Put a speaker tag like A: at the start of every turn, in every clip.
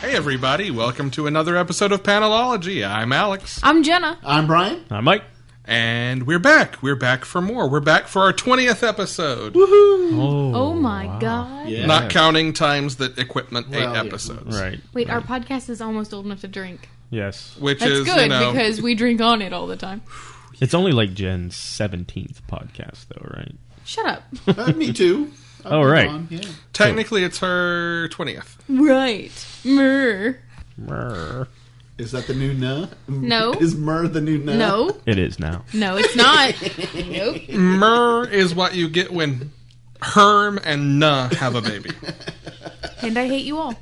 A: Hey, everybody, welcome to another episode of Panelology. I'm Alex,
B: I'm Jenna.
C: I'm Brian.
D: I'm Mike.
A: and we're back. We're back for more. We're back for our 20th episode,
D: Oh,
B: Oh my god.
C: Yeah.
A: not counting times that equipment
C: Well, yeah.
A: ate episodes.
D: Right.
B: Wait, our podcast is almost old enough to drink.
D: Yes.
A: Which
B: That's
A: is,
B: good
A: you know,
B: because we drink on it all the time.
D: It's only like Jen's 17th podcast, though, right?
B: Shut up.
C: Uh, me too. I've
D: Oh,
C: been
D: right.
C: on, yeah.
A: technically it's her 20th.
B: right. Mer.
D: Brr.
C: Is that the new nah?
B: No.
C: Is myrrh the new nah?
B: No.
D: It is now.
B: No, it's not. nope.
A: Myrrh is what you get when Herm and Nuh have a baby.
B: And I hate you all.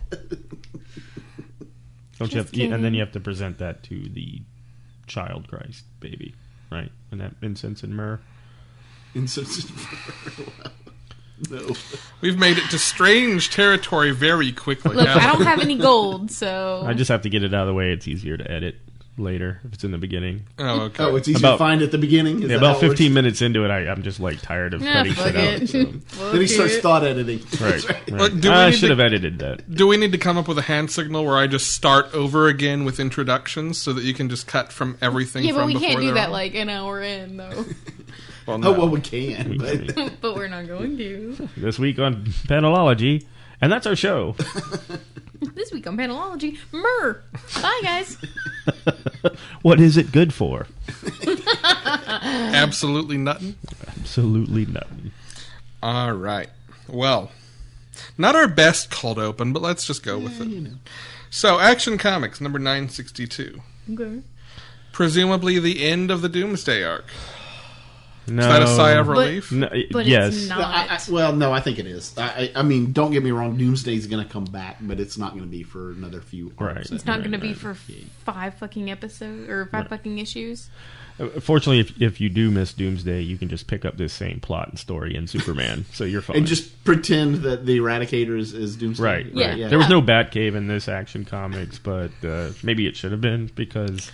D: Don't you have?
B: Just kidding.
D: And then you have to present that to the child Christ baby, right? And that incense and myrrh.
C: Insensitive.
D: Uh,
C: no.
A: We've made it to strange territory very quickly.
B: Look,
A: haven't
B: I don't
A: we?
B: have any gold, so
D: I just have to get it out of the way. It's easier to edit later if it's in the beginning.
A: Oh, okay.
C: Oh, it's easy to
D: About-
C: find at the beginning. Is
D: Yeah,
C: that
D: about
C: how it
D: 15
C: works?
D: minutes into it, I, I'm just like tired of
B: Yeah,
D: cutting
B: fuck
D: shit out.
B: it.
D: So.
C: Then he starts thought editing.
D: Right.
A: Well,
D: right.
A: do we
D: I
A: need
D: should
A: to-
D: have edited that.
A: Do we need to come up with a hand signal where I just start over again with introductions so that you can just cut from everything?
B: Yeah, but
A: from
B: we
A: before
B: can't do
A: they're
B: that
A: on?
B: like an hour in though.
A: Well, no.
C: Oh well, we can. But
B: but we're not going to.
D: This week on Panelology, and that's our show.
B: This week on Panelology, Mer. Bye guys.
D: What is it good for?
A: Absolutely nothing.
D: Absolutely nothing.
A: All right. Well, not our best cold open, but let's just go with it. So, Action Comics number 962.
B: Okay.
A: Presumably the end of the Doomsday arc.
D: No.
A: Is that a sigh of
B: But-
A: relief?
D: Um, No, it-
B: But
D: yes.
B: it's
C: No, I, I,
B: not.
C: well, no, I think it is. I, I, I mean, don't get me wrong. Doomsday's going to come back, but it's not going to be for another few. arcs.
D: Right.
B: It's not going to be
D: Right,
B: for five fucking episodes or five fucking issues.
D: Uh, Fortunately, if, if you do miss Doomsday, you can just pick up this same plot and story in Superman, so you're fine.
C: And just pretend that the Eradicator is, is Doomsday.
D: right, right.
B: Yeah.
D: There was no Batcave in this Action Comics, but uh, maybe it should have been because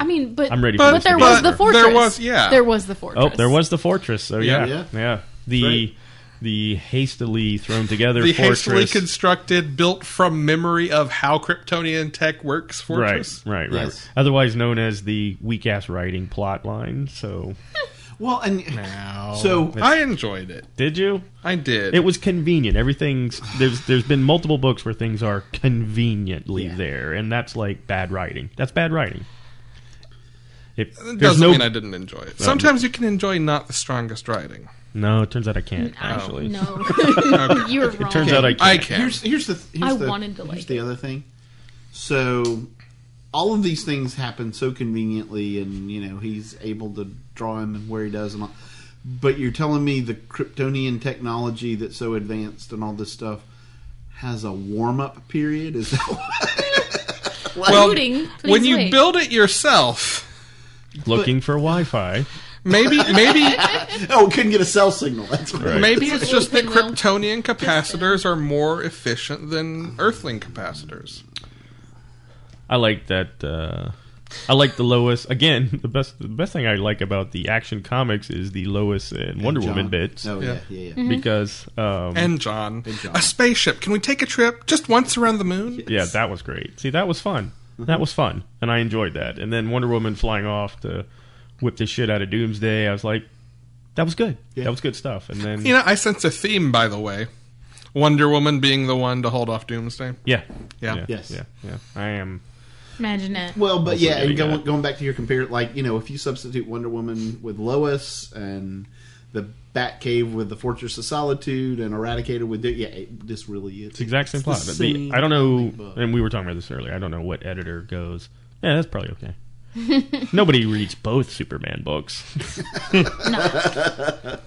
B: I mean, but
D: I'm ready.
A: But-
D: for
B: But
D: this
B: there
D: to be
B: was
D: over.
B: the fortress.
A: there was- yeah.
B: There was the fortress.
D: Oh, there was the fortress. So
A: Yeah.
D: yeah,
C: Yeah.
D: yeah, The
C: Right.
D: the hastily thrown together
A: The
D: fortress.
A: hastily constructed, built from memory of how Kryptonian tech works fortress.
D: Right, right, right.
C: Yes.
D: Otherwise known as the weak ass writing plot line. So
C: Well, and
A: Now,
C: So-
A: I enjoyed it.
D: did you?
A: I did.
D: It was convenient. Everything's there's there's been multiple books where things are conveniently
C: Yeah.
D: there, and that's like bad writing. That's bad writing. If
A: It
D: there's
A: doesn't
D: no
A: mean I didn't enjoy it. Sometimes you can enjoy not the strongest writing.
D: no, it turns out I can't actually.
B: No,
A: Okay.
B: you were wrong.
D: Oh. Turns out I
A: I
D: can't.
A: can.
C: here's here's the th- here's
B: I
C: the,
B: wanted to
C: here's
B: like
C: the other thing. So all of these things happen so conveniently, and you know he's able to draw him where he does, and all. But you're telling me the Kryptonian technology that's so advanced and all this stuff has a warm up period? Is that what?
A: Well,
B: Including,
A: when
B: please
A: you
B: wait.
A: build it yourself,
D: Looking for Wi-Fi.
A: maybe maybe
C: oh, couldn't get a cell signal. That's what
D: Right.
A: Maybe
B: It's
A: it's
B: a little
A: just that
B: pinwheel.
A: Kryptonian capacitors are more efficient than Earthling capacitors.
D: I like that. Uh, I like the Lois again. The best the best thing I like about the Action Comics is the Lois and Wonder
C: John.
D: Woman bits
C: Oh
A: Yeah.
C: yeah, yeah,
B: Mm-hmm.
C: yeah.
D: because um,
A: And John,
C: John.
A: a spaceship. Can we take a trip just once around the moon?
D: yeah, that was great. See, that was fun.
C: Mm-hmm.
D: That was fun, and I enjoyed that. And then Wonder Woman flying off to whip the shit out of Doomsday. I was like, that was good.
C: Yeah.
D: That was good stuff. And then
A: You know, I sense a theme, by the way. Wonder Woman being the one to hold off Doomsday.
D: Yeah.
A: Yeah.
C: Yes.
D: Yeah. Yeah. I am.
B: Imagine it.
C: Well, but
D: Also
C: yeah, and
D: getting
C: going,
D: that.
C: going back to your compare, like you know, if you substitute Wonder Woman with Lois and the Batcave with the Fortress of Solitude and Eradicator with Do- yeah, it, this really is
D: It's the exact same
C: It's the
D: plot. The-
C: same
D: I don't know.
C: book.
D: And we were talking about this earlier. I don't know what editor goes. Yeah, that's probably okay. Nobody reads both Superman books.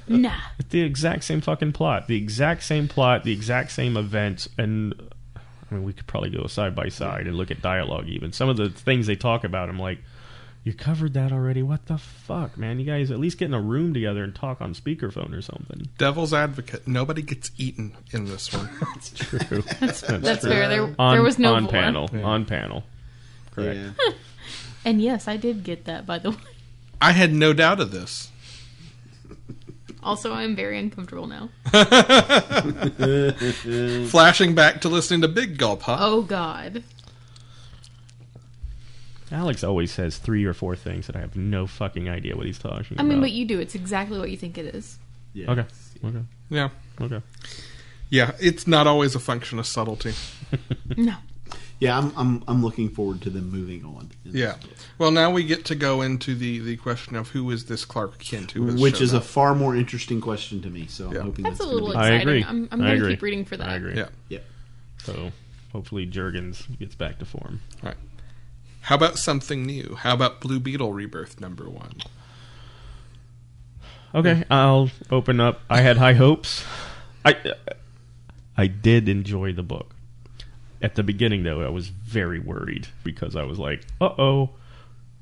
B: Nah.
D: It's the exact same fucking plot, the exact same plot, the exact same events, and I mean, we could probably go side by side and look at dialogue. Even some of the things they talk about, I'm like, you covered that already. What the fuck, man? You guys at least get in a room together and talk on speakerphone or something.
A: Devil's advocate. Nobody gets eaten in this one.
D: That's true. That's,
B: That's fair. There,
D: On,
B: there was no
D: on
B: more.
D: panel.
A: Yeah.
D: On panel. Correct.
C: Yeah.
B: And yes, I did get that, by the way.
A: I had no doubt of this.
B: Also, I'm very uncomfortable now.
A: Flashing back to listening to Big Gulp, huh?
B: Oh, God.
D: Alex always says three or four things that I have no fucking idea what he's talking
B: I mean,
D: about.
B: what you do, it's exactly what you think it is.
C: Yeah.
D: okay. Okay.
A: Yeah.
D: Okay.
A: Yeah, it's not always a function of subtlety.
B: No.
C: Yeah, I'm, I'm I'm looking forward to them moving on.
A: Yeah. Well, now we get to go into the, the question of who is this Clark Kent? Who has
C: Which
A: shown
C: is a
A: up?
C: far more interesting question to me. So I'm
A: Yeah.
C: hoping
B: That's
C: that's,
B: a
C: gonna
B: little
C: be-
D: I
B: Exciting.
D: agree.
B: I'm- I'm
D: I
B: gonna
D: agree.
B: keep reading for that.
D: I agree.
A: Yeah.
C: Yep.
D: So hopefully Jurgens gets back to form.
A: Right. How about something new? How about Blue Beetle Rebirth number one?
D: Okay, I'll open up. I had high hopes. I I did enjoy the book. At the beginning though, I was very worried because I was like, "Uh-oh,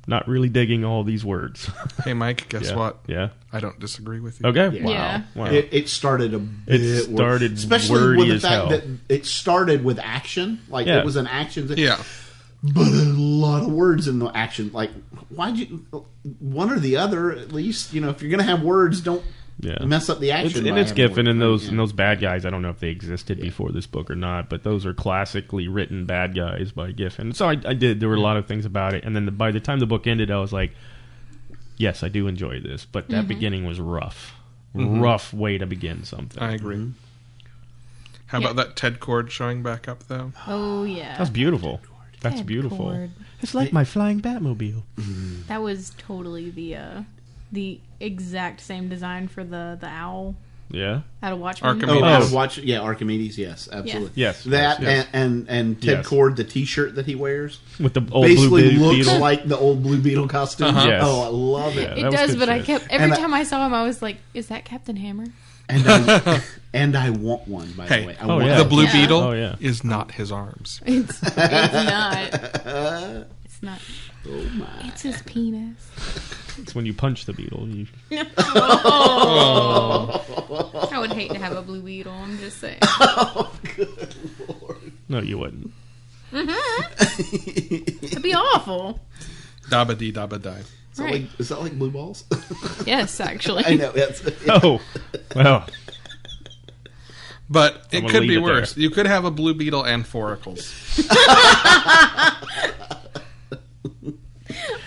D: not really digging all these words."
A: Hey, Mike, guess
D: yeah.
A: what?
D: Yeah.
A: I don't disagree with you.
D: Okay.
C: Yeah.
D: Wow.
B: Yeah.
D: Wow.
C: It, it started a bit. wor-
D: started
C: especially
D: wordy
C: with the
D: as
C: fact
D: hell.
C: that it started with action. Like
D: Yeah.
C: it was an action. Thing,
A: Yeah.
C: but a lot of words in the action. Like why'd you one or the other at least? You know, if you're gonna have words, don't
D: Yeah.
C: mess up the action.
D: It's,
C: by
D: and it's
C: having
D: Giffen
C: words.
D: and those
C: Yeah.
D: and those bad guys. I don't know if they existed before this book or not, but those are classically written bad guys by Giffen. So I, I did. There were a lot of things about it, and then the, by the time the book ended, I was like, "Yes, I do enjoy this," but that beginning was rough,
C: Mm-hmm.
D: rough way to begin something.
A: I agree.
D: Mm-hmm.
A: How about that Ted Cord showing back up, though?
B: Oh, yeah.
D: That's beautiful. That's
B: Ted
D: beautiful.
B: Cord.
D: It's like my flying Batmobile.
B: That was totally the uh, the exact same design for the, the owl
D: Yeah.
B: out of Watchmen.
A: Archimedes.
C: Oh,
D: Oh.
C: how to watch? Yeah, Archimedes. Yes, absolutely.
D: Yes,
C: that
D: yes,
C: And, and and Ted
D: Yes.
C: Cord, the T-shirt that he wears,
D: With the old
C: basically
D: blue
C: looks
D: beetle. Uh-huh.
C: like the old Blue Beetle costume.
D: Yes.
C: Oh, I love it.
D: Yeah, that
B: It
D: was
B: does,
D: good
B: but I
D: shit.
B: kept every
C: And I-
B: time I saw him, I was like, "Is that Captain Hammer?"
C: And I, and I want one. By
A: Hey.
C: the way, I
D: Oh,
C: want
D: yeah.
A: The Blue
B: Yeah.
A: Beetle
D: Oh, yeah.
A: is not his arms.
B: It's, it's not. It's not.
C: Oh my!
B: It's his penis.
D: It's when you punch the beetle. You,
C: Oh.
B: I would hate to have a blue beetle. I'm just saying.
D: no, you wouldn't.
B: It'd be awful.
A: Dabba dee dabba die.
C: Is that,
B: Right.
C: like, is that like blue balls?
B: Yes, actually.
C: I know. That's,
D: Oh, well.
A: But it
D: I'm gonna
A: could
D: leave
A: be
D: it there.
A: worse. You could have a Blue Beetle and Foracles.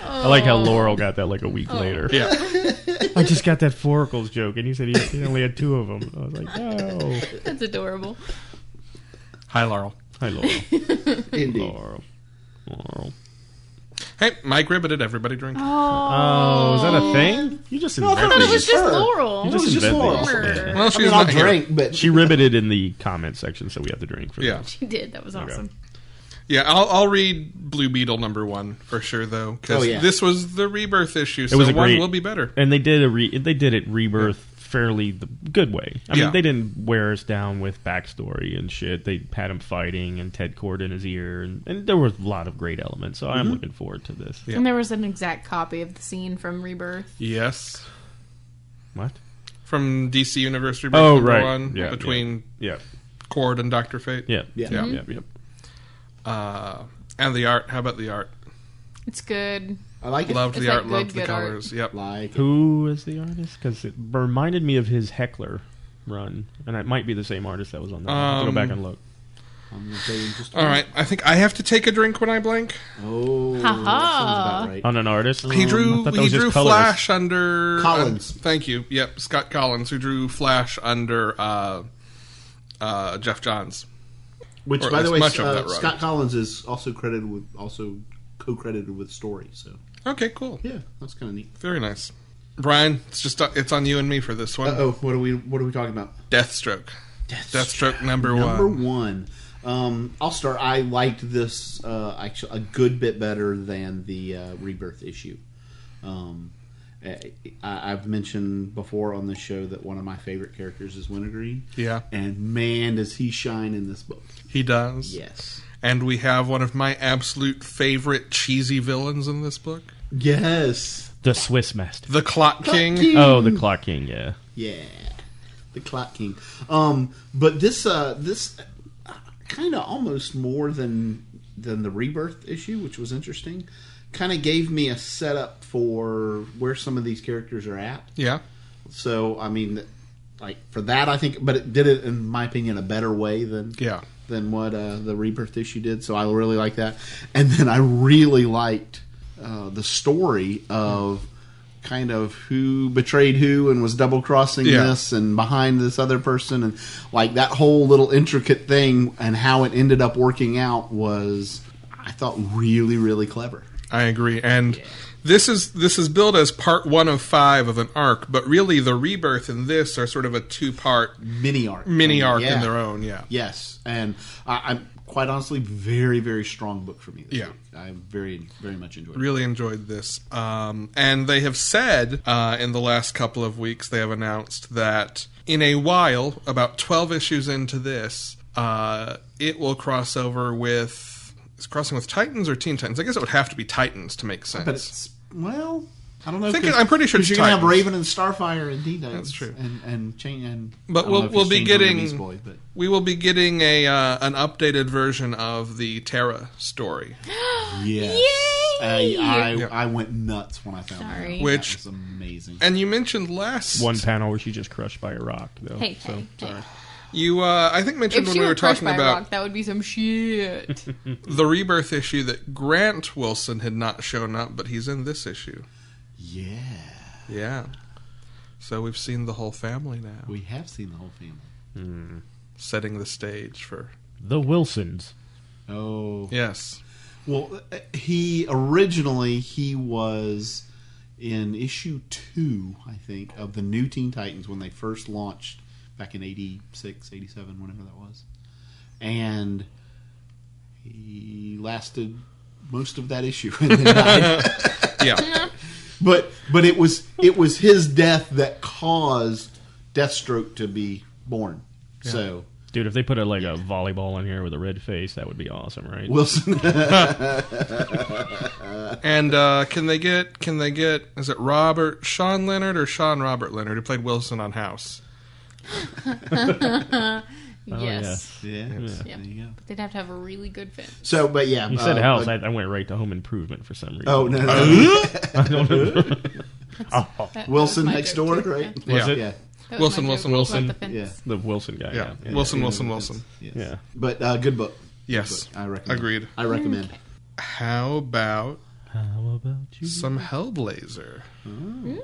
D: I like how Laurel got that like a week later.
A: Yeah.
D: I just got that Foracles joke, and you said he, he only had two of them. I was like, no.
B: That's adorable.
A: Hi, Laurel.
D: Hi, Laurel.
C: Indeed.
D: Laurel. Laurel.
A: Hey, Mike ribbited everybody drink.
D: Oh, is that a thing? You just
C: thought
D: invented
B: It
D: it.
B: was just
C: Sure.
B: Laurel.
D: You just
C: was just
D: invented
C: Laurel.
D: it.
B: Sure.
A: Well,
C: I
A: she's
C: mean, I'll
A: not here.
C: drink, but
D: She ribbited in the comment section, so we have to drink for that.
A: Yeah.
B: She did. That was awesome.
A: Yeah, I'll, I'll read Blue Beetle number one for sure, though, because
C: Oh, yeah.
A: this was the rebirth issue, so
D: was a
A: one
D: great-
A: will be better.
D: And they did a re- they did it rebirth fairly the good way. I mean,
A: Yeah.
D: they didn't wear us down with backstory and shit. They had him fighting and Ted Cord in his ear, and, and there was a lot of great elements. So I'm looking forward to this.
A: Yeah.
B: And there was an exact copy of the scene from Rebirth.
A: Yes.
D: What?
A: From DC Universe Rebirth
D: Oh,
A: number
D: right.
A: one
D: Yeah,
A: between
D: Yeah.
A: Cord and Doctor Fate.
D: Yeah.
C: Yeah.
D: Yeah.
A: Mhm.
D: Yeah. yeah.
A: Uh, and the art. How about the art?
B: It's good.
C: I like it.
A: Loved
B: It's
A: the
B: like
A: art,
B: good,
A: loved the
B: good art.
A: colors. Yep.
C: Like it.
D: Who is the artist? Because it reminded me of his Heckler run, and it might be the same artist that was on that. I'll have to go
A: Um,
D: back and look.
C: I'm gonna tell you in just a
A: All right, I think I have to take a drink when I blank.
C: minute. Oh, that sounds
B: Ha-ha.
C: about right.
D: On an artist,
A: He drew
D: Um, I thought that
A: he
D: was just
A: drew
D: colorist.
A: Flash under
C: Collins.
A: uh, thank you. Yep, Scott Collins, who drew Flash under uh, uh, Jeff Johns.
C: Which,
A: Or
C: by
A: at
C: the way,
A: least much of
C: uh,
A: that run.
C: Scott Collins is also credited with also co-credited with story. So
A: Okay, cool,
C: yeah, that's kind of neat.
A: very nice. Brian, it's just it's on you and me for this one.
C: Uh oh, what are we? What are we talking about?
A: Deathstroke, Deathstroke number,
C: Number
A: one.
C: one. Um, I'll start. I liked this uh, actually a good bit better than the uh, rebirth issue. Um, I, I- I've mentioned before on this show that one of my favorite characters is Wintergreen,
A: Yeah,
C: and man, does he shine in this book!
A: he does.
C: Yes,
A: And we have one of my absolute favorite cheesy villains in this book,
C: yes,
D: The Swiss Master.
A: the Clock King.
D: Oh, the Clock King. Yeah.
C: Yeah, the Clock King. Um, but this uh, this kind of almost more than than the rebirth issue, which was interesting. Kind of gave me a setup for where some of these characters are at.
A: Yeah,
C: So I mean, th- like for that, I think, but it did it in my opinion a better way than
A: yeah.
C: than what uh, the rebirth issue did. So I really like that. And then I really liked uh, the story of kind of who betrayed who and was double crossing
A: Yeah.
C: this and behind this other person and like that whole little intricate thing and how it ended up working out was I thought really really clever.
A: I agree. And this is this is billed as part one of five of an arc, but really the rebirth and this are sort of a two part
C: Mini arc.
A: mini arc
C: Yeah.
A: in their own. Oh, Yeah,
C: Yes, and I, I'm quite honestly very, very strong book for me. This
A: Yeah.
C: week. I very, very much enjoyed. it.
A: really enjoyed this. Um, and they have said uh, in the last couple of weeks they have announced that in a while, about twelve issues into this, uh, it will cross over with. Is it crossing with Titans or Teen Titans? I guess it would have to be Titans to make sense.
C: But it's well, I don't know.
A: I think
C: 'cause-
A: I'm pretty sure
C: 'cause
A: it's
C: you're gonna have
A: Titans.
C: Raven and Starfire and D Day.
A: That's true.
C: And and chain and.
A: But
C: I don't
A: we'll-
C: know if
A: we'll
C: he's
A: be
C: changing
A: getting-
C: the Beast Boy, but
A: We will be getting a uh, an updated version of the Terra story,
C: yes,
E: Yay!
C: I, I,
A: Yeah.
C: I went nuts when I found that.
E: Sorry.
C: out.
A: Which-
C: that was amazing.
A: and you mentioned last
D: One panel where she just crushed by a rock, though.
E: Hey,
D: so,
E: hey, hey.
A: You, uh, I think, mentioned
E: If
A: when
E: she
A: we
E: were,
A: were
E: crushed
A: talking
E: by a
A: about
E: rock, that would be some shit.
A: the rebirth issue that Grant Wilson had not shown up, but he's in this issue.
C: yeah,
A: Yeah. So we've seen the whole family now,
C: we have seen the whole family.
A: setting the stage for
D: The Wilsons.
C: Oh,
A: yes,
C: Well, uh, he originally he was in issue two, I think, of the new Teen Titans when they first launched back in 86, 87, whenever that was, and he lasted most of that issue and then died.
A: yeah,
C: but but it was it was his death that caused Deathstroke to be born. So
D: Dude, if they put a, like a volleyball in here with a red face, that would be awesome, right?
C: Wilson,
A: and uh, can they get can they get is it Robert Sean Leonard or Sean Robert Leonard who played Wilson on House?
D: Oh,
E: yes.
C: yeah,
E: Yeah.
C: there you go.
E: They'd have to have a really good fit.
C: So, but yeah, uh,
D: You
A: uh,
D: said house.
C: but-
D: I, I went right to Home Improvement for some reason.
C: oh no, no.
D: I don't know.
E: That- that
C: Wilson
E: was my
C: next
E: joke,
C: door,
E: too.
C: right?
A: Yeah. Was
C: yeah.
A: it?
E: That was
A: Wilson,
E: my
A: Wilson,
E: joke.
A: Wilson.
E: Let the fence-
C: Yeah.
D: the Wilson guy.
A: Yeah,
D: Yeah.
A: Wilson, Wilson, Wilson.
C: Yes.
D: Yeah.
C: But uh, good book.
A: Yes,
C: I recommend.
A: Agreed.
C: I recommend.
A: How about
D: How about you?
A: some Hellblazer?
C: Hmm.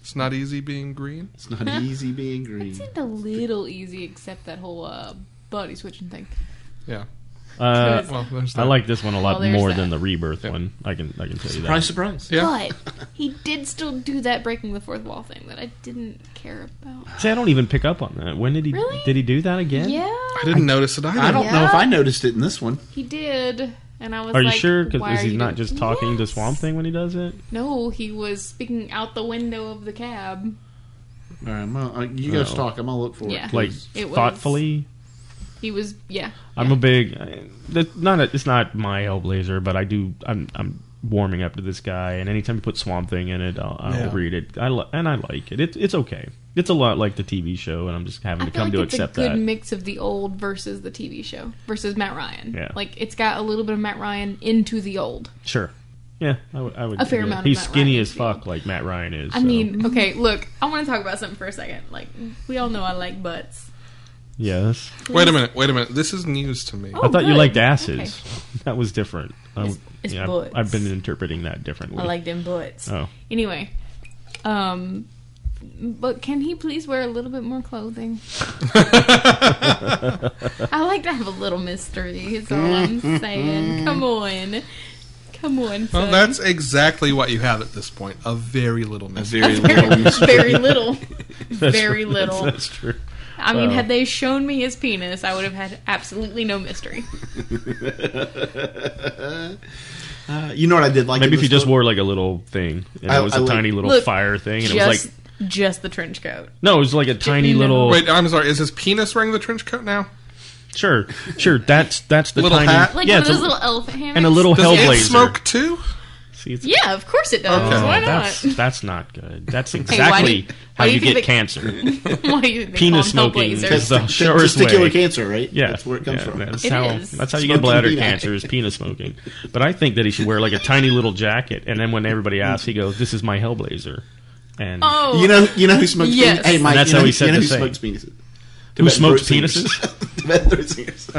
A: It's not easy being green.
C: It's not easy being
E: That
C: green.
E: seemed a little easy, except that whole uh, body switching thing.
D: Uh,
E: Yes.
A: Well, there's that.
D: I like this one a lot
E: Oh, there's
D: more
E: that.
D: than the Rebirth
A: Yeah.
D: one. I can I can tell you that.
C: Surprise, surprise.
A: Yeah.
E: But he did still do that breaking the fourth wall thing that I didn't care about.
D: See, I don't even pick up on that. When did he
E: Really?
D: did he do that again?
E: Yeah,
A: I didn't notice it either.
C: I don't know if
E: Yeah.
C: I noticed it in this one.
E: he did. And I was
D: Are you
E: like,
D: sure?
E: why
D: Because
E: are
D: is he
E: you
D: not
E: doing-
D: just talking to
E: Yes.
D: Swamp Thing when he does it?
E: No, he was speaking out the window of the cab.
C: All right, I'm gonna, uh, you guys
D: Oh.
C: talk. I'm gonna look for
E: Yeah.
C: it.
D: Like
E: It was-
D: thoughtfully.
E: He was, yeah.
D: I'm a big. I- That's not. A, it's not my Hellblazer, but I do. I'm. I'm warming up to this guy, and anytime you put Swamp Thing in it, I'll, I'll
A: Yeah.
D: read it. I li- and I like it. It's it's okay. It's a lot like the TV show, and I'm just having
E: I
D: to
E: feel
D: come
E: like
D: to
E: it's a
D: accept
E: good
D: that.
E: mix of the old versus the TV show versus Matt Ryan.
D: Yeah.
E: Like it's got a little bit of Matt Ryan into the old.
D: sure. Yeah, I would. I would
E: A fair
D: yeah.
E: amount of
D: He's
E: Matt
D: skinny
E: Ryan
D: as
E: too.
D: fuck, like Matt Ryan is.
E: I
D: so,
E: mean, okay, look, I want to talk about something for a second. Like we all know I like butts.
D: yes.
A: Wait a minute. Wait a minute. This is news to me.
E: Oh,
D: I thought you
E: good.
D: liked asses. That was different. I,
E: It's- it's
D: yeah, I've-
E: butts.
D: I've been interpreting that differently.
E: I like them butts.
D: oh,
E: Anyway, um, but can he please wear a little bit more clothing? I like to have a little mystery. Is all I'm saying. Come on, come on.
A: Well,
E: son.
A: that's exactly what you have at this point. A very little mystery.
C: Very little.
E: very little, very little.
D: that's true.
E: I mean,
D: Well.
A: uh,
E: had they shown me his penis, I would have had absolutely no mystery.
C: Uh, you know what I did like? in
D: Maybe if
C: this
D: you just
C: book?
D: wore like a little thing, and
C: I-
D: it was
C: I
D: a
C: like-
D: tiny little
E: Look,
D: fire thing, and it was
E: just,
D: like
E: just the trench coat.
D: no, it was like a tiny
E: no.
D: little.
A: Wait, I'm sorry. Is his penis wearing the trench coat now?
D: Sure, sure. That's that's the
A: Little
D: tiny
A: hat?
E: Like
D: yeah,
E: one of
D: it's a-
E: those little elephant hammocks.
D: and a little
A: Does
D: hellblazer.
A: it smoke too?
D: See, it's-
E: Yeah, of course it does.
A: Okay.
D: Oh,
E: Why
D: That's
E: not?
D: that's not good. That's
E: why do
D: exactly
E: you-
D: how
E: why do
D: you
E: you think
D: get
E: they-
D: cancer.
E: Why do you think they
D: Penis
E: call 'em
D: smoking
E: hellblazers?
D: is the
C: Just- just
D: surest
C: to kill
D: way.
C: cancer, right?
D: Yeah,
C: that's where it comes
D: yeah,
C: from.
D: That's
E: It
D: how
E: is.
D: that's how you
C: Smoking
D: get bladder
C: peanut.
D: cancer is penis smoking. But I think that he should wear like a tiny little jacket, and then when everybody asks, he goes, "This is my Hellblazer." And
E: Oh,
C: You know, you know who smokes.
E: Yes.
C: Penis? Hey, Mike,
D: And that's
C: you know,
D: how
C: who-
D: he said
C: you know
D: the
C: who
D: same.
C: smokes penises?
D: who smokes
C: throat singers.
D: penises?
C: Tibetan throat singers.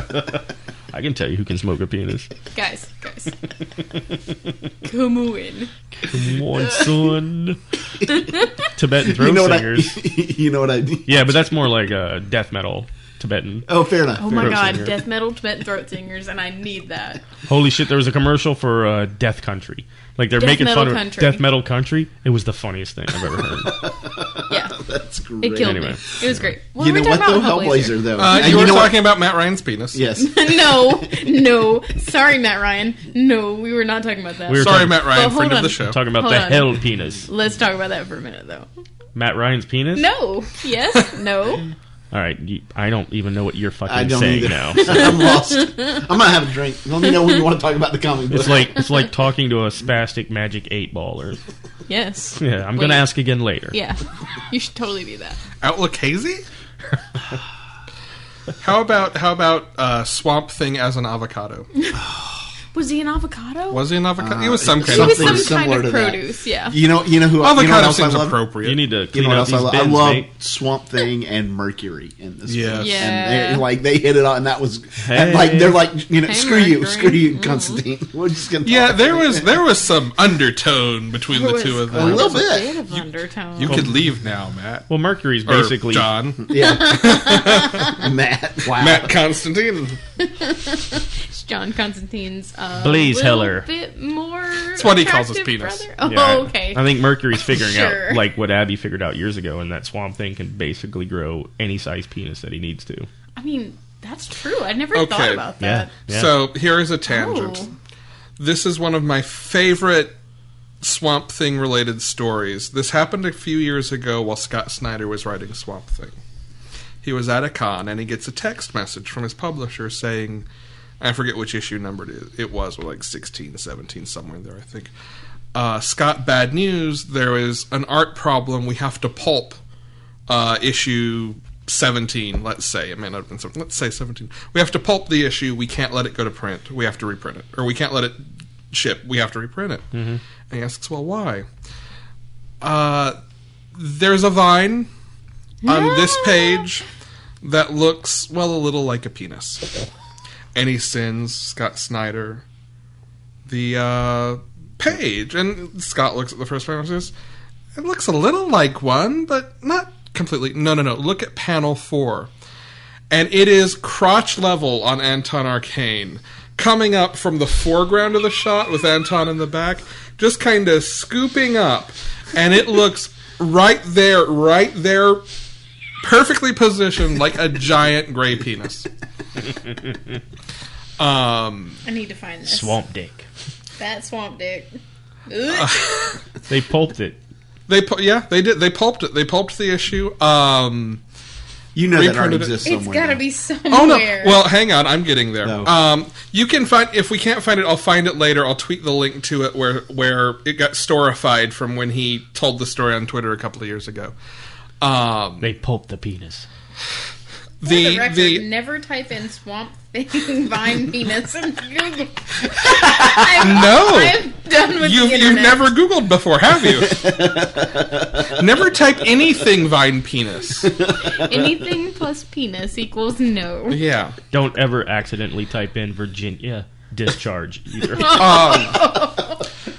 D: I can tell you who can smoke a penis.
E: guys, guys, come on.
D: Come on, son. Tibetan throat
C: you know what I,
D: singers.
C: You know what I?
D: Yeah, but that's more like uh, death metal. Tibetan.
C: Oh, fair enough.
E: Oh
C: fair
E: my
C: enough.
E: god,
D: singer.
E: death metal Tibetan throat singers, and I need that.
D: Holy shit! There was a commercial for uh, Death Country. Like they're
E: Death
D: making
E: metal
D: fun
E: country.
D: of Death Metal Country. It was the funniest thing I've ever heard.
E: Yeah,
C: That's great.
E: it killed
D: Anyway.
E: me. It was great. What
C: You
E: were
C: know
E: we
C: what though?
E: talking about?
C: Hellblazer though.
A: Uh,
C: And
A: you, were
C: know what?
A: talking about Matt Ryan's penis.
C: Yes.
E: no, no. Sorry, Matt Ryan. No, we were not talking about that.
D: We were
A: Sorry,
D: talking-
A: Matt
E: Well,
A: Ryan,
E: hold
A: friend
E: on.
A: of the show.
D: Talking about
E: Hold
D: the
E: on.
D: hell penis.
E: Let's talk about that for a minute, though.
D: Matt Ryan's penis.
E: No. Yes. No.
D: All right, you, I don't even know what you're fucking
C: I don't
D: saying
C: either.
D: now.
C: I'm lost. I'm gonna have a drink. Let me know when you want to talk about the comic book.
D: It's like it's like talking to a spastic magic eight baller.
E: yes.
D: Yeah, I'm
E: Wait.
D: gonna ask again later.
E: Yeah. You should totally do that.
A: Outlook hazy. how about how about uh, Swamp Thing as an avocado?
E: Was he an avocado?
A: Was he an avocado? he was some kind
E: he
A: of
E: was
A: fruit.
E: some
C: Uh, something
E: kind
C: similar
E: of
C: to that.
E: produce. Yeah.
C: you know, you know who you know what
A: avocado
C: else I
A: seems
C: love?
A: appropriate.
D: You need to
C: You
D: clean
C: know what
D: out
C: else I
D: these
C: love?
D: bins,
C: I love
D: mate.
C: Swamp Thing and Mercury in this.
A: Yes.
C: book.
E: Yeah.
C: and they, like they hit it on, and that was and,
D: Hey.
C: like they're like you know
E: Hey,
C: screw you,
E: Mercury.
C: screw you,
E: Mhm.
C: Constantine. We're just gonna
A: Yeah,
C: talk.
A: there was there was some undertone between
E: There
A: the
E: was
A: two of
E: a
A: them.
C: little
E: little
C: bit.
E: bit of undertone.
A: You could leave now, Matt.
D: Well, Mercury's
A: Or
D: basically
A: John,
C: yeah. Matt, wow,
A: Matt Constantine.
E: It's John Constantine's. Uh,
D: Blaze
E: little
D: Heller.
E: Bit more. That's
A: what he calls his penis.
E: Oh,
D: Yeah, I-
E: okay.
D: I think Mercury's figuring
E: Sure.
D: out like what Abby figured out years ago, and that Swamp Thing can basically grow any size penis that he needs to.
E: I mean, that's true. I never thought
A: Okay.
E: about
D: Yeah.
E: that.
D: yeah.
A: So here is a
E: Oh.
A: tangent. This is one of my favorite Swamp Thing related stories. This happened a few years ago while Scott Snyder was writing Swamp Thing. He was at a con and he gets a text message from his publisher saying, I forget which issue number it is. It was like 16, 17, somewhere in there, I think. Uh, Scott, bad news. There is an art problem. We have to pulp uh, issue 17, let's say. It may not have been something. Let's say 17. We have to pulp the issue. We can't let it go to print. We have to reprint it. Or we can't let it ship. We have to reprint it. And he asks, well, why? Uh, there's a vine on this page that looks, well, a little like a penis. And he sends Scott Snyder the uh, page. And Scott looks at the first panel and says, It looks a little like one, but not completely. No, no, no. Look at panel four. And it is crotch level on Anton Arcane. Coming up from the foreground of the shot with Anton in the back, just kind of scooping up. And it looks right there, right there, perfectly positioned like a giant gray penis. Um,
E: I need to find this.
D: Swamp Dick.
E: That swamp dick.
A: Ah,
D: They pulped it.
A: They pu- yeah, they did. They pulped it. They pulped the issue. Um,
C: you know that art
A: reprinted it.
C: exists
E: it's
C: somewhere.
E: got to
C: now.
E: be somewhere.
A: oh no. Well, hang on. I'm getting there.
C: No.
A: Um, you can find if we can't find it, I'll find it later. I'll tweet the link to it where where it got storified from when he told the story on Twitter a couple of years ago. Um,
D: They pulped the penis.
E: For the,
A: the
E: record,
A: the
E: never type in swamp thing vine penis in Google. I'm,
A: No.
E: I'm done with
A: you've
E: the
A: you've
E: internet.
A: never Googled before, have you? never type anything vine penis.
E: anything plus penis equals no.
A: Yeah.
D: Don't ever accidentally type in Virginia discharge either.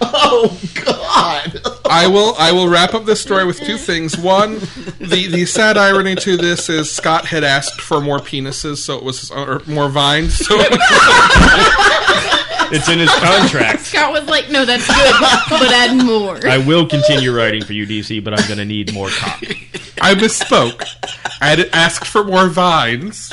C: Oh God!
A: I will I will wrap up this story with two things. One, the, the sad irony to this is Scott had asked for more penises, so it was or more vines. So it was,
D: it's in his contract.
E: Scott was like, "No, that's good, but add more."
D: I will continue writing for you, DC, but I'm going to need more cock.
A: I misspoke. I had asked for more vines.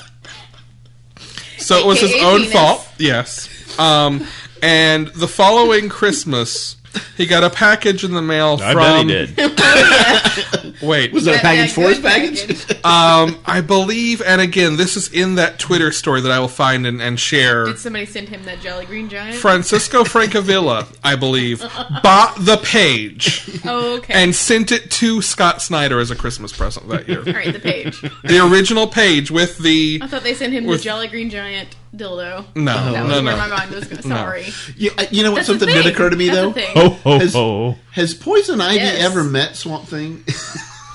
A: So it was his
E: AKA
A: own
E: penis.
A: fault. Yes. Um, and the following Christmas, he got a package in the mail
D: I
A: from.
D: bet he did.
A: Wait.
C: Was that a
E: That-
C: package
E: that
C: for his
E: good
C: package?
A: Um, I believe, and again, this is in that Twitter story that I will find and, and share.
E: Did somebody send him that Jolly Green Giant?
A: Francisco Francavilla, I believe, bought the page
E: oh, okay.
A: and sent it to Scott Snyder as a Christmas present that year.
E: All right, the page.
A: The original page with the
E: I thought they sent him
A: With-
E: the Jolly Green Giant dildo.
A: no,
E: Oh, That was
A: no,
E: where my
A: no.
E: mind was going. Sorry.
C: Yeah, uh, you know what?
E: That's
C: something
E: a thing.
C: did occur to me
E: That's a
C: though.
E: thing.
D: Oh, oh,
C: Has-
D: oh.
C: Has Poison Ivy
E: Yes.
C: ever met Swamp Thing?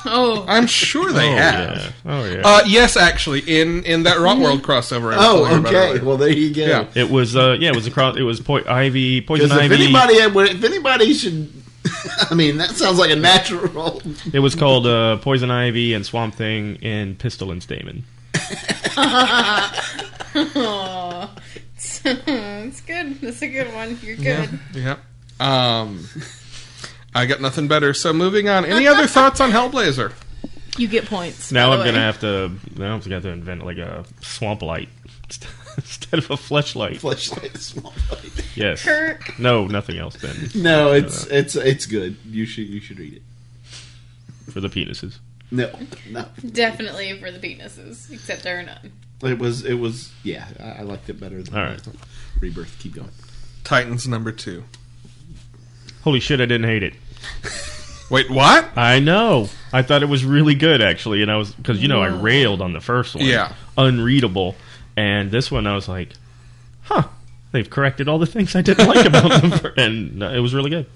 E: Oh,
A: I'm sure they
D: oh,
A: have.
D: yeah. Oh, yeah.
A: Uh, yes, actually, in in that Rot World crossover. I was telling you
C: Mm-hmm. oh,
A: about
C: okay.
A: earlier.
C: Well, there you go.
A: Yeah.
D: it was, uh, yeah, it was across, it was po- Ivy, Poison
C: Because if
D: Ivy.
C: anybody, had- if anybody should, I mean, that sounds like a natural.
D: It was called uh, Poison Ivy and Swamp Thing and Pistol and Stamen.
E: Aw. it's good. That's a good one. You're good.
A: Yeah, yeah. Um, I got nothing better. So moving on. Any other thoughts on Hellblazer?
B: You get points.
D: Now
E: By
D: I'm
E: the
D: gonna
E: way-
D: have to. Now I'm gonna have to invent like a swamp light instead of a fleshlight.
C: Fleshlight, Swamp Thing.
D: Yes.
E: Kirk.
D: No, nothing else then
C: No, it's it's it's good. You should you should read it.
D: for the penises.
C: No, no.
E: Definitely for the penises, except there are none.
C: It was it was yeah. I, I liked it better than
D: All right.
C: Rebirth. Keep going.
A: Titans number two.
D: Holy shit! I didn't hate it.
A: Wait, what?
D: I know. I thought it was really good actually, and I was because you know I railed on the first one.
A: Yeah.
D: Unreadable, and this one I was like, huh. They've corrected all the things I didn't like about them, fir- and uh, it was really good.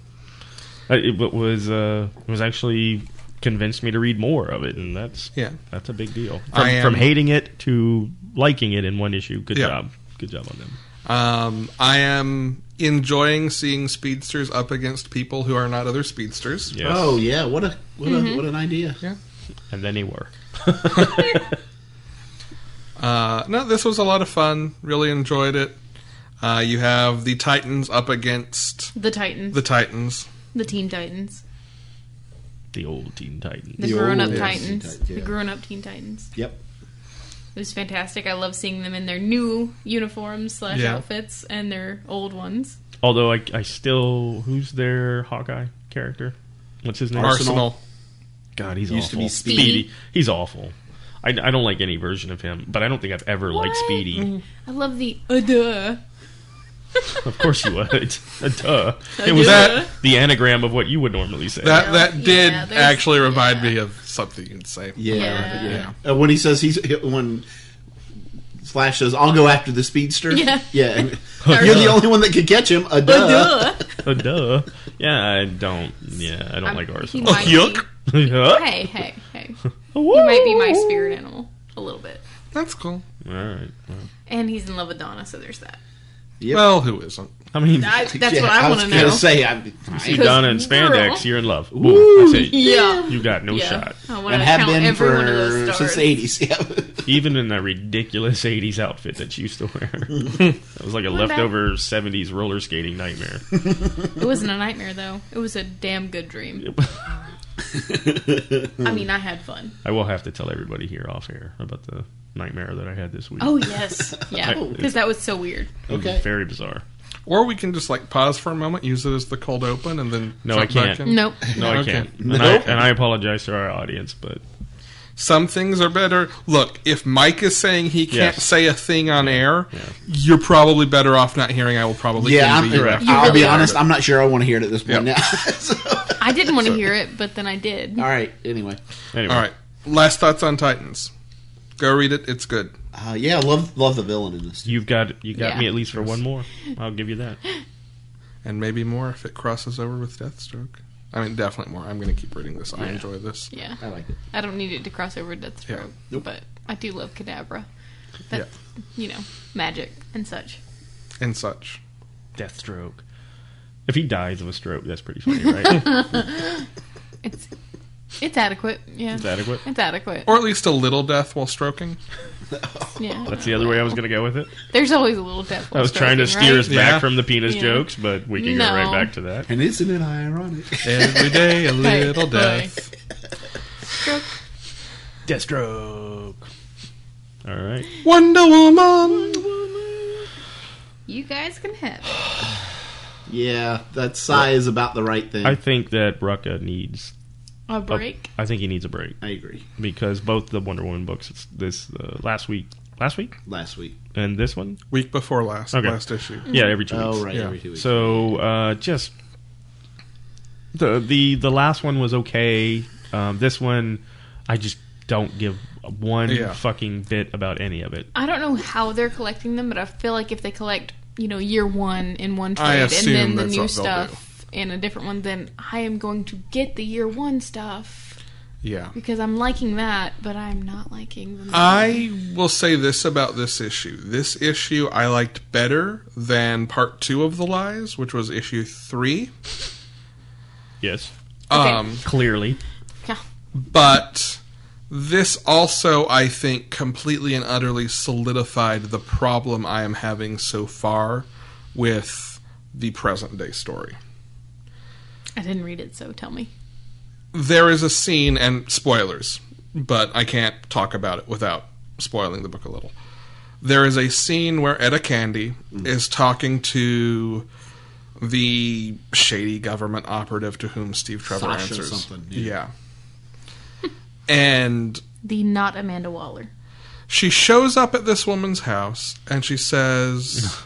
D: Uh, It w- was uh, it was actually convinced me to read more of it, and that's
A: Yeah.
D: That's a big deal. From,
A: I am-
D: from hating it to liking it in one issue. Good
A: Yeah.
D: job. Good job on them.
A: Um, I am enjoying seeing speedsters up against people who are not other speedsters.
D: Yes.
C: Oh yeah, what a what
E: Mm-hmm.
C: a what an idea.
D: And then they were.
A: Uh, no, this was a lot of fun. Really enjoyed it. Uh, you have the Titans up against
B: The Titans.
A: the
B: The,
A: Titans.
B: Teen Titans.
D: The old Teen Titans.
B: The,
C: The
B: grown up
C: old Teen
B: Titans.
C: Titans, yeah.
B: The grown up Teen Titans.
C: Yep.
B: It was fantastic. I love seeing them in their new uniforms slash
A: Yeah.
B: outfits and their old ones.
D: Although I, I still. Who's their Hawkeye character? What's his name?
A: Arsenal.
D: God, he's
C: Used to
D: awful.
C: be
D: Speedy. He's awful. I, I don't like any version of him, but I don't think I've ever liked
B: What?
D: Speedy.
B: I love the uh, duh.
D: Of course you would. Uh, Duh. It
B: Duh.
D: was that the anagram of what you would normally say.
A: That
E: Yeah,
A: that did
E: there's-
A: actually remind
E: yeah.
A: me of something you'd say.
C: Yeah.
E: Yeah.
C: yeah. Uh, when he says he's when Flash says, "I'll go after the speedster."
B: Yeah.
C: Yeah. and- You're the only one that could catch him. A duh.
B: Uh, duh.
D: Uh, duh. Yeah, I don't. Yeah, I don't like
B: He
D: Arsenal.
B: might
A: yuck.
D: Yeah.
B: Be, hey, hey, hey. He might be my spirit animal a little bit.
A: That's cool.
D: All right.
B: And he's in love with Donna, so there's that.
C: Yep.
A: Well, who isn't?
D: I mean,
B: I, that's
C: Yeah,
B: what I
C: was
B: want to
C: gonna
B: know.
C: Say, I'm,
D: see
C: I,
D: Donna in
B: girl.
D: spandex, you're in love. Boom. That's it.
B: yeah.
D: You got no
B: yeah.
D: shot.
B: I want
C: and
B: to
C: have
B: count
C: been
B: every one of those
C: for
B: stars.
C: since the eighties. Yeah.
D: Even in that ridiculous '80s outfit that she used to wear, that was like a
B: One day.
D: leftover '70s roller skating nightmare.
B: It wasn't a nightmare, though. It was a damn good dream. I mean, I had fun.
D: I will have to tell everybody here off air about the nightmare that I had this week.
B: Oh, yes. Yeah.
D: Right.
B: Because that was so weird.
D: It was
C: okay.
D: very bizarre.
A: Or we can just like pause for a moment, use it as the cold open, and then
D: No, I
A: jump back
D: can't.
A: in.
B: Nope.
D: No, I
A: Okay.
D: can't. And, I, and I apologize to our audience, but
A: Some things are better. Look, if Mike is saying he can't
D: Yes.
A: say a thing on air, you're probably better off not hearing. I will probably
C: yeah, I'm,
A: envy you.
D: correct.
A: after.
C: I'll
B: really
C: be
B: are.
C: honest. I'm not sure I want to hear it at this point
A: Yep.
C: now. So-
B: I didn't want to hear it, but then I did.
C: all right. Anyway,
D: anyway,
A: All right. Last thoughts on Titans. Go read it. It's good.
C: uh, yeah, I love love the villain in this.
D: you've got you got
B: Yeah.
D: me at least for one more. I'll give you that.
A: And maybe more if it crosses over with Deathstroke. I mean, definitely more. I'm going to keep reading this. I enjoy this.
B: Yeah.
C: I liked it.
B: I don't need it to cross over to Deathstroke,
A: Yeah.
C: Nope.
B: but I do love Kadabra. That's, you know, magic and such.
A: And such.
D: Deathstroke. If he dies of a stroke, that's pretty funny, right?
B: It's it's adequate. Yeah.
D: Is adequate.
B: It's adequate.
A: Or at least a little death while stroking.
B: yeah.
D: That's the other way I was going to go with it.
B: There's always a little death.
D: I was trying to steer us
A: Yeah.
D: back from the penis
B: Yeah.
D: jokes, but we can go right
B: No.
D: back to that.
C: And isn't it ironic?
A: Every day, a little
B: Right.
A: death.
D: Deathstroke. All right.
A: Wonder Woman.
E: You guys can have it.
C: Yeah, that sigh is about the right thing.
D: I
C: I,
D: think that Rucka needs.
A: Oh.
B: A break?
D: I think he needs a break
C: agree.
D: because both the Wonder Woman books it's this uh, last week, last week,
C: Last week.
D: and this one.
A: Week before last,
D: Okay.
A: last issue.
D: Yeah, every two weeks.
C: Oh, right.
A: Yeah.
C: Every two weeks.
D: So uh, just the the the last one was okay. Um, this one, I just don't give one
A: Yeah.
D: fucking bit about any of it.
B: I don't know how they're collecting them, but I feel like if they collect, you know, year one in one
A: I
B: trade and
A: assume
B: then the
A: that's
B: new
A: what they'll
B: stuff in a different one, then I am going to get the year one stuff
A: Yeah.
B: because I'm liking that, but I'm not liking the
A: Uh. I will say this about this issue. This issue I liked better than part two of The Lies, which was issue three.
D: Yes,
B: Okay.
A: Um,
D: clearly.
B: Yeah.
A: but this also, I think, completely and utterly solidified the problem I am having so far with the present day story.
B: I didn't read it, so tell me.
A: There is a scene, and spoilers, but I can't talk about it without spoiling the book a little. There is a scene where Etta Candy
C: Mm.
A: is talking to the shady government operative to whom Steve Trevor
C: Sasha
A: answers.
C: something,
A: yeah.
C: yeah.
A: and
B: The not Amanda Waller.
A: she shows up at this woman's house and she says,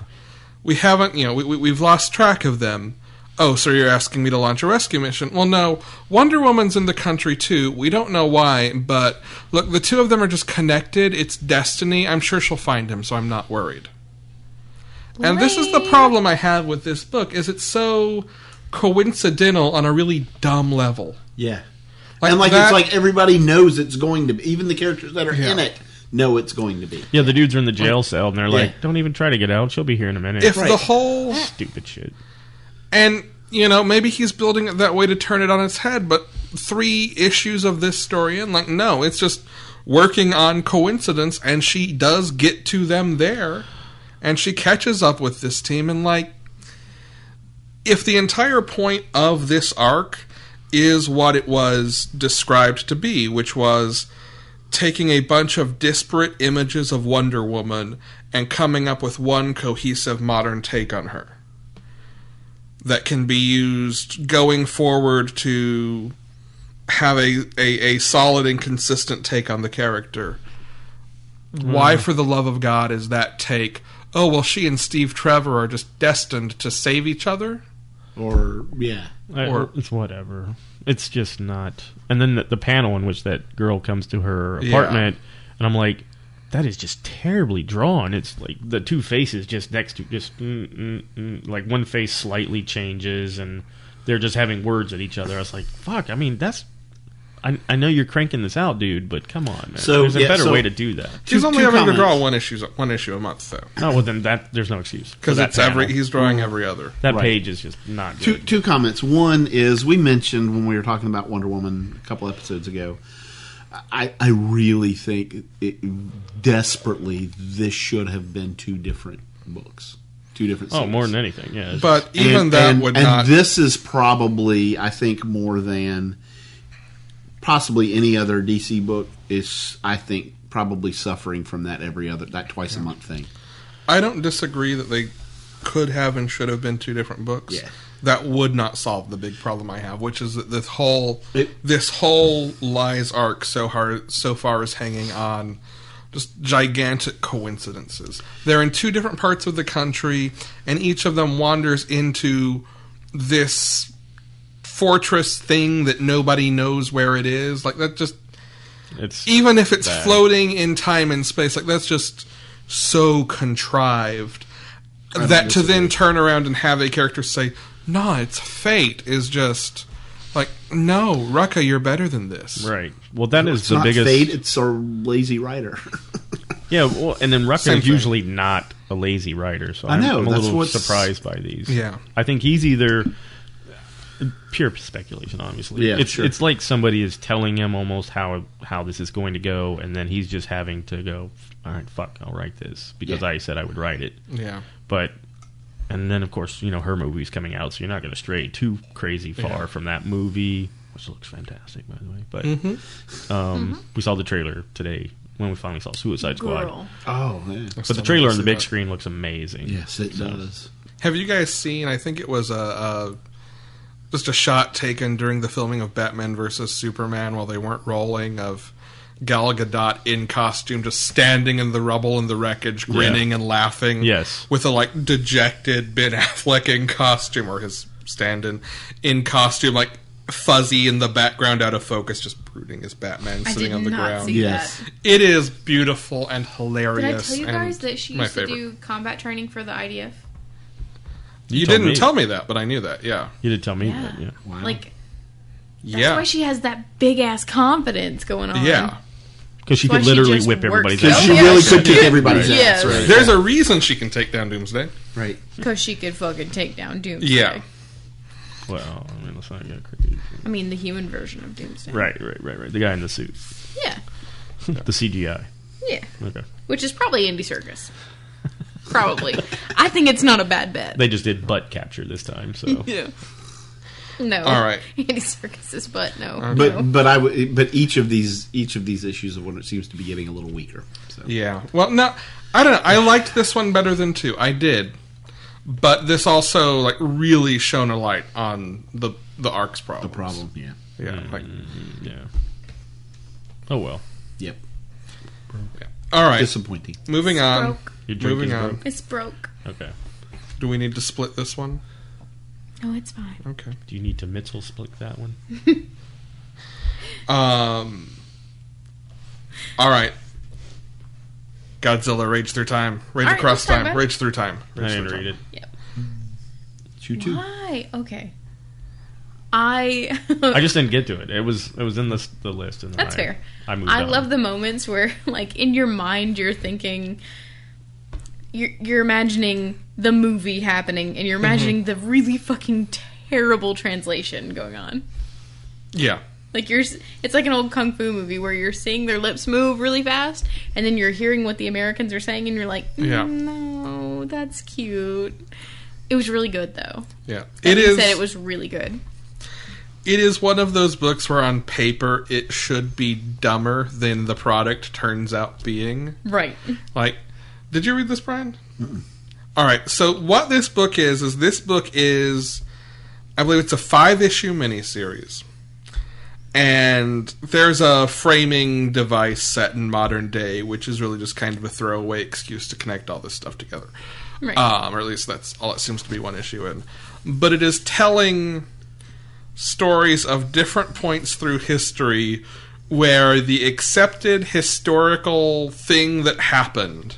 A: "We haven't, you know, we, we we've lost track of them." Oh, so you're asking me to launch a rescue mission? Well, no. Wonder Woman's in the country too. We don't know why, but look, the two of them are just connected. It's destiny. I'm sure she'll find him, so I'm not worried. And this is the
B: Lame.
A: problem I have with this book is it's so coincidental on a really dumb level.
C: Yeah. and like
A: that-
C: it's like everybody knows it's going to be even the characters that are
A: Yeah.
C: in it know it's going to be.
D: Yeah, the dudes are in the jail cell, and they're
C: Yeah.
D: like, "Don't even try to get out. She'll be here in a minute."
A: if the
C: Right.
A: whole
D: Stupid shit.
A: And, you know, maybe he's building it that way to turn it on its head, but three issues of this story in, like, no, it's just working on coincidence, and she does get to them there, and she catches up with this team, and, like, if the entire point of this arc is what it was described to be, which was taking a bunch of disparate images of Wonder Woman and coming up with one cohesive modern take on her that can be used going forward to have a, a, a solid and consistent take on the character. Why,
C: Hmm.
A: for the love of God, is that take? Oh, well, she and Steve Trevor are just destined to save each other?
C: Or yeah.
D: I-
A: Or-
D: it's whatever. It's just not. And then the, the panel in which that girl comes to her
A: Yeah.
D: apartment, and I'm like, that is just terribly drawn. It's like the two faces just next to just mm, mm, mm, like one face slightly changes, and they're just having words at each other. I was like, fuck. I mean, that's. I, I know you're cranking this out, dude, but come on, man.
C: So,
D: there's a
C: yeah,
D: better
C: so-
D: way to do that.
A: He's
C: Two-
A: only
C: two
A: having to draw
C: comments.
A: one issue, one issue a month, though.
D: No, well then that there's no excuse for
A: Because
D: that
A: it's every
D: panel.
A: he's
C: Mm.
A: drawing every other.
D: that
C: Right.
D: page is just not good.
C: Two two comments. One is we mentioned when we were talking about Wonder Woman a couple episodes ago. I I really think it, desperately this should have been two different books, two different.
D: oh,
C: series.
D: more than anything, yeah. it's
A: But even that
C: and,
A: would
C: and
A: not.
C: this is probably I think more than possibly any other DC book is I think probably suffering from that every other that twice a month thing.
A: I don't disagree that they could have and should have been two different books.
C: Yeah.
A: That would not solve the big problem I have, which is that this whole
C: It-
A: this whole lies arc so hard so far is hanging on just gigantic coincidences. They're in two different parts of the country, and each of them wanders into this fortress thing that nobody knows where it is. Like that just
D: it's
A: even if it's
D: Bad.
A: floating in time and space, like that's just so contrived that to then turn around and have a character say, "Nah, it's fate," is just like, "No, Rucka, you're better than this."
D: right. Well, that is
C: It's
D: the
C: not
D: biggest.
C: fate; it's a lazy writer.
D: Yeah, well, and then Rucker
A: Same
D: is
A: thing.
D: usually not a lazy writer, so
C: I
D: I'm,
C: know,
D: I'm a
C: that's
D: little
C: what's-
D: surprised by these.
A: Yeah.
D: I think he's either pure speculation, obviously.
C: Yeah,
D: it's
C: sure.
D: it's like somebody is telling him almost how how this is going to go, and then he's just having to go, all right, fuck, I'll write this because I said I would write it.
A: Yeah.
D: But and then of course you know her movie's coming out, so you're not going to stray too crazy far from that movie. which looks fantastic, by the way. But um,
E: Mm-hmm.
D: we saw the trailer today when we finally saw Suicide Squad.
B: Girl.
C: Oh, yeah.
D: But the trailer on the big screen looks amazing.
C: yes, it does.
A: Have you guys seen? I think it was a, a just a shot taken during the filming of Batman versus Superman while they weren't rolling of Gal Gadot in costume, just standing in the rubble and the wreckage, grinning and laughing.
D: Yes.
A: with a like dejected Ben Affleck in costume or his stand-in in costume, like fuzzy in the background, out of focus, just brooding as Batman
E: I
A: sitting
E: did
A: on the
E: not
A: ground.
E: see
C: Yes.
E: that.
A: It is beautiful and
E: Did I
A: hilarious.
E: tell you
A: and
E: guys that she
A: my
E: used to
A: favorite.
E: do combat training for the IDF?
A: You,
D: told
A: didn't
D: me.
A: tell me that, but I knew that. Yeah,
D: You did tell me
E: Yeah.
D: that. Yeah.
C: Wow.
E: Like that's
A: yeah,
E: why she has that big ass confidence going on.
A: yeah.
D: Because she
E: That's
D: could
E: why she
D: literally
E: just
D: whip everybody's
E: works
D: ass.
E: out.
C: she
E: Yeah,
C: really
E: she
C: could kick
E: did.
C: everybody's
E: Yes.
C: ass, right?
A: There's a reason she can take down Doomsday.
C: Right.
E: Because she could fucking take down Doomsday.
A: Yeah.
D: Well, I mean, let's not get crazy.
E: I mean, the human version of Doomsday.
D: Right, right, right, right. The guy in the suit,
E: Yeah.
D: the CGI.
E: Yeah.
D: Okay.
E: Which is probably Andy Circus. Probably. I think it's not a bad bet.
D: They just did butt capture this time, so
E: yeah. No.
A: All right.
E: Andy Circus's butt. No.
C: But
E: no.
C: but I w- but each of these each of these issues of one seems to be getting a little weaker. So.
A: Yeah. Well, no, I don't know. I liked this one better than two. I did, but this also like really shone a light on the the arcs problem.
C: The problem, yeah,
A: Yeah. Like,
D: yeah. Oh well,
C: yep,
A: all right.
C: disappointing.
A: moving on.
E: broke.
D: your drink
A: Moving
D: is
A: on.
D: broke.
E: It's broke.
D: Okay.
A: Do we need to split this one?
E: No, it's fine.
A: Okay.
D: Do you need to Mitzel split that one?
A: Um. All right. Godzilla, rage through time, rage
E: All right,
A: across
E: let's talk
A: time,
E: about-
A: rage through time.
D: I
A: Rage
D: didn't
A: through time.
D: read it.
C: Choo choo.
E: Why? Okay. I.
D: I just didn't get to it. It was it was in the the list, and then
E: That's
D: I,
E: fair.
D: I moved.
E: I
D: on.
E: love the moments where, like, in your mind, you're thinking, you're, you're imagining the movie happening, and you're imagining
A: Mm-hmm.
E: the really fucking terrible translation going on.
A: Yeah.
E: Like you're, s- it's like an old kung fu movie where you're seeing their lips move really fast, and then you're hearing what the Americans are saying, and you're like, "Mm,
A: Yeah.
E: no, that's cute. It was really good though.
A: Yeah.
E: That
A: It
E: being
A: is.
E: Said it was really good.
A: it is one of those books where on paper it should be dumber than the product turns out being.
E: Right.
A: Like, did you read this, Brian? All right. So what this book is is this book is, I believe it's a five issue miniseries, and there's a framing device set in modern day, which is really just kind of a throwaway excuse to connect all this stuff together.
E: Right.
A: Um, or at least that's all it seems to be one issue in. But it is telling stories of different points through history where the accepted historical thing that happened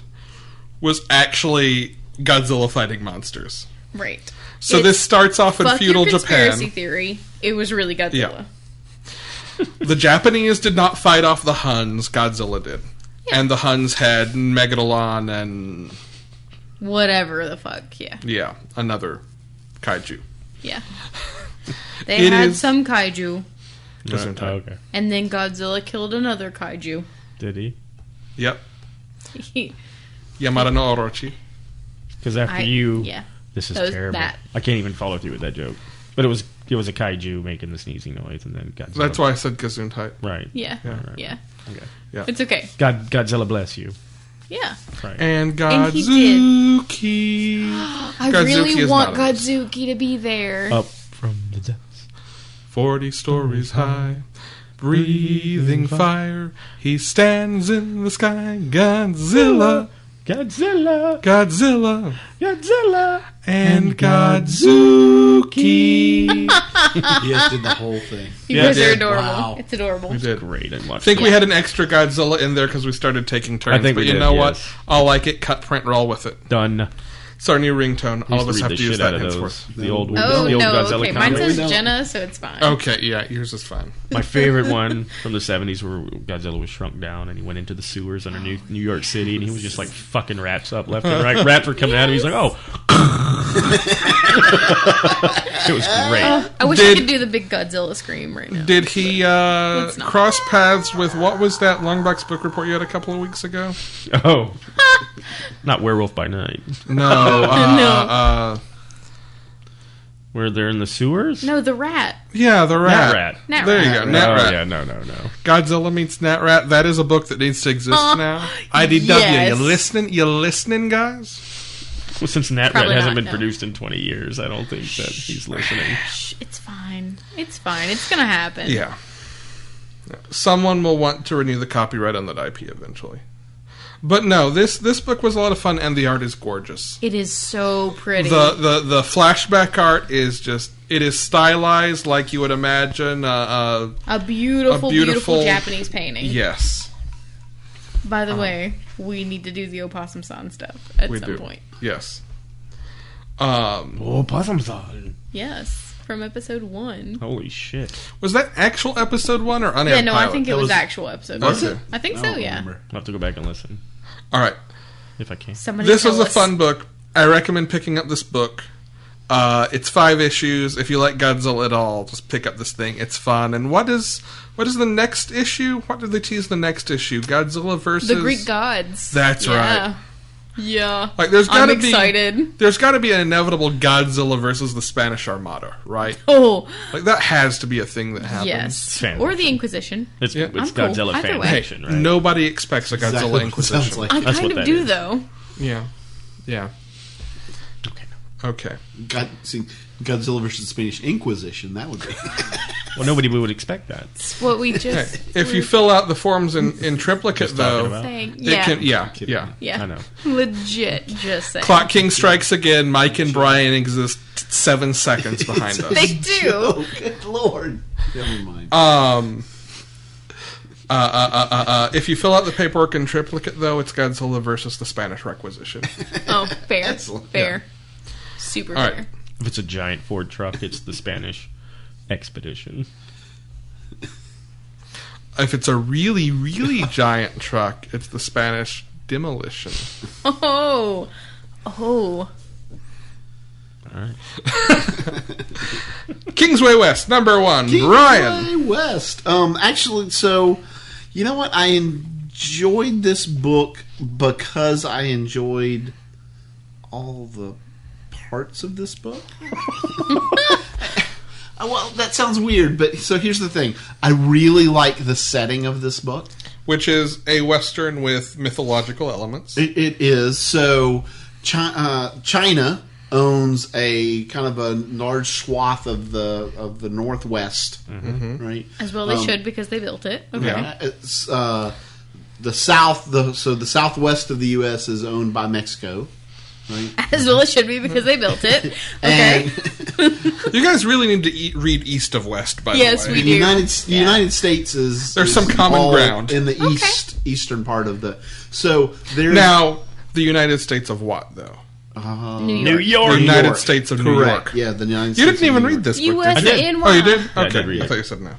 A: was actually Godzilla fighting monsters.
E: right.
A: So
E: It's-
A: this starts off in
E: Fuck
A: feudal
E: your conspiracy
A: Japan.
E: theory. It was really Godzilla.
A: Yeah. The Japanese did not fight off the Huns, Godzilla did. And the Huns had Megalodon and
E: Whatever the fuck. Yeah.
A: yeah, another kaiju.
E: Yeah. They
A: It
E: had
A: is-
E: some kaiju,
D: Right. Oh, okay.
E: and then Godzilla killed another kaiju.
D: Did he?
A: Yep. Yamada no Orochi.
D: Because after
E: I-
D: you,
E: Yeah.
D: this is
E: That was
D: terrible.
E: that.
D: I can't even follow through with that joke. But it was it was a kaiju making the sneezing noise, and then Godzilla.
A: That's why I said Gesundheit.
D: Right.
E: Yeah.
A: Yeah.
D: Right, right.
E: Yeah.
D: Okay.
A: Yeah.
E: It's okay.
D: God, Godzilla bless you.
E: Yeah.
A: And
E: And he did.
A: Godzuki.
E: I
A: Godzuki
E: really
A: is
E: want
A: not on
E: Godzuki to be there.
D: Up from the depths.
A: 40 stories
D: Mm-hmm.
A: high, breathing fire. He stands in the sky. Godzilla,
D: Godzilla,
A: Godzilla,
D: Godzilla.
A: and Godzuki. I
C: He just did the whole thing.
E: you
D: yeah,
E: guys
D: it
E: are
D: did.
E: adorable.
C: Wow.
E: It's adorable.
A: did.
D: Great, I watched.
A: think we
E: Yeah.
A: had an extra Godzilla in there because we started taking turns.
D: think
A: but
D: we
A: you
D: did,
A: know
D: yes.
A: what? I'll like it. Cut, print, roll with it.
D: it. done.
A: It's our new ringtone. All of
D: Used to
A: us
D: read
A: have
D: the
A: to use
D: shit
A: that
D: out of
A: henceforth.
D: those. The old,
E: Oh
D: the old
E: no!
D: Godzilla
E: Okay, mine
D: comic.
E: says
C: No, we don't.
E: Jenna, so it's fine.
A: Okay, yeah, yours is fine.
D: My favorite one from the 70s where Godzilla was shrunk down and he went into the sewers underneath New York City and he was just like fucking rats up left and right. Rats were coming out and he's like, oh. it was great.
E: I wish
A: Did-
E: I could do the big Godzilla scream right now.
A: Did he uh,
E: Let's not.
A: cross paths with what was that Longbox book report you had a couple of weeks ago?
D: Oh. uh, Not Werewolf by Night.
A: No, uh,
E: No.
A: Uh,
D: Where they're in the sewers?
E: No, the rat.
A: Yeah, the rat.
D: Rat.
E: Nat
A: there you
E: rat.
A: go. Nat
D: oh
A: rat.
D: yeah, no, no, no.
A: Godzilla meets Nat Rat. That is a book that needs to exist
E: Uh,
A: now. IDW,
E: yes.
A: you listening? You listening, guys?
D: Well, since Nat Rat
E: Probably
D: hasn't
E: not,
D: been
E: no.
D: produced in 20 years, I don't think that he's listening.
E: Shh, it's fine. It's fine. It's gonna happen.
A: Yeah. Someone will want to renew the copyright on that IP eventually. But no, this this book was a lot of fun, and the art is gorgeous.
E: It is so pretty.
A: The, the the flashback art is just it is stylized like you would imagine. Uh, uh,
E: a, beautiful,
A: A beautiful-
E: beautiful, Japanese painting.
A: yes,
E: By the way, we need to do the opossum son stuff at
A: we
E: some
A: do.
E: point.
A: Yes. Um,
D: Oh, possum song.
E: Yes, from episode one.
D: Holy shit.
A: was that actual episode one or unaired
E: yeah, no,
A: pilot?
E: I think it
C: That
E: was,
C: was-
E: actual episode.
A: Was
E: one.
A: it?
E: I think
C: I
E: so.
C: don't
E: Yeah.
C: remember.
D: I'll have to go back and listen
A: All right.
D: if I can.
E: Somebody.
A: this
E: tell
A: was a
E: us.
A: fun book. I recommend picking up this book. Uh, it's five issues. If you like Godzilla at all, just pick up this thing. It's fun. And what is what is the next issue? What did they tease the next issue? Godzilla versus
E: The Greek gods.
A: That's right.
E: Yeah. Yeah.
A: Like there's
E: I'm
A: gotta be
E: excited.
A: there's gotta be an inevitable Godzilla versus the Spanish Armada, right?
E: Oh
A: Like that has to be a thing that happens.
E: yes,
D: Fan
E: or the Inquisition.
D: It's,
A: Yeah.
D: it's
E: I'm cool.
D: Godzilla
E: Either
D: fan
E: way.
A: Hey,
D: fiction, right?
A: nobody expects a Godzilla
C: Exactly what it
A: Inquisition.
C: sounds like.
E: I
D: That's
E: kind of
D: what that
E: do
D: is.
E: though.
A: Yeah. Yeah. Okay.
C: God, see, Godzilla versus Spanish Inquisition. That would be.
D: Well, nobody would expect that.
E: It's what we just.
A: Hey, if you fill out the forms in, in triplicate
D: Just talking
A: though,
D: about-
E: saying,
A: It
E: yeah,
A: can, yeah,
C: Kidding.
A: yeah.
E: yeah,
D: I know.
E: legit. Just saying.
A: Clock King strikes again. Mike and Brian exist t- seven seconds behind us.
E: They do.
C: Oh, good lord. Never mind.
A: Um, uh, uh, uh, uh, uh, if you fill out the paperwork in triplicate, though, it's Godzilla versus the Spanish Requisition.
E: Oh, fair,
C: Excellent.
E: fair, super
A: All right.
E: fair.
D: If it's a giant Ford truck, it's the Spanish expedition.
A: If it's a really, really giant truck, it's the Spanish Demolition.
E: Oh, oh,
A: Kingsway West, number one, Brian.
C: Kanye West. Um, actually, so you know what? I enjoyed this book because I enjoyed all the parts of this book. Uh, well, that sounds weird, but so here's the thing: I really like the setting of this book.
A: which is a Western with mythological elements.
C: It, it is so. China, uh, China owns a kind of a large swath of the of the Northwest,
A: Mm-hmm.
C: right?
E: as well they
C: Um,
E: should because they built it. Okay,
A: Yeah.
C: It's, uh, the south, the so the southwest of the U.S. is owned by Mexico.
E: as well it should be because they built it. Okay,
C: And
A: You guys really need to e- read East of West, by
E: Yes,
A: the way.
E: we
C: the
E: do.
C: United the United States is
A: There's
C: is
A: some common
C: all
A: ground.
C: in the east eastern part of the. So there's
A: Now, the United States of what, though?
E: New York.
D: New York.
A: The United States of New York.
C: correct. uh, Yeah, the United
A: You didn't
C: States. of
A: even
C: New
A: read
C: York.
A: this book.
E: US
A: did you?
D: I did.
E: in
A: Oh, you did?
E: one.
D: I
A: Okay.
D: did read
A: I
D: it.
A: thought you said no.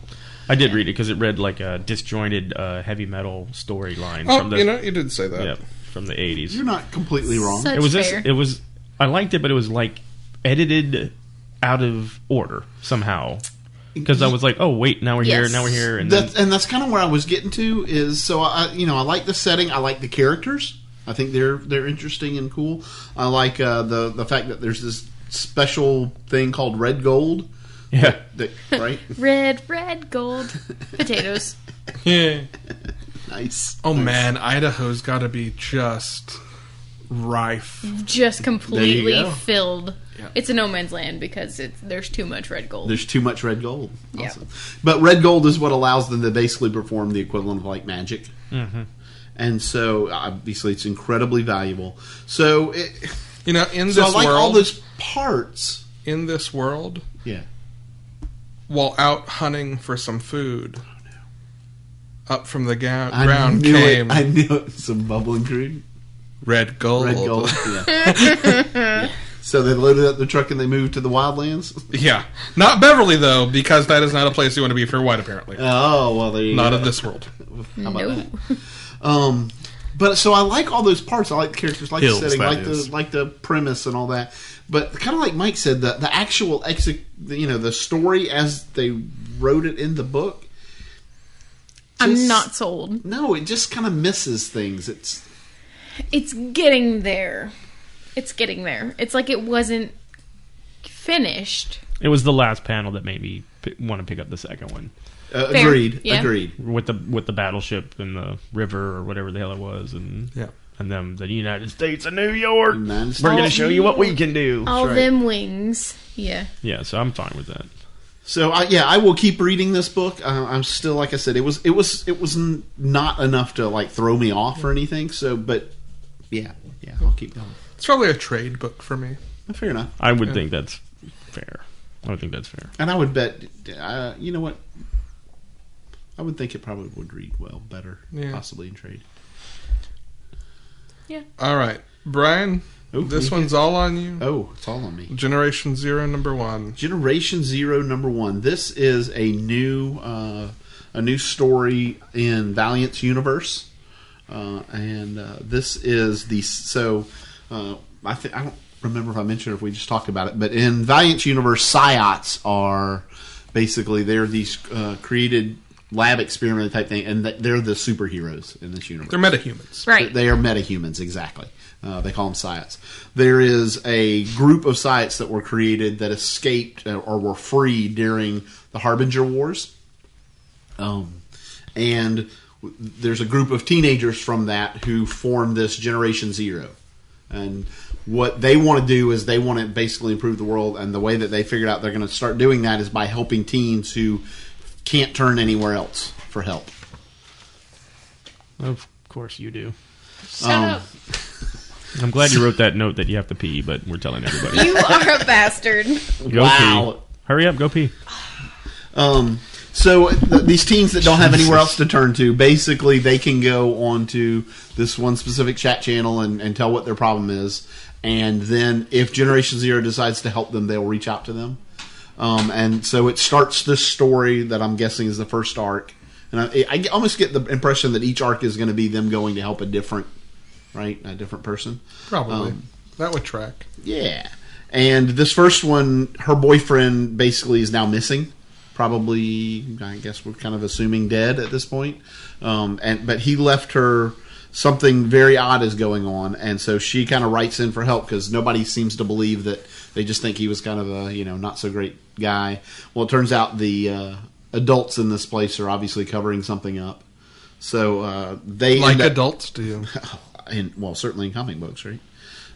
D: I did read it because it read like a disjointed uh, heavy metal storyline
A: Oh,
D: from the
A: you know, you did say that.
D: yep, from the 80s.
C: You're not completely wrong.
E: Such
D: it was
E: fair.
D: this, it was I liked it, but it was like edited out of order somehow because I was like, oh wait, now we're here,
E: Yes.
D: now we're here, and
C: That's,
D: then
C: and that's kind of where I was getting to is so I you know I like the setting I like the characters I think they're they're interesting and cool I like uh, the the fact that there's this special thing called red gold
D: yeah,
C: that right
E: red, red, gold potatoes.
A: Yeah.
C: nice
A: Oh man, Idaho's got to be just rife.
E: just completely
C: go.
E: filled.
A: Yeah.
E: It's a no man's land because it's, there's too much red gold.
C: There's too much red gold.
E: Yeah.
C: Awesome. But red gold is what allows them to basically perform the equivalent of like magic.
A: Mm-hmm.
C: And so obviously it's incredibly valuable. So it,
A: You know, in
C: so I
A: this
C: like all
A: world,
C: those parts.
A: in this world,
C: Yeah.
A: while out hunting for some food, up from the ga-
C: I
A: ground
C: knew
A: came
C: it. I knew it. Some bubbling green.
A: red gold.
C: Red gold. Yeah. Yeah. So they loaded up the truck and they moved to the wildlands.
A: Yeah, not Beverly though, because that is not a place you want to be if you're white. Apparently,
C: Oh well, there you
A: not
C: go.
A: in this world.
C: How about
E: no.
C: that? Um, but so I like all those parts. I like the characters, like
D: Hills,
C: the setting, like
D: that is.
C: the like the premise and all that. But kind of like Mike said, the the actual exec, the, you know, the story as they wrote it in the book.
E: I'm
C: just-
E: not sold.
C: No, it just kind of misses things. It's
E: It's getting there. It's getting there. It's like it wasn't finished.
D: It was the last panel that made me p- want to pick up the second one
C: Uh,
E: Fair.
C: agreed.
E: Yeah.
C: Agreed.
D: with the with the battleship and the river or whatever the hell it was, and
A: Yeah.
D: and them the United States of New York.
C: Nine
D: We're gonna
E: All-
D: show you what we can do.
E: All
C: right.
E: them wings. Yeah.
D: Yeah, so I'm fine with that.
C: So I, yeah, I will keep reading this book. Uh, I'm still, like I said, it was it was it was n- not enough to like throw me off or anything. So, but yeah, yeah, I'll keep going.
A: It's probably a trade book for me.
C: Fair enough.
D: I would think that's fair. I would think that's fair.
C: And I would bet, uh, you know what? I would think it probably would read well, better,
A: Yeah.
C: possibly in trade.
A: All right, Brian,
C: Oh,
A: this
C: we-
A: one's all on you.
C: Oh, it's all on me.
A: Generation Zero, number one.
C: Generation Zero, number one. This is a new, uh, a new story in Valiant's universe, uh, and uh, this is the so. Uh, I think I don't remember if I mentioned or if we just talked about it, but in Valiant's universe, psyots are basically they're these uh, created lab experiment type thing, and th- they're the superheroes in this universe.
A: They're metahumans.
E: Right.
C: They are metahumans, exactly. Uh, they call them science. There is a group of science that were created that escaped uh, or were free during the Harbinger Wars. Um, and w- there's a group of teenagers from that who form this Generation Zero. And what they want to do is they want to basically improve the world. And the way that they figured out they're going to start doing that is by helping teens who can't turn anywhere else for help.
D: Of course you do.
E: Shut
C: Um,
E: up.
D: I'm glad you wrote that note that you have to pee, but we're telling everybody.
E: You are a bastard.
D: Go
C: Wow.
D: pee. Hurry up, go pee.
C: Um, so th- these teens that don't have anywhere else to turn to, basically, they can go onto this one specific chat channel and, and tell what their problem is, and then if Generation Zero decides to help them, they'll reach out to them. Um, and so it starts this story that I'm guessing is the first arc, and I, I almost get the impression that each arc is going to be them going to help a different, right, a different person.
A: Probably.
C: Um,
A: that would track.
C: Yeah. And this first one, her boyfriend basically is now missing. Probably, I guess we're kind of assuming dead at this point. Um, and but he left her something very odd is going on, and so she kind of writes in for help because nobody seems to believe that they just think he was kind of a you know not so great guy. Well, it turns out the uh, adults in this place are obviously covering something up, so uh, they
A: Like
C: end up-
A: adults do.
C: in well, certainly in comic books, right?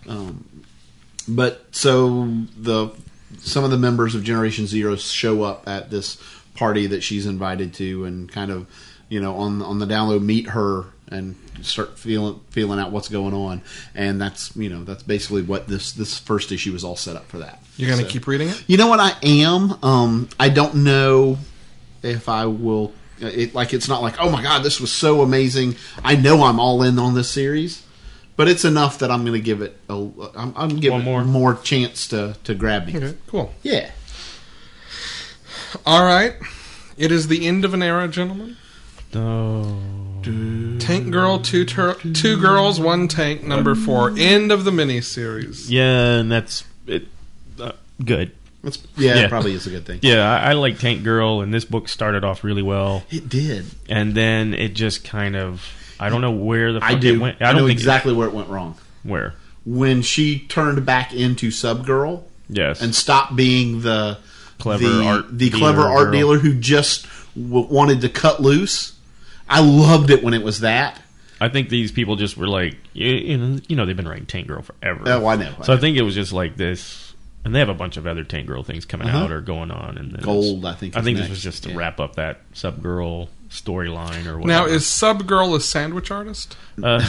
C: Um, but so the some of the members of Generation Zero show up at this party that she's invited to, and kind of you know on on the download meet her and start feeling feeling out what's going on, and that's you know that's basically what this this first issue is all set up for that.
A: You're gonna
C: So-
A: keep reading it.
C: you know what I am? Um, I don't know if I will. It, like it's not like oh my god, this was so amazing. I know I'm all in on this series, but it's enough that I'm going to give it. A, I'm, I'm giving
D: One more.
C: it more chance to to grab me.
A: Okay, cool.
C: Yeah.
A: All right. It is the end of an era, gentlemen.
D: Oh.
A: Tank Girl, two tur- two girls, one tank, number four. End of the miniseries.
D: Yeah, and that's it. Uh, good.
C: That's, yeah,
D: Yeah.
C: it probably is a good thing.
D: Yeah, I, I like Tank Girl, and this book started off really well,
C: It did.
D: and then it just kind of. I don't know where the fuck
C: I
D: it
C: do.
D: went.
C: I,
D: don't
C: know
D: think it-
C: exactly where it went wrong.
D: where.
C: When she turned back into Subgirl,
D: Yes.
C: and stop being the
D: Clever
C: the,
D: art
C: the
D: dealer
C: clever art
D: girl.
C: dealer who just w- wanted to cut loose. I loved it when it was that.
D: I think these people just were like, you, you know, you know, they've been writing Tank Girl forever.
C: Oh, I know. I
D: So I
C: know.
D: think it was just like this, and they have a bunch of other Tank Girl things coming out or going on. And then it's-
C: Uh-huh. Gold, I think
D: I
C: is
D: think
C: next.
D: this was just to
C: Yeah.
D: wrap up that Sub Girl storyline or whatever.
A: Now, is Sub Girl a sandwich artist?
D: uh,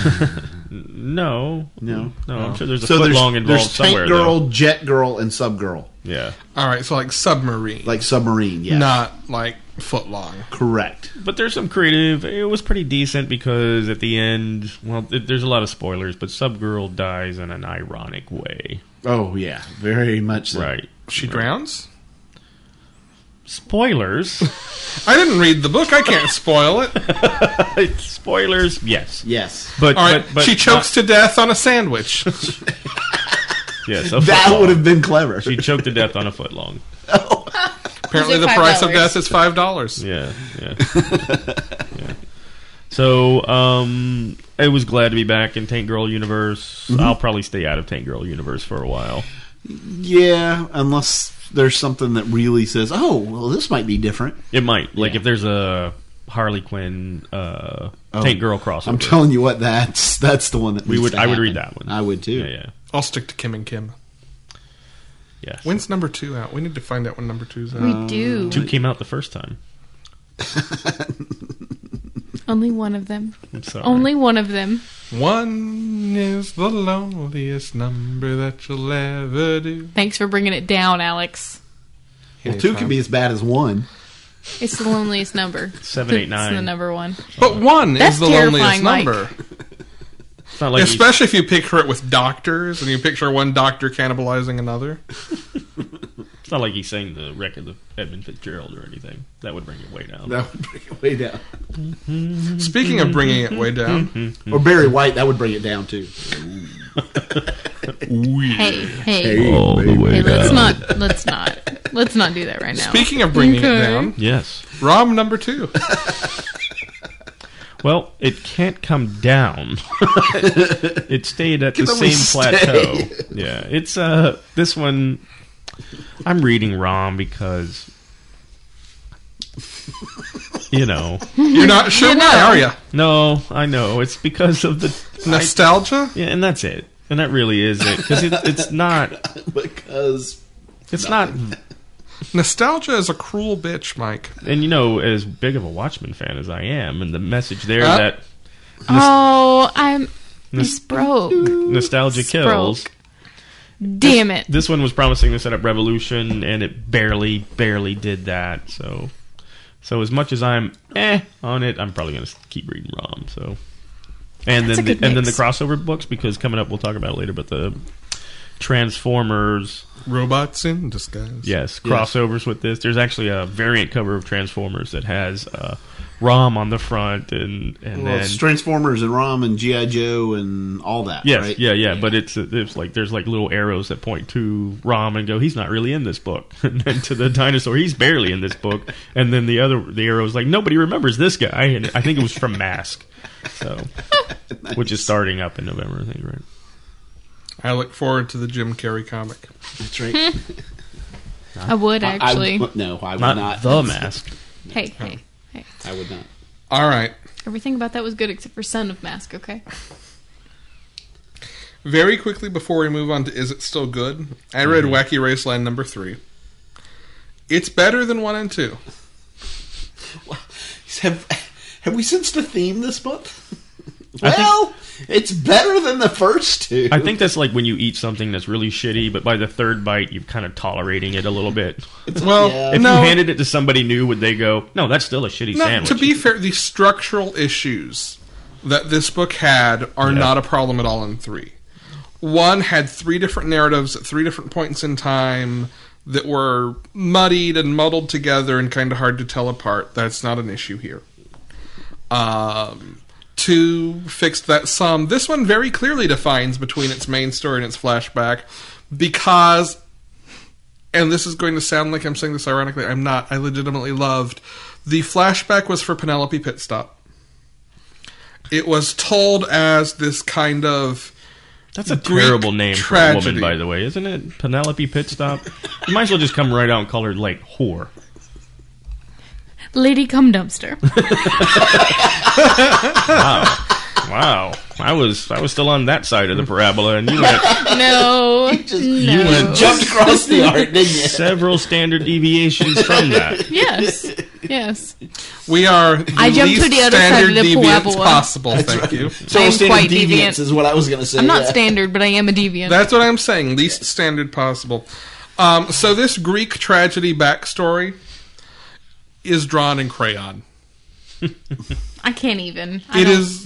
D: no,
C: No.
D: no. I'm sure there's a
C: So
D: foot
C: there's,
D: long involved
C: there's Tank
D: somewhere.
C: Girl,
D: though.
C: Jet Girl, and Sub Girl,
D: Yeah,
A: All right, so like submarine,
C: like submarine. Yeah,
A: not like foot long.
C: correct.
D: but there's some creative. It was pretty decent because at the end, well, th- there's a lot of spoilers, but Sub Girl dies in an ironic way.
C: Oh yeah, very much so.
D: Right.
A: She drowns.
D: Spoilers.
A: I didn't read the book. I can't spoil it.
D: spoilers. Yes.
C: Yes,
D: But,
A: All right,
D: but, but
A: she chokes to death on a sandwich.
D: not- yes, a foot
C: that
D: long.
C: would have been clever.
D: She choked to death on a foot long.
A: Apparently,
E: it
A: the
E: five
A: price of
E: dollars?
A: death is five dollars.
D: Yeah, yeah. yeah. So, um,
C: Mm-hmm.
D: I was glad to be back in Tank Girl universe. I'll probably stay out of Tank Girl universe for a while.
C: Yeah, unless there's something that really says, "Oh, well, this might be different."
D: It might. Like
C: Yeah.
D: if there's a Harley Quinn uh,
C: Oh.
D: Tank Girl crossover.
C: I'm telling you what, that's that's the one that
D: We
C: needs
D: would-
C: to
D: I would read
C: happen.
D: that one.
C: I would too.
D: yeah, yeah,
A: I'll stick to Kim and Kim.
D: yes.
A: When's number two out? We need to find out when number two's out.
E: We do.
D: Two came out the first time.
E: Only one of them.
D: I'm sorry.
E: Only one of them.
A: One is the loneliest number that you'll ever do.
E: Thanks for bringing it down, Alex.
C: Well, two
A: Anytime.
C: can be as bad as one.
E: It's the loneliest number.
D: Seven, eight,
E: It's the
D: nine.
E: number one.
A: But one
E: That's
A: is the loneliest
E: terrifying, Mike.
A: number.
D: It's not like you-
A: Especially if you picture it with doctors and you picture one doctor cannibalizing another.
D: It's not like he's saying the record of Edmund Fitzgerald or anything. That would bring it way down.
C: That would bring it way down.
A: Speaking of bringing it way down,
C: Or Barry White, that would bring it down too.
E: Hey, hey,
D: All the way
E: hey! Let's not. Let's not. Let's not do that right now.
A: speaking of bringing it
E: Okay.
A: down,
D: Yes.
A: ROM number two.
D: Well, it can't come down. it stayed at the
C: can only
D: same plateau. Yeah, it's uh this one. I'm reading Rom because you know.
A: You're not sure
E: You're
A: why,
E: not.
A: are you?
D: No, I know it's because of the I-
A: Nostalgia?
D: yeah, and that's it. And that really is it because it, it's not.
C: because
D: It's not.
A: Nostalgia is a cruel bitch, Mike.
D: And you know, as big of a Watchmen fan as I am, and the message there
A: Huh?
D: that
E: Oh, I'm. He's
D: Miss-
E: broke.
D: nostalgia
E: Sproke.
D: kills.
E: Damn it.
D: this one was promising to set up revolution and it barely barely did that so so as much as i'm eh on it i'm probably going to keep reading rom so and
E: That's a
D: then the,
E: good
D: and then the
E: mix.
D: crossover books because coming up we'll talk about it later but the transformers
A: Robots in disguise.
D: yes crossovers with this there's actually a variant cover of transformers that has uh rom on the front and and
C: well,
D: then
C: it's Transformers and ROM and GI Joe and all that.
D: Yes,
C: right?
D: yeah, yeah, but it's it's like there's like little arrows that point to Rom and go, he's not really in this book, and then to the dinosaur, he's barely in this book, and then the other the arrow is like nobody remembers this guy, and I think it was from Mask, so which is starting up in November, I think, right?
A: I look forward to the Jim Carrey comic.
C: that's right.
E: I would
C: I- I-
E: actually.
C: no, I would
D: Not,
C: not.
D: the Mask.
E: hey, hey, hey.
C: I would not.
A: All right.
E: Everything about that was good except for Son of Mask, okay?
A: Very quickly before we move on to Is It Still Good? I read
D: Mm-hmm.
A: Wacky Raceland number three. It's better than one and two.
C: Have Have we sensed the theme this month? well, it's better than the first two.
D: I think that's like when you eat something that's really shitty, but by the third bite, you're kind of tolerating it a little bit.
A: Well,
C: yeah.
D: If
A: Uh, no,
D: you handed it to somebody new, would they go, "No, that's still a shitty
A: no,
D: sandwich"?
A: to be fair, the structural issues that this book had are
D: Yeah.
A: not a problem at all in three. One had three different narratives at three different points in time that were muddied and muddled together and kind of hard to tell apart. That's not an issue here. Um, two fixed that sum. This one very clearly defines between its main story and its flashback because, and this is going to sound like I'm saying this ironically, I'm not. I legitimately loved the flashback was for Penelope Pitstop. It was told as this kind of
D: That's a
A: Greek
D: terrible name for a
A: tragedy.
D: woman, by the way, isn't it? Penelope Pitstop. you might as well just come right out and call her like whore.
E: Lady Cum Dumpster.
D: Wow, I was I was still on that side of the parabola, and you went
E: No.
C: you
E: no.
C: jumped
E: Oh.
C: across the art, didn't you?
D: several standard deviations from that.
E: Yes. Yes.
A: we are the
E: I jumped to
A: least
E: the other side
A: standard
E: of the
A: deviants
E: parabola.
A: possible. thank you.
C: So
E: I'm quite
C: standard
E: deviant.
C: deviance is what I was going to say.
E: I'm not
C: yeah.
E: standard, but I am a deviant.
A: That's what I'm saying. Least standard possible. Um, so this Greek tragedy backstory is drawn in crayon.
E: I can't even. I
A: It
E: don't-
A: is.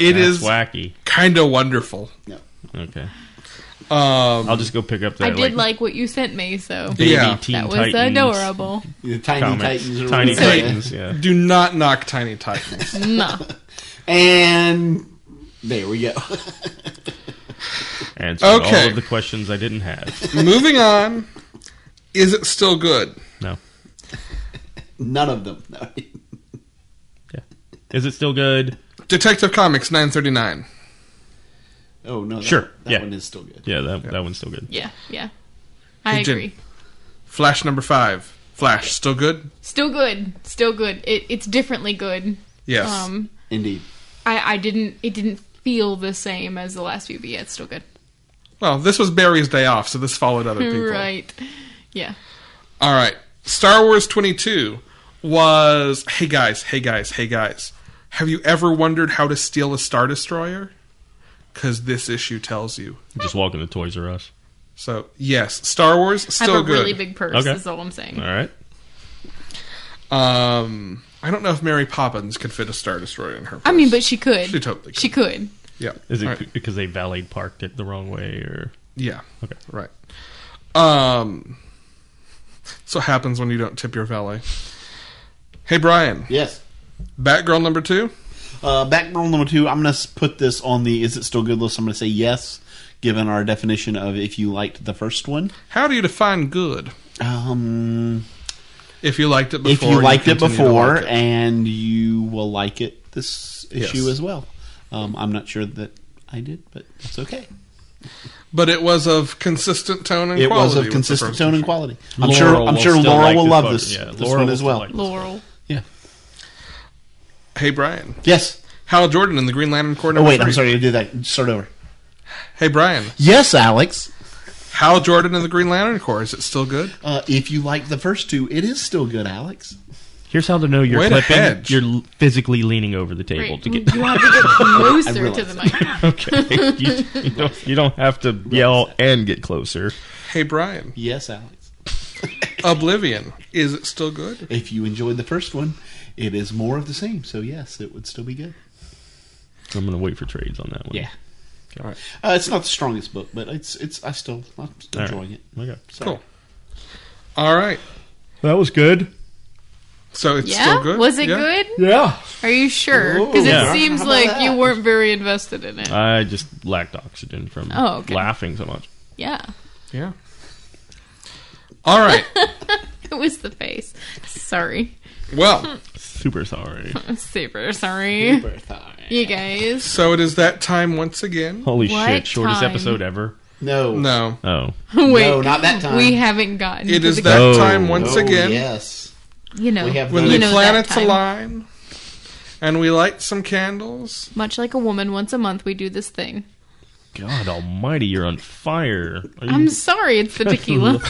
A: It
D: That's
A: is
D: wacky.
A: kind of wonderful.
D: Okay,
A: Um,
D: I'll just go pick up that.
E: I did like what you sent me, so
D: baby
A: Yeah.
D: Teen
E: that was
D: Titans
E: adorable.
C: The Tiny
D: comics.
C: Titans. or
D: Tiny
C: whatever.
D: Titans. Yeah.
A: do not knock Tiny Titans.
E: No,
C: And there we go.
D: Answered all
A: Okay.
D: of the questions I didn't have.
A: Moving on. Is it still good?
D: No.
C: None of them. No.
D: Yeah. Is it still good?
A: Detective Comics 939.
C: Oh no. That,
D: Sure,
C: Oh, That
D: yeah.
C: one is still good.
D: Yeah, that that one's still good.
E: yeah, yeah. I
A: Hey, Jim.
E: agree.
A: Flash number five. Flash, still good?
E: Still good. Still good. It, it's differently good.
A: Yes.
E: Um,
C: Indeed.
E: I, I didn't. It didn't feel the same as the last few, but yeah, it's still good.
A: well, this was Barry's day off, so this followed other people.
E: Right. Yeah.
A: All right. Star Wars 22 was hey guys, hey guys, hey guys. Have you ever wondered how to steal a Star Destroyer? Because this issue tells you.
D: Just walking to Toys R Us.
A: So, yes, Star Wars,
E: I
A: still
E: have a
A: good.
E: really big purse.
D: Okay.
E: Is all I'm saying.
D: All right.
A: Um, I don't know if Mary Poppins could fit a Star Destroyer in her. Purse.
E: I mean, but she could.
A: She totally could.
E: She could.
A: yeah,
D: Is it
A: All right.
D: because they valet parked it the wrong way, or
A: Yeah.
D: Okay.
A: Right. Um. So happens when you don't tip your valet. Hey Brian,
C: Yes.
A: Batgirl number two.
C: Uh, back rule number two. I'm going to put this on the is it still good list. I'm going to say yes, given our definition of if you liked the first one.
A: How do you define good?
C: Um,
A: If you liked it
C: if
A: before,
C: you liked it
A: continue to
C: before,
A: like it.
C: and you will like it this
A: Yes.
C: issue as well. Um, I'm not sure that I did, but it's okay.
A: but it was of consistent tone and
C: It
A: quality.
C: was of
A: the
C: consistent
A: first
C: tone and
A: issue.
C: quality. I'm
D: Laura
C: sure.
D: will
C: I'm sure
D: still
C: Laura
D: like
C: will
D: this
C: love
D: photo.
C: this.
D: Yeah,
C: this
D: Laura
C: one
D: will
C: as
D: still
C: well.
D: like this.
E: Laurel.
C: Yeah.
A: Hey Brian,
C: Yes.
A: Hal Jordan in the Green Lantern Corps.
C: Oh
A: number
C: wait, I'm
A: three.
C: sorry. I did that. Start over.
A: Hey Brian,
C: Yes, Alex.
A: Hal Jordan in the Green Lantern Corps. Is it still good?
C: Uh, if you like the first two, it is still good, Alex.
D: here's how to know you're
A: Way to
D: clipping.
A: hedge.
D: You're l- physically leaning over the table
E: Right.
D: to
E: You
D: get.
E: have to get closer to the
C: realize
E: mic.
D: okay, you, you don't, you don't have to yell and get closer.
A: Hey Brian,
C: Yes, Alex.
A: Oblivion. Is it still good?
C: If you enjoyed the first one, it is more of the same. So yes, it would still be good.
D: I'm gonna wait for trades on that one.
C: Yeah.
A: All right.
C: Uh, it's not the strongest book, but it's it's. I still I'm still
D: All right.
C: enjoying it.
D: Okay.
C: Sorry.
A: Cool. All right.
D: That was good.
A: So it's
E: Yeah.
A: still good.
E: Was it
A: Yeah? Oh.
E: good?
D: Yeah.
E: Are you sure? Because it
D: Yeah.
E: seems
C: How about
E: like
C: that?
E: you weren't very invested in
A: Uh.
E: it.
D: I just lacked oxygen from
E: Oh, okay.
D: laughing so much.
E: yeah.
A: Yeah. All right.
E: It was the face. Sorry.
A: Well,
D: Super sorry.
E: I'm super sorry. You guys.
A: so it is that time once again.
D: Holy
E: What
D: shit! Shortest
E: time?
D: episode ever.
C: No,
A: No.
D: Oh,
E: Wait.
C: no, not that time.
E: We haven't gotten
A: It
E: to
A: is
E: the
A: that
D: Oh.
A: time once
C: Oh,
A: again
C: Yes,
E: you know
C: we have
A: when
C: those.
A: the
E: know that
A: planets
E: time.
A: align and we light some candles.
E: much like a woman once a month we do this thing.
D: God Almighty! You're on fire. Are
A: Mm.
D: you-
E: I'm sorry, it's the tequila.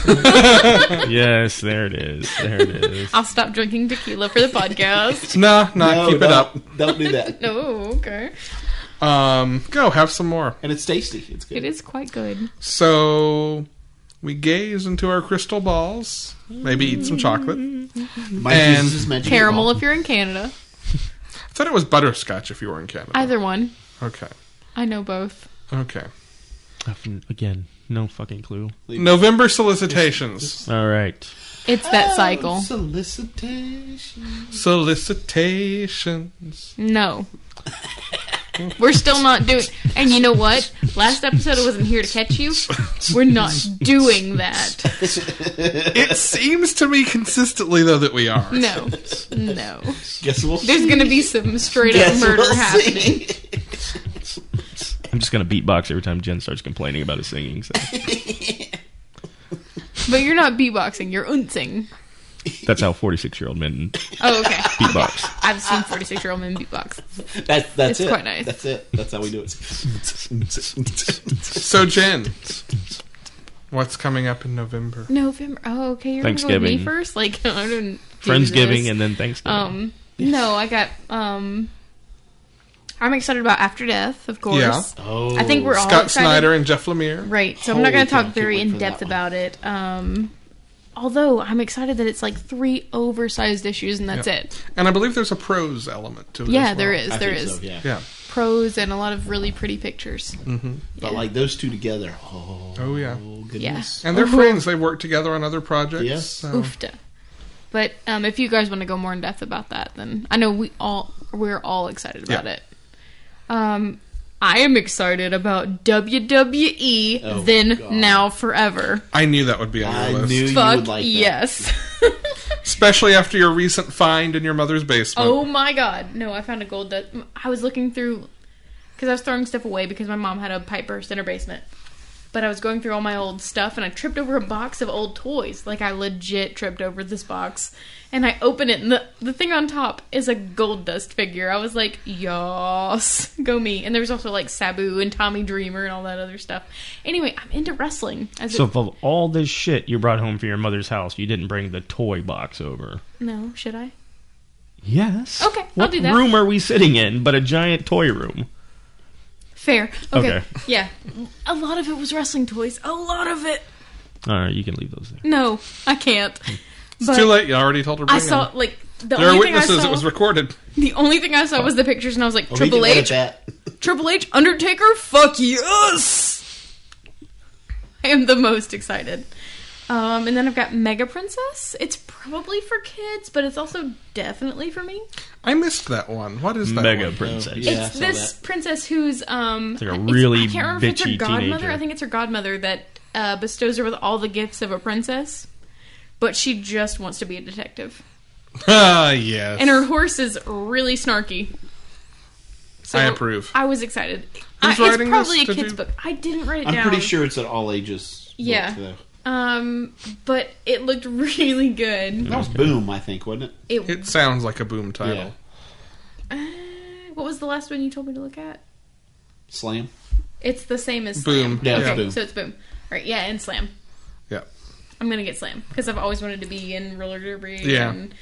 D: yes, there it is. There it is.
E: I'll stop drinking tequila for the podcast.
A: Nah, nah,
C: No,
A: keep
C: don't,
A: it up.
C: Don't do that.
E: Oh, okay.
A: Um, go have some more.
C: And it's tasty. It's good.
E: It is quite good.
A: So we gaze into our crystal balls. Maybe eat some chocolate.
C: My
A: And-
C: Jesus is Oh, magic.
E: Caramel if you're in Canada.
A: I thought it was butterscotch if you were in Canada.
E: Either one.
A: Okay.
E: I know both.
A: Okay.
D: Again, no fucking clue.
A: November solicitations.
D: All right.
E: It's
A: Oh,
E: that cycle.
C: Solicitation.
A: Solicitations.
E: No. We're still not doing and you know what? Last episode I wasn't here to catch you. We're not doing that.
A: It seems to me consistently though that we are.
E: No. No.
C: Guess we'll
E: There's
C: see.
E: gonna be some straight up
C: Guess
E: murder
C: we'll
E: happening.
C: see.
D: I'm just gonna beatbox every time Jen starts complaining about his singing. So
E: But you're not beatboxing, you're unzing.
D: that's how 46 year old men
E: Oh, okay.
D: beatbox.
E: I've seen forty six year old men beatbox.
C: That's
E: It's
C: that's it.
E: quite nice.
C: That's it. That's how we do it.
A: So Jen, what's coming up in November?
E: November oh okay, you're gonna go with me
D: Thanksgiving.
E: first? Like I don't do this.
D: Friendsgiving and then Thanksgiving.
E: Um, no, I got. Um, I'm excited about After Death, of course.
A: Yeah.
C: oh,
E: I think we're all
A: Scott
E: excited.
A: Snyder and Jeff Lemire.
E: Right, so I'm not
C: Holy
E: going to
C: cow,
E: talk
C: can't
E: very
C: wait for
E: in depth
C: that one.
E: about it. Um, although I'm excited that it's like three oversized issues and that's
A: Yeah.
E: it.
A: And I believe there's a prose element to it.
E: Yeah,
A: as
E: there
A: well.
E: is.
C: I
E: there
C: think
E: is
C: so, yeah. Mm-hmm.
A: Yeah.
E: prose and a lot of really pretty pictures.
C: But like those two together. Oh,
A: Oh yeah.
C: goodness.
A: And they're friends. They work together on other projects.
C: Yes.
A: so-
E: Oofta. But um, if you guys want to go more in depth about that, then I know we all we're all excited about
A: Yeah.
E: it. Um, I am excited about WWE.
C: Oh,
E: then
C: God.
E: now forever.
A: I knew that would be on
C: I
A: your list.
C: knew you
E: Fuck
C: would like that.
E: yes.
A: Especially after your recent find in your mother's basement.
E: oh my god! No, I found a gold. dust I was looking through because I was throwing stuff away because my mom had a pipe burst in her basement. But I was going through all my old stuff and I tripped over a box of old toys. Like I legit tripped over this box. And I open it and the, the thing on top is a gold dust figure. I was like, Yas, go me. And there was also like Sabu and Tommy Dreamer and all that other stuff. Anyway, I'm into wrestling. As
D: So
E: it,
D: of all this shit you brought home from your mother's house, you didn't bring the toy box over.
E: no, should I?
D: Yes.
E: Okay, I'll
D: What
E: do that.
D: room are we sitting in? But a giant toy room.
E: Fair. Okay.
D: Okay.
E: Yeah. A lot of it was wrestling toys. A lot of it.
D: All right, you can leave those there.
E: No, I can't. But
A: It's too late. You already told her. Bring
E: I saw
A: him.
E: like the
A: There are
E: only thing I
A: witnesses.
E: saw.
A: It was recorded.
E: the only thing I saw was the pictures, and I was like,
C: We can
E: Triple
C: edit
E: H,
C: that.
E: Triple H, Undertaker, fuck yes! I am the most excited. Um, and then I've got Mega Princess. It's probably for kids, but it's also definitely for me.
A: I missed that one. What is that?
D: Mega
A: one?
D: princess.
C: yeah.
E: it's
C: I saw
E: this princess who's um
D: like a
E: it's-
D: really
E: I can't remember if it's her
D: bitchy
E: godmother.
D: teenager.
E: I think it's her godmother that uh, bestows her with all the gifts of a princess, but she just wants to be a detective.
A: Ah, yes.
E: And her horse is really snarky. So
A: I approve.
E: I was excited. I,
A: Who's
E: it's
A: writing this?
E: probably a
A: Did
E: kid's
A: you-
E: book. I didn't write it
C: I'm
E: down.
C: pretty sure it's at all ages. book,
E: Yeah.
C: though.
E: Um, but it looked really good.
C: That was Boom, I think, wasn't it?
E: It.
A: It sounds like a boom title.
C: Yeah.
E: uh, what was the last one you told me to look at?
C: Slam.
E: It's the same as
A: Boom.
E: Slam.
C: Yeah,
A: Yeah.
C: it's Boom.
E: So it's boom. Right. Yeah, and Slam.
A: Yeah.
E: I'm gonna get slammed because I've always wanted to be in roller derby.
A: Yeah.
E: And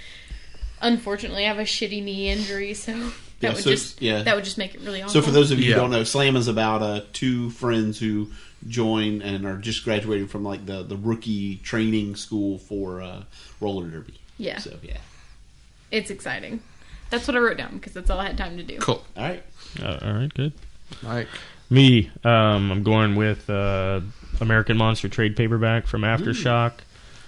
E: unfortunately, I have a shitty knee injury, so that
C: Yeah,
E: would
C: so it's-
E: just
C: yeah.
E: that would just make it really awful.
C: So for those of you
A: Yeah.
C: who don't know, Slam is about uh, two friends who join and are just graduating from like the, the rookie training school for uh, roller derby.
E: Yeah.
C: So yeah.
E: it's exciting. That's what I wrote down because that's all I had time to do.
A: Cool.
C: All right.
D: Uh, all right, good.
A: Mike.
D: Me, um, I'm going with uh, American Monster trade paperback from Aftershock.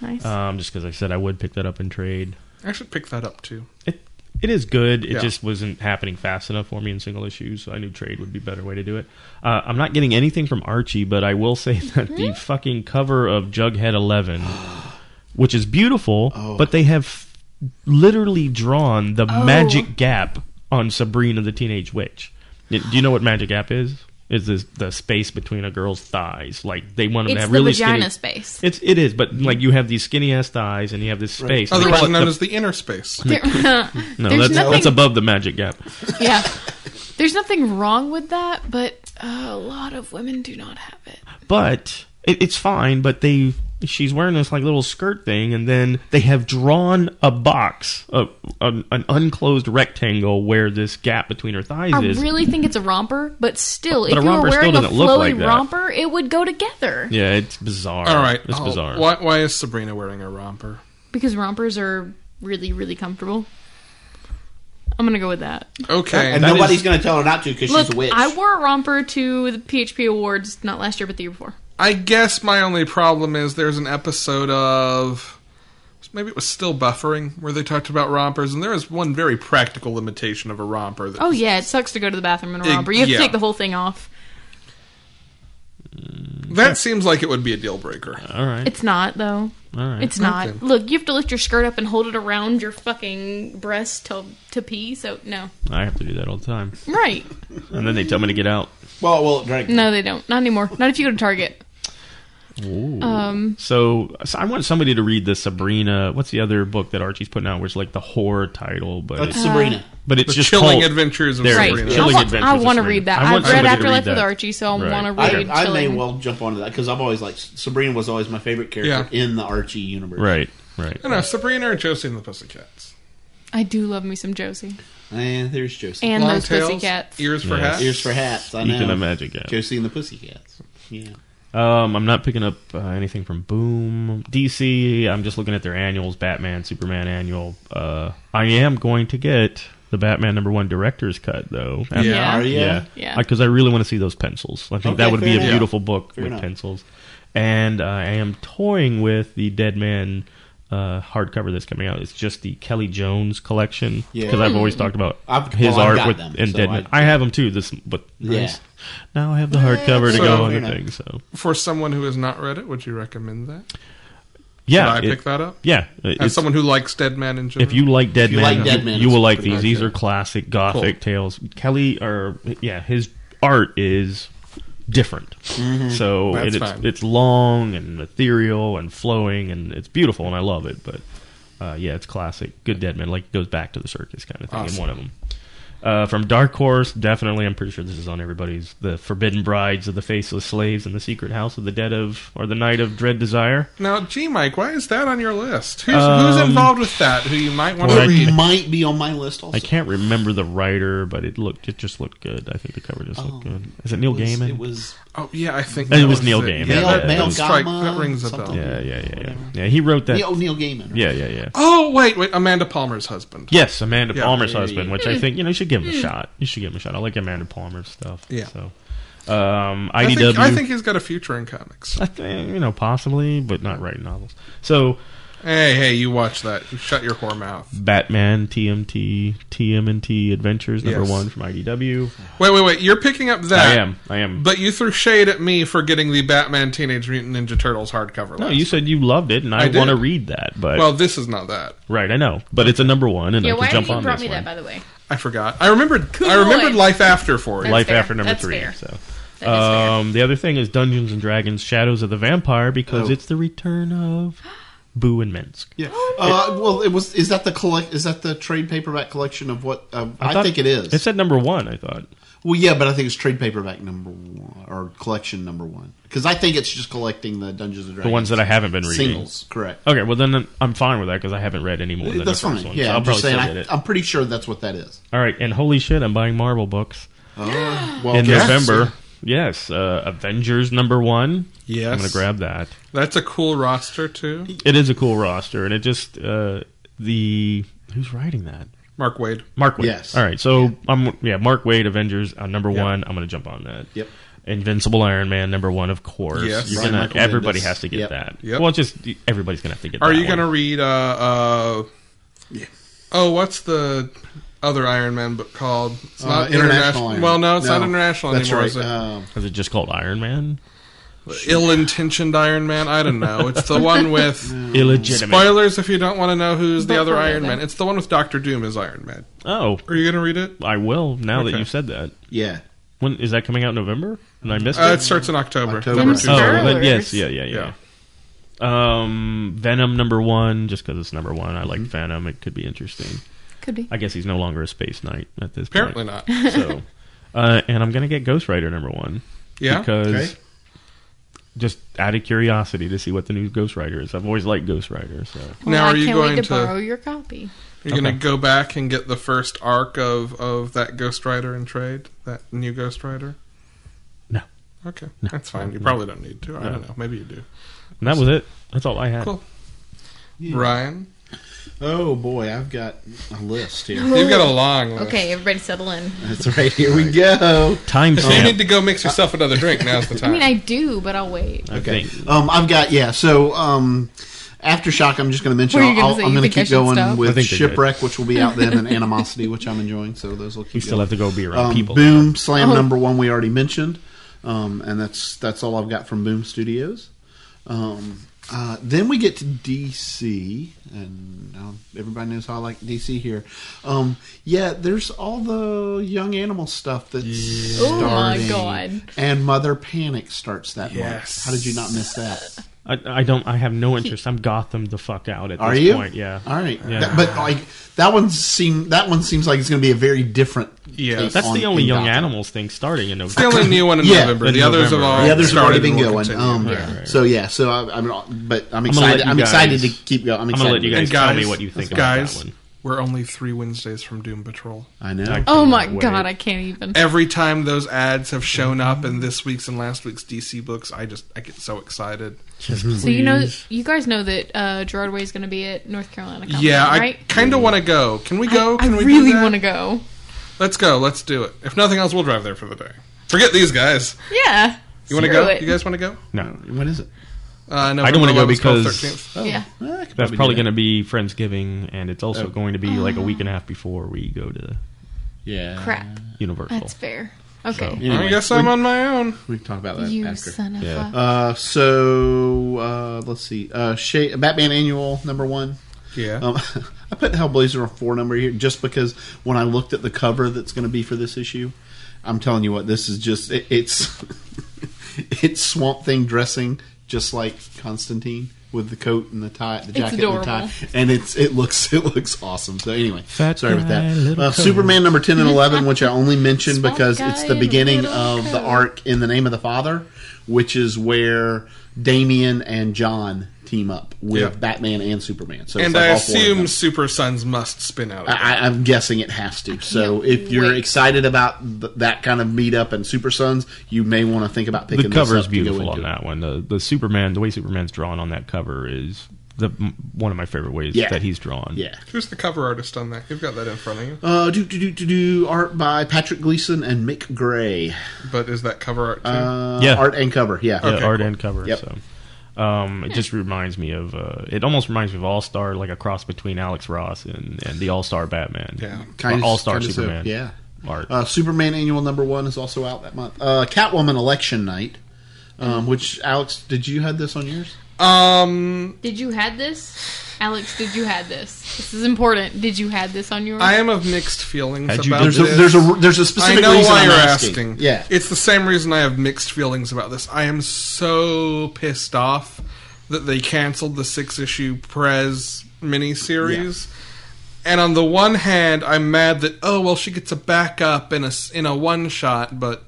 E: Nice.
D: Um, just because I said I would pick that up in trade.
A: I should pick that up too.
D: It it is good. It
A: Yeah.
D: just wasn't happening fast enough for me in single issues, so I knew trade would be a better way to do it. Uh, I'm not getting anything from Archie, but I will say that the fucking cover of Jughead 11, which is beautiful, but they have f- literally drawn the
E: Oh.
D: magic gap on Sabrina the Teenage Witch. Y- Do you know what magic gap is? Is this the space between a girl's thighs? Like they want them to
E: it's
D: have
E: the
D: really
E: vagina
D: skinny.
E: space.
D: It's it is, but like you have these skinny ass thighs and you have this space. and they
A: Otherwise
D: call it
A: known
D: the-
A: as the inner space.
D: no,
E: There's
D: that's
E: nothing-
D: that's above the magic gap.
E: yeah. There's nothing wrong with that, but uh, a lot of women do not have it.
D: But it, it's fine. But they, she's wearing this like little skirt thing, and then they have drawn a box, a, an, an unclosed rectangle where this gap between her thighs
E: I
D: is.
E: really think it's a romper, but still,
D: a
E: if you were
D: romper still
E: wearing a
D: doesn't look
E: flowy
D: like that.
E: romper, it would go together
D: yeah, it's bizarre.
A: All right.
D: it's
A: Oh,
D: bizarre.
A: Why, why is Sabrina wearing a romper?
E: because rompers are really, really comfortable. I'm gonna go with that.
A: Okay.
C: And
D: that
C: nobody's
D: is-
C: going to tell her not to because she's
E: Look,
C: a witch.
E: I wore a romper to the PHP Awards not last year, but the year before.
A: I guess my only problem is there's an episode of maybe it was still buffering where they talked about rompers, and there is one very practical limitation of a romper. That,
E: Oh yeah, it sucks to go to the bathroom in a
A: Ig-
E: romper. You have
A: yeah.
E: to take the whole thing off.
A: that seems like it would be a deal breaker.
D: all right,
E: It's not though.
D: all right.
E: It's not.
A: Okay.
E: Look, you have to lift your skirt up and hold it around your fucking breast to to pee. So no,
D: I have to do that all the time,
E: right?
D: and then they tell me to get out.
C: well, well, drink.
E: No, they don't. Not anymore. Not if you go to Target. Um,
D: So, so I want somebody to read the Sabrina. What's the other book that Archie's putting out? Where it's like the horror title, but
C: That's
D: it's,
C: Sabrina.
D: but it's
A: The
D: just
A: Chilling
D: called-
A: Adventures of
D: There it is.
A: Sabrina.
D: Chilling
E: I want,
D: Adventures of
E: to
D: Sabrina.
E: read that.
D: I want
E: I've read
D: somebody to read
E: Afterlife with
D: that.
E: Archie, so I
D: Right.
E: want to
C: I,
E: read.
C: I may
E: Chilling.
C: well jump onto that because I've always like Sabrina was always my favorite character in the Archie universe.
D: Right, right.
A: You know, Sabrina and Josie and the Pussycats.
E: I do love me some Josie
C: And there's Josie.
E: and
A: Long
E: those
A: tails,
E: pussycats.
A: ears for
D: Yes.
A: hats.
C: Ears for hats. I
D: You
C: know.
D: can imagine, yeah.
C: Josie and the Pussycats. Yeah.
D: Um, I'm not picking up uh, anything from Boom DC. I'm just looking at their annuals: Batman, Superman annual. Uh, I am going to get the Batman number one director's cut though. After-
A: Yeah.
C: Are
E: Yeah.
C: you?
E: Yeah.
D: Because I really want to see those pencils. I think
C: Okay,
D: that would be
C: fair
D: a
C: enough.
D: beautiful book
C: Fair
D: with
C: enough.
D: pencils. And uh, I am toying with the Dead Man uh, hardcover that's coming out. It's just the Kelly Jones collection
C: Yeah.
D: because I've always talked about
C: I've-
D: his
C: well, I've
D: art
C: got
D: with
C: them,
D: and
C: so
D: Dead Man.
C: I-
D: I have them too. This but
C: Yeah.
D: nice. Now I have the hardcover to
A: So-
D: go on
C: fair
D: the
C: enough.
D: thing. So
A: For someone who has not read it, would you recommend that?
D: yeah,
A: Should I
D: it-
A: pick that up?
D: Yeah, it's-
A: As someone who likes Dead Man in general.
D: if you like Dead
C: you
D: Man,
C: like Dead Man,
D: you
C: it's
D: will like
C: pretty
D: these.
C: much
D: These
C: it.
D: are classic gothic tales. Kelly, or yeah, his art is different.
C: Mm-hmm.
D: So
A: That's
D: and
A: fine.
D: it's it's long and ethereal and flowing and it's beautiful and I love it. But uh, yeah, it's classic. Good Dead Man like goes back to the circus kind of thing
A: Awesome.
D: in one of them. Uh, from Dark Horse, definitely. I'm pretty sure this is on everybody's. The Forbidden Brides of the Faceless Slaves and the Secret House of the Dead of, or the Night of Dread Desire.
A: Now, G Mike, why is that on your list? Who's, who's
D: Um,
A: involved with that? Who you might want
D: Well,
A: to
D: I-
A: read?
C: might be on my list also.
D: I can't remember the writer, but it looked it just looked good. I think the cover just looked
C: Oh,
D: good. Is it Neil
C: was-
D: Gaiman?
C: It was
A: Oh yeah, I think
D: It
A: that
D: was Neil Gaiman.
A: Yeah,
D: Neil-
A: that,
D: Neil
A: that strike-
C: Gaiman,
A: that rings a bell.
C: something.
D: yeah, yeah, yeah, yeah.
C: Whatever.
D: Yeah, he wrote that.
C: Neil, Neil Gaiman. right?
D: Yeah, yeah, yeah.
A: Oh wait, wait, Amanda Palmer's husband.
D: Yes, Amanda
A: Yeah.
D: Palmer's
C: Yeah,
D: husband,
C: yeah.
D: which I think you know you should give him a shot. You should give him a shot. I like Amanda Palmer's stuff.
A: Yeah.
D: So, um,
A: I
D: IDW.
A: think, I think he's got a future in comics.
D: I think, you know possibly, but not writing novels. So
A: Hey, hey, you watch that. You shut your whore mouth.
D: Batman TMT TMNT Adventures number
A: Yes.
D: one from IDW.
A: Wait, wait, wait. You're picking up
D: I
A: that.
D: am. I am.
A: But you threw shade at me for getting the Batman Teenage Mutant Ninja Turtles hardcover.
D: no,
A: last.
D: you said you loved it, and I,
A: I did.
D: want to read that. But
A: Well, this is not that.
D: right, I know, but it's a number one, and
E: Yeah,
D: I
E: why
D: can
E: have
D: jump
E: you
D: on
E: brought me
D: this
E: that,
D: one.
E: by the way?
A: I forgot. I remembered. I
E: Cool.
A: remembered Life After for you.
D: Life
E: fair.
D: after number
E: That's
D: three.
E: fair.
D: So.
E: That is fair.
D: Um, the other thing is Dungeons and Dragons: Shadows of the Vampire because
C: Oh.
D: it's the return of Boo and Minsk.
C: Yeah. Uh, well, it was. Is that the collect? Is that the trade paperback collection of what? Um, I,
D: thought-
C: think it is.
D: It said number one. I thought.
C: well, yeah, but I think it's trade paperback number one or collection number one because I think it's just collecting the Dungeons and Dragons.
D: The ones that I haven't been reading. Oh,
C: singles, correct?
D: Okay, well then I'm fine with that because I haven't read any more than
C: That's
D: the first
C: fine.
D: one. so
C: Yeah,
D: I'll
C: I'm
D: probably
C: just saying.
D: still
C: I,
D: get it.
C: I'm pretty sure that's what that is.
D: All right, and holy shit, I'm buying Marvel books
C: Oh. Well,
D: in
C: yes.
D: November. Yes, uh, Avengers number one.
A: Yes.
D: I'm gonna grab that.
A: That's a cool roster too.
D: It is a cool roster, and it just uh, the who's writing that.
A: Mark Wade.
D: Mark Wade.
C: Yes.
D: All right. So I'm yeah. Mark Wade, Avengers uh, number
A: Yeah.
D: one. I'm gonna jump on that.
C: Yep.
D: Invincible Iron Man number one, of course.
A: Yes.
D: You're
C: Brian
D: gonna,
C: Michael
D: everybody
C: Bendis.
D: has to get
C: Yep.
D: that.
A: Yep.
D: Well, it's just everybody's gonna have to get.
A: Are
D: that
A: you
D: one.
A: gonna read? Uh, uh, Oh, what's the other Iron Man book called? It's
C: Uh, International Iron
A: Well,
C: Man.
A: no, it's
C: No,
A: not international
C: That's
A: anymore.
C: right.
A: Is it?
C: Um,
D: Is it just called Iron Man?
A: Ill-intentioned Iron Man. I don't know. It's the one with.
D: Illegitimate.
A: Spoilers if you don't want to know who's the
E: Don't
A: other
E: worry
A: Iron
E: about
A: Man. It's the one with Doctor Doom as Iron Man.
D: Oh,
A: Are you going to read it?
D: I will now that
A: Okay.
D: you've said that.
C: yeah.
D: When is that coming out? in November? And I missed
A: Uh,
D: it.
A: it starts in October.
C: October.
A: Number
C: Oh,
A: two.
D: Oh,
E: Spoilers.
D: then yes, yeah, yeah, yeah. Um, Venom number one, just because it's number one. I
A: Mm-hmm.
D: like Venom. It could be interesting.
E: Could be.
D: I guess he's no longer a space knight at this
A: Apparently
D: point.
A: not.
D: So, uh, and I'm gonna get Ghost Rider number one.
A: Yeah.
D: because
C: Okay.
D: just out of curiosity to see what the new Ghost Rider is. I've always liked Ghost Rider, so
A: Now,
E: Well,
A: are
E: I
A: you
E: can't
A: going
E: wait to,
A: to-
E: borrow your copy?
A: You're going to go back and get the first arc of, of that Ghost Rider in trade, that new Ghost Rider.
D: No.
A: Okay, that's fine. You probably don't need to. I don't know. Maybe you do.
D: and that was it. That's all I had.
A: Cool. Ryan,
C: Oh boy, I've got a list here.
A: you've got a long list.
E: Okay, everybody settle in.
C: That's right. Here we go.
D: Time
A: So you
D: stamp.
A: need to go mix yourself another drink. Now's the
E: I
A: time.
E: mean, I do, but I'll wait.
D: I
C: Okay.
D: think.
C: Um, I've got yeah. So um, aftershock. I'm just going to mention.
E: Were you gonna
C: I'll,
E: say
C: I'm
E: you
C: going
E: think
C: to
E: I
C: keep
E: should
C: going
E: stop?
D: I
C: with
D: think they're
C: shipwreck, which will be out then, and animosity, which I'm enjoying. So those will keep.
D: You still
C: going.
D: have to go be around
C: Um,
D: uh, people.
C: Boom
E: Oh.
C: Slam number one we already mentioned, um, and that's that's all I've got from Boom Studios. Um, uh, then we get to DC, and uh, everybody knows how I like DC here. Um, yeah, there's all the young animal stuff that's
E: Oh my
C: starting,
E: God.
C: and Mother Panic starts that
A: Yes.
C: month. How did you not miss that?
D: I, I don't. I have no interest. I'm Gotham the fuck out at
C: Are
D: this
C: you?
D: point. Yeah.
C: All right.
D: Yeah.
C: That- but like that one seem that one seems like it's going to be a very different.
A: Yeah.
C: take
D: That's
C: on-
D: the only
C: in
D: Young
C: Gotham.
D: Animals thing starting in
A: the
D: November.
A: only new one in
C: Yeah,
A: November.
D: in
A: The others have
D: November.
A: all
D: The
C: The others have
A: started
C: already been
A: and will
C: going.
A: continue.
C: Um,
D: Yeah. Right,
C: So yeah, so I, I'm, not- but I'm
D: gonna let
C: excited.
D: you
C: I'm excited to
D: guys-
C: keep going. I'm
D: I'm gonna
C: excited.
D: let you
C: to-
D: guys
A: And guys-
D: tell me what you think
A: guys,
D: about that one.
A: We're only three Wednesdays from Doom Patrol.
C: I know.
D: I-
E: Oh my
D: Wait.
E: god, I can't even.
A: every time those ads have shown up in this week's and last week's DC books, I just I get so excited.
E: So you know, you guys know that uh, Gerard Way is going to be at North Carolina. Comic
A: yeah,
E: Con, right?
A: I kind of want to go. Can we go?
E: Mm-hmm. I
A: Can we
E: really
A: want
E: want to go.
A: Let's go. Let's do it. If nothing else, we'll drive there for the day. Forget these guys.
E: Yeah.
A: You want to
E: Screw
A: go?
E: it.
A: You guys want to go?
D: No,
C: What is it?
A: Uh, no,
D: I don't want to go
A: 11th, 12th,
D: because
A: 13th.
C: Oh,
E: Yeah.
C: well, I could
D: that's probably
C: do
D: going to be Friendsgiving, and it's also
C: Oh.
D: going to be like a week and a half before we go to
C: that. Yeah.
E: Crap.
D: Universal.
E: That's fair. Okay.
C: Anyway,
A: I guess I'm
C: we,
A: on my own.
C: we can talk about that
E: you
C: after.
E: son of
D: Yeah.
E: a.
C: Uh, so uh, let's see. Uh, Sha- Batman Annual number one.
A: Yeah.
C: Um, I put Hellblazer on four number here just because when I looked at the cover that's going to be for this issue, I'm telling you what, this is just it, it's it's Swamp Thing dressing just like Constantine with the coat and the tie, the jacket and the tie,
E: adorable.
C: and it's it looks it looks awesome. So anyway,
D: Fat
C: sorry about
D: guy,
C: that.
D: little
C: Uh,
D: coat.
C: Superman number ten and eleven, which I only mentioned
E: Swamp
C: because it's
E: guy
C: the
E: in
C: beginning
E: little
C: of the
E: coat.
C: arc in the name of the Father, which is where Damien and John team up with
A: Yeah.
C: Batman and Superman. So
A: and
C: it's like Ah.
A: I
C: all four of them.
A: assume Super Sons must spin out. Of that.
C: I, I'm guessing it has to. So if you're
E: wait.
C: excited about th- that kind of meetup and Super Sons, you may want to think about picking
D: the cover
C: this
D: is
C: up
D: beautiful
C: to
D: on
C: go into it.
D: that one. The the Superman, the way Superman's drawn on that cover is the m- one of my favorite ways
C: Yeah.
D: that he's drawn.
C: Yeah.
A: Who's the cover artist on that? You've got that in front of you.
C: Uh, do do do do do. Art by Patrick Gleason and Mick Gray.
A: But is that cover art too?
C: Uh,
D: Yeah.
C: Art and cover. Yeah.
D: Yeah,
A: Okay,
D: art
A: cool.
D: and cover.
C: Yep.
D: So um, it just reminds me of uh, it almost reminds me of All Star, like a cross between Alex Ross and, and the All Star Batman.
A: Yeah.
C: Kinda-
D: All Star
C: kinda so,
D: Superman.
C: yeah.
D: art.
C: Uh, Superman Annual Number One is also out that month. Uh, Catwoman Election Night. Um, which Alex, did you had this on yours?
A: um,
B: Did you had this? Alex, did you had this? This is important. Did you had this on your
A: I am of mixed feelings
D: Had you
A: about
D: done-
C: There's a,
A: this.
C: there's a there's a
A: Um, I
C: specific
A: know
C: reason
A: why
C: I'm
A: you're
C: asking.
A: asking.
C: Yeah.
A: It's the same reason I have mixed feelings about this. I am so pissed off that they canceled the six issue Prez miniseries. And on the one hand, I'm mad that oh well, she gets a backup in a s- in a one shot, but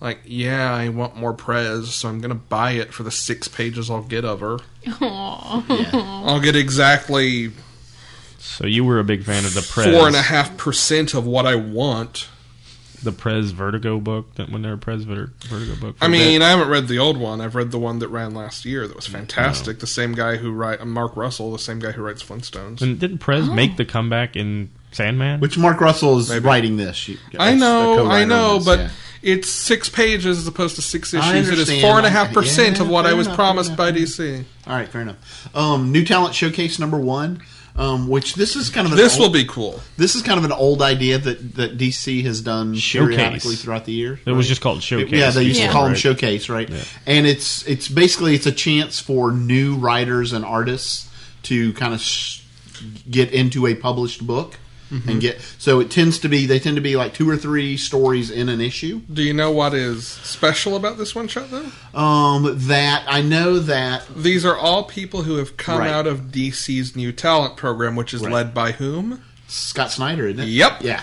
A: like yeah, I want more Prez, so I'm gonna buy it for the six pages I'll get of her.
B: Aw.
C: yeah.
A: I'll get exactly
D: so you were a big fan of the Prez,
A: four and a half percent of what I want.
D: the Prez Vertigo book that when they were Prez Ver- Vertigo book. for
A: I
D: a bit.
A: mean, I haven't read the old one. I've read the one that ran last year that was fantastic. The same guy who write uh, Mark Russell, the same guy who writes Flintstones.
D: and didn't Prez make the comeback in Sandman?
C: Which Mark Russell is
A: Maybe.
C: writing this. You-
A: I
C: as the
A: know,
C: co-writer
A: I
C: on
A: know,
C: this,
A: but
C: yeah.
A: it's six pages as opposed to six
C: I
A: issues. It is
C: understand.
A: four and a
C: I-
A: half percent
C: yeah,
A: of what I
C: fair
A: was
C: enough,
A: promised
C: fair
A: by
C: enough.
A: DC.
C: All right, fair enough. Um, new talent showcase number one, um, which this is kind of an
A: This
C: old,
A: will be cool.
C: this is kind of an old idea that that DC has done
D: Showcase.
C: periodically throughout the year.
D: It was just called Showcase
C: Yeah, they used to
D: before,
C: call them
D: right?
C: showcase, right? And it's it's basically it's a chance for new writers and artists to kind of sh- get into a published book. And get so it tends to be they tend to be like two or three stories in an issue.
A: Do you know what is special about this one shot though?
C: Um, that I know that
A: These are all people who have come
C: Right.
A: out of DC's new talent program, which is led by whom?
C: Scott Snyder, isn't it?
A: Yep.
C: Yeah.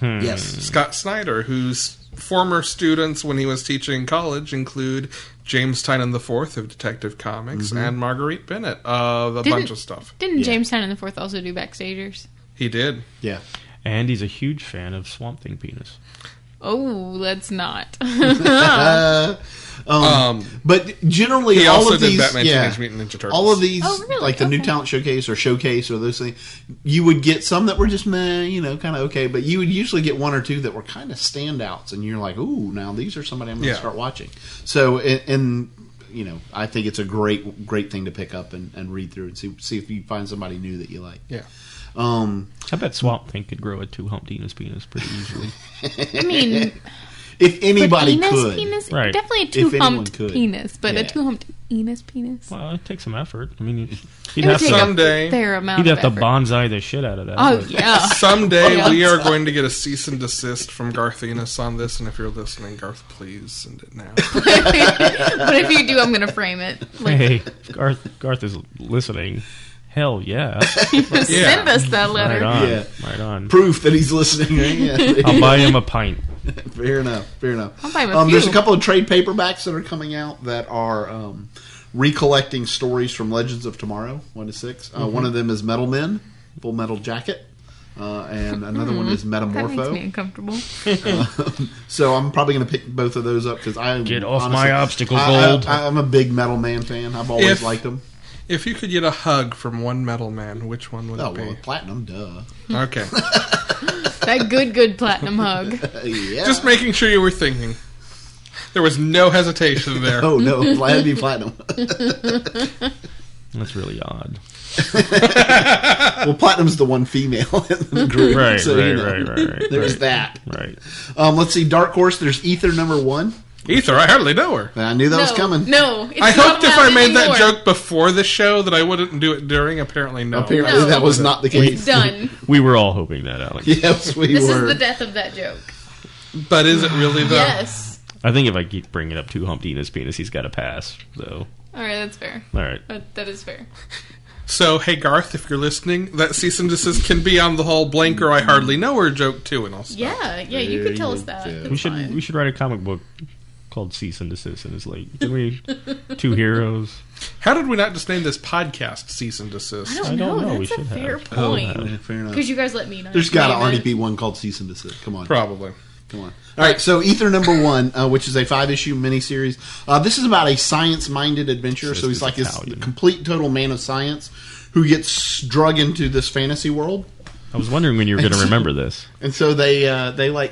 D: Hmm.
C: Yes.
A: Scott Snyder, whose former students when he was teaching college include James Tynan IV of Detective Comics and Marguerite Bennett of a bunch
B: Didn't-
A: of stuff.
B: Didn't James Tynan the Fourth also do backstagers?
A: He did.
C: Yeah.
D: And he's a huge fan of Swamp Thing penis.
B: Oh, let's not.
C: Uh,
A: Um,
C: But generally,
A: he
C: all
A: also
C: of
A: did
C: these,
A: Batman
C: yeah,
A: Teenage Mutant Ninja Turtles.
C: all of these,
B: Oh, really?
C: like the new
B: Okay.
C: talent showcase or showcase or those things, you would get some that were just meh, you know, kind of okay. But you would usually get one or two that were kind of standouts, and you're like, ooh, now these are somebody I'm going to
A: Yeah.
C: start watching. So, and, and you know, I think it's a great, great thing to pick up and, and read through and see see if you find somebody new that you like.
A: Yeah.
C: Um,
D: I bet Swamp Thing could grow a two humped Enos penis pretty easily.
B: I mean,
C: if anybody
B: but Enos
C: could,
B: penis,
D: Right.
B: definitely a
C: anyone
B: two-humped
C: could.
B: penis, but
C: Yeah.
B: a two-humped Enos penis.
D: well, it takes some effort. I mean, he'd
B: It would
D: have
B: take
D: to,
A: some- someday-
B: a fair amount
D: he'd have
B: of
D: to
B: effort.
D: bonsai the shit out of that.
B: Oh
D: but-
B: yeah.
A: Someday
B: Oh, Yeah.
A: we are going to get a cease and desist from Garth Ennis on this, and if you're listening, Garth, please send it now.
B: but if you do, I'm gonna frame it. Like,
D: hey, if Garth, Garth is listening. Hell yeah.
A: yeah.
B: Send us that
D: Right
B: letter.
D: on.
C: Yeah.
D: Right on.
C: proof that he's listening. Yeah.
D: I'll buy him a pint.
C: Fair enough. Fair enough.
B: I'll buy him a
C: um, There's a
B: few.
C: couple of trade paperbacks that are coming out that are um, recollecting stories from Legends of Tomorrow, one to 6 Uh,
B: Mm-hmm.
C: One of them is Metal Men, Full Metal Jacket, uh, and another one is
B: Mm-hmm. That makes me
C: Metamorpho.
B: uncomfortable.
C: So I'm probably going to pick both of those up because I
D: Get off my obstacle,
C: I- I-
D: Gold.
C: I, am a big Metal Man fan. I've always
A: If-
C: liked them.
A: If you could get a hug from one metal man, which one would
C: Oh
A: it
C: well,
A: be?
C: platinum, duh.
A: Okay.
B: That good, good platinum hug.
C: Uh, yeah.
A: Just making sure you were thinking. There was no hesitation there.
C: Oh no, that'd be platinum.
D: That's really odd.
C: well, platinum's the one female in the group.
D: Right,
C: so,
D: right,
C: you know,
D: right, right, right,
C: There's
D: right.
C: that.
D: Right.
C: Um, let's see, Dark Horse. There's Ether number one.
A: Ether, I hardly know her.
C: I knew that
B: no,
C: was coming.
B: No, it's
A: I
B: not
A: hoped if I
B: allowed
A: made that
B: anymore.
A: joke before the show that I wouldn't do it during. Apparently, no.
C: Apparently,
B: No.
C: that was not the
B: It's
C: case.
B: done.
D: We were all hoping that, Alex.
C: yes, we
B: This
C: were.
B: is the death of that joke.
A: But is it really though?
B: Yes.
D: I think if I keep bringing up two Humpty and his penis, he's got to pass. So,
E: All right, that's fair.
D: all right.
E: That, that is fair.
A: So, hey Garth, if you're listening, that cease and desist can be on the whole blanker I hardly know her joke too, and all stuff.
E: Yeah, yeah, you
C: There
E: could tell
C: you
E: us that.
C: go.
E: That's
D: We should
E: fine.
D: we should write a comic book called Cease and Desist, and it's like can we two heroes.
A: How did we not just name this podcast "Cease and Desist"?
E: I don't,
D: I don't
E: know.
D: know, we
E: That's a
D: should have.
E: fair
C: Oh,
E: point.
C: yeah, fair enough.
E: Because you guys let me know.
C: There's got to
E: Name
C: already
E: it.
C: be one called Cease and Desist. Come on.
A: Probably.
C: Come on. All right, so Ether number one, uh, which is a five issue miniseries. Uh, this is about a science minded adventurer.
D: Says
C: So he's
D: this
C: like this
D: Italian.
C: complete total man of science who gets drug into this fantasy world.
D: I was wondering when you were going to remember this.
C: And so they uh, they like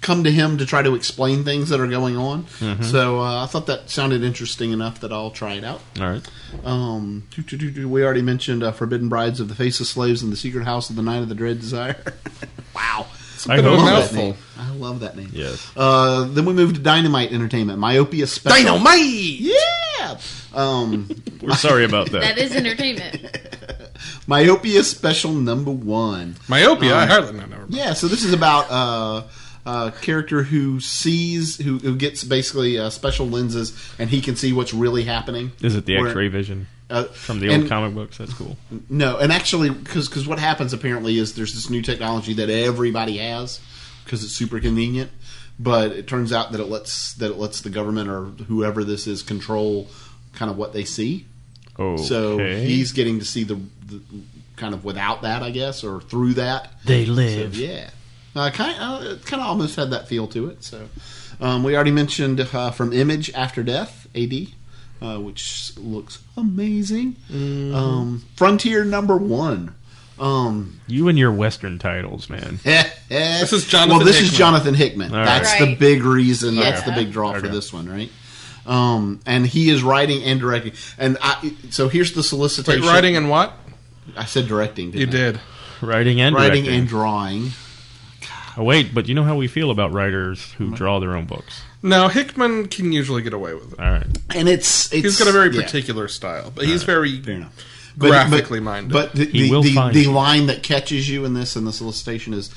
C: come to him to try to explain things that are going on. So uh, I thought that sounded interesting enough that I'll try it out.
D: All right.
C: Um, doo, doo, doo, doo. we already mentioned uh, Forbidden Brides of the Faceless Slaves and the Secret House of the Night of the Dread Desire. wow.
D: I
A: bit of a
C: love
D: hope that-
C: that
A: mouthful.
C: name. I love that name.
D: Yes.
C: Uh, then we moved to Dynamite Entertainment, Myopia Special.
A: Dynamite.
C: Yeah. Um,
D: We're sorry about
E: That
D: that.
E: is entertainment.
C: Myopia Special number one.
A: Myopia. I hardly know. Never mind.
C: Yeah. So this is about uh, a character who sees, who, who gets basically uh, special lenses, and he can see what's really happening.
D: Is it the
C: Where-
D: X-ray vision
C: uh,
D: from the old
C: and-
D: comic books? That's cool.
C: No, and actually, because what happens apparently is there's this new technology that everybody has because it's super convenient. But it turns out that it lets that it lets the government or whoever this is control kind of what they see.
D: Oh,
C: So he's getting to see the, the kind of without that, I guess, or through that.
D: they
C: So,
D: live.
C: yeah, uh, kind of, it kind of almost had that feel to it. So um, we already mentioned uh, from Image After Death AD, uh, which looks amazing.
D: Mm.
C: Um, Frontier number one. Um,
D: You and your Western titles, man.
C: this
A: is Jonathan
C: Well, this is
A: Hickman.
C: Jonathan Hickman.
D: All right.
C: That's the
E: Right.
C: big reason. That's
E: Yeah.
C: the big draw for this one, right? Um, and he is writing and directing. And I, so here's the
A: Wait,
C: solicitation.
A: writing and what?
C: I said directing. Didn't
A: You
C: I?
A: did.
D: Writing and
C: Writing
D: directing.
C: and drawing.
D: oh, wait, but you know how we feel about writers who draw their own books.
A: No, Hickman can usually get away with it.
D: All right.
C: And it's, it's
A: He's got a very
C: yeah. Uh,
A: particular style, but he's very
C: Fair enough.
A: Graphically minded.
C: But the, the,
D: will
C: the,
D: find
C: the
D: you.
C: line that catches you in this in the solicitation is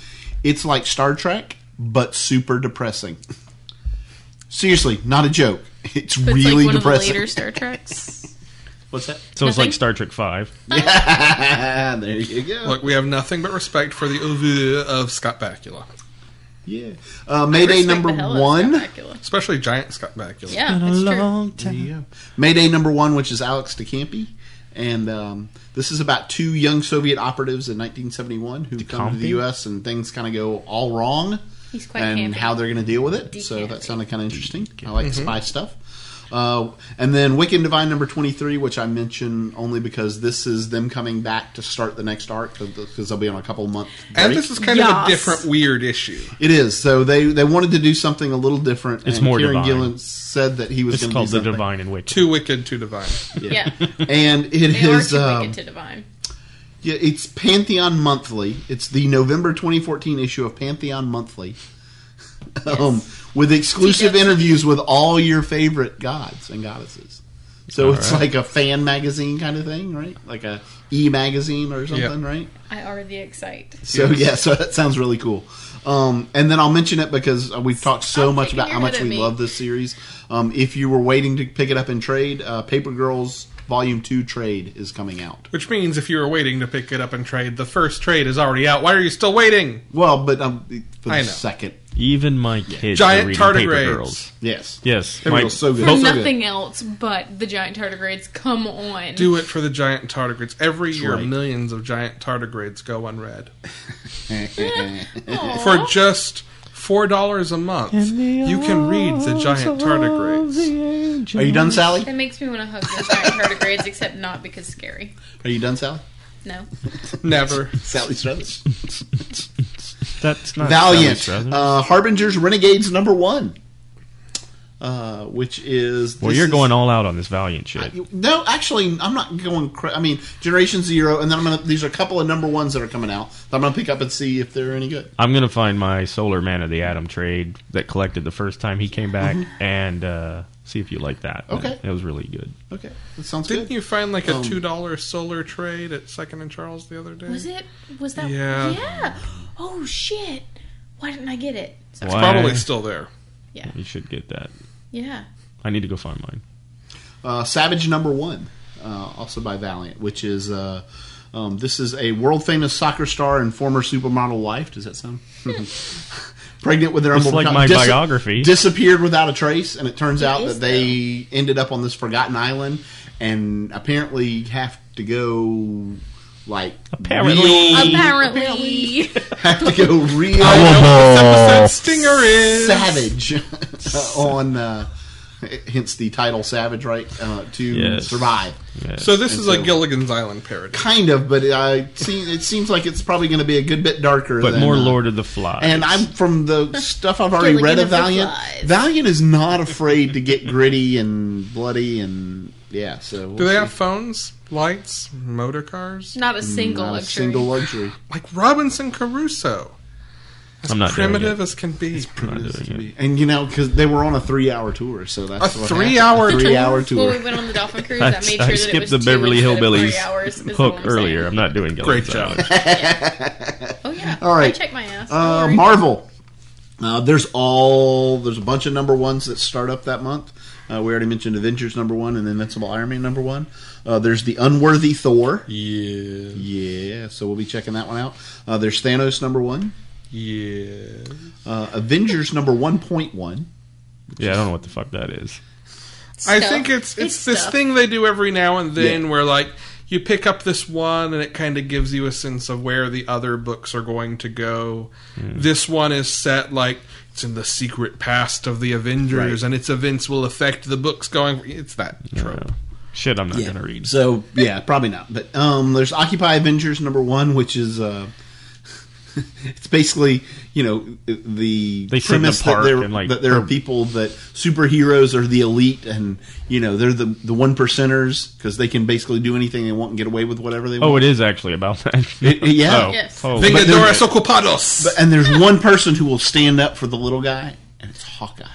C: it's like Star Trek, but super depressing. Seriously, not a joke. It's
E: But it's like
C: really
E: one
C: depressing.
E: of the later Star Treks.
C: What's that?
D: So it's like
E: Nothing?
D: Star Trek Five.
C: Yeah, there you go.
A: look. We have nothing but respect for the oeuvre of Scott Bakula,
C: Yeah. Uh, Mayday
E: Respect
C: number
E: the hell out of
C: one.
E: Dracula.
A: especially giant Scott Bakula.
E: Yeah, that's true.
C: There you go. Mayday number one, which is Alex DeCampi. And um, this is about two young Soviet operatives in 1971 who come to the
D: DeCampi?
C: U.S. and things kind of go all wrong.
E: He's quite
C: and
E: campy.
C: how they're going to deal with it. So that sounded kind of interesting. I like spy
D: Mm-hmm.
C: stuff. Uh, and then Wiccan Divine number 23, which I mention only because this is them coming back to start the next arc because they'll be on a couple month.
A: And
C: break.
A: this is kind of a
E: Yas.
A: different weird issue.
C: It is. So they they wanted to do something a little different.
D: It's
C: and
D: more
C: Kieran
D: divine.
C: Gillen said that he was
D: It's
C: going
D: called
C: do
D: The
C: something.
D: Divine and Witch.
A: Too wicked, too divine.
E: Yeah,
C: And it
E: they are
C: is
E: too
C: um,
E: wicked to divine.
C: yeah, it's Pantheon Monthly. It's the November 2014 issue of Pantheon Monthly. Um, with exclusive
E: TWT.
C: interviews with all your favorite gods and goddesses. So it's like a fan magazine kind of thing, right? Like a e magazine or something, right?
E: I are the excite.
C: So yeah, so that sounds really cool. Um, and then I'll mention it because uh, we've talked so
E: Stop
C: much
E: shaking
C: about
E: your
C: how much
E: head at
C: we
E: me.
C: love this series. Um, if you were waiting to pick it up in trade, uh, Paper Girls Volume Two trade is coming out.
A: Which means if you were waiting to pick it up and trade, the first trade is already out. Why are you still waiting?
C: Well, but um, for the
A: I know.
C: second,
D: Even my kids
A: Giant
D: are reading Paper
A: tardigrades.
D: Girls.
C: yes,
D: Yes,
C: Paper
D: my-
C: Girls so good,
E: For
C: so good.
E: nothing else but the giant tardigrades. Come on.
A: Do it for the giant tardigrades. Every year,
C: right.
A: millions of giant tardigrades go unread
E: Aw.
A: for just four dollars a month. You can read the giant tardigrades.
C: Are you done, Sally?
E: that makes me want to hug the giant tardigrades, except not because scary.
C: Are you done, Sally?
E: No.
A: Never.
C: Sally Struthers.
D: That's not
C: Valiant.
D: Sally Struthers.
C: Uh, Harbinger's Renegades number one. Uh, which is
D: well,
C: this
D: you're
C: is-
D: going all out on this Valiant shit.
C: No, actually, I'm not going. Cra- I mean, Generation Zero, and then I'm gonna. These are a couple of number ones that are coming out. That I'm gonna pick up and see if they're any good.
D: I'm gonna find my Solar Man of the Atom trade that collected the first time he came back and uh, see if you like that.
C: Mm-hmm. Okay.
D: it was really good.
C: Okay, that sounds
A: Didn't
C: good.
A: you find like a
C: Um,
A: two dollar solar trade at Second and Charles the other day?
E: Was it? Was that?
A: Yeah.
E: Yeah. Oh shit! Why didn't I get it?
D: Why-
A: Probably still there.
E: Yeah.
D: You should get that.
E: Yeah.
D: I need to go find mine.
C: Uh, Savage Number One, uh, also by Valiant, which is uh, um, this is a world famous soccer star and former supermodel wife. Does that sound? Pregnant with their
D: Just
C: umbilical
D: like
C: cord-
D: my biography.
C: disappeared without a trace, and it turns out
E: is,
C: that they ended up on this forgotten island, and apparently have to go like
D: Apparently.
C: real-
E: Apparently.
C: have to go real
A: Episode stinger is
C: Oh, savage on uh, hence the title savage right uh, to
D: Yes.
C: survive
D: Yes.
A: So this is
C: so-
A: a Gilligan's Island parody.
C: kind of but I see, it seems like it's probably going to be a good bit darker
D: but
C: than,
D: more
C: uh,
D: Lord of the Flies.
C: and I'm from the stuff I've already read
E: Gilligan
C: of
E: of the
C: Valiant.
E: Flies.
C: Valiant is not afraid to get gritty and bloody and yeah. So
A: Do they have phones, lights, motor cars?
E: Not a single
C: not a
E: luxury.
C: single luxury?
A: Like Robinson Crusoe. As
D: I'm not doing
A: primitive as can be.
D: I'm not doing it.
C: And you know, because they were on a three-hour tour, so that's
A: A
C: what
A: three-hour
C: happened. A
A: tour?
C: three-hour
E: When
C: tour.
E: we went on the dolphin cruise,
D: I,
E: I, made sure
D: I
E: that it
D: skipped
E: was
D: the
E: two
D: Beverly
E: instead of three
D: Hillbillies
E: hours, is all
D: hook
E: I'm
D: earlier.
E: saying.
D: I'm not doing
A: Great
D: Gilligan's
A: job.
D: Island.
E: Oh yeah.
C: All right.
E: I check my ass. Don't
C: Uh,
E: worry.
C: Marvel. Uh, there's all there's a bunch of number ones that start up that month. Uh, we already mentioned Avengers number one and Invincible Iron Man number one. Uh, there's the Unworthy Thor.
A: Yeah.
C: Yeah, so we'll be checking that one out. Uh, there's Thanos number one.
A: Yeah.
C: Uh, Avengers number one point one.
D: Yeah, I don't know what the fuck that is.
A: I
E: Stuff.
A: think it's it's,
E: It's
A: this
E: stuff.
A: thing they do every now and then
C: Yeah.
A: where like you pick up this one and it kind of gives you a sense of where the other books are going to go. This one is set like it's in the secret past of the Avengers and its events will affect the books going. It's that trope.
D: No. Shit, I'm not gonna read.
C: So yeah, probably not. But um, there's Occupy Avengers number one, which is uh, it's basically you know the
D: They sit in the
C: premise that
D: park
C: there
D: and, like,
C: that there are people that superheroes are the elite and you know they're the the one percenters because they can basically do anything they want and get away with whatever they
D: Oh,
C: want.
D: it is actually about that.
C: It- it- yeah.
D: Oh,
E: Yes.
D: holy-
A: Vingadores Ocupados.
C: and there's one person who will stand up for the little guy, and it's Hawkeye.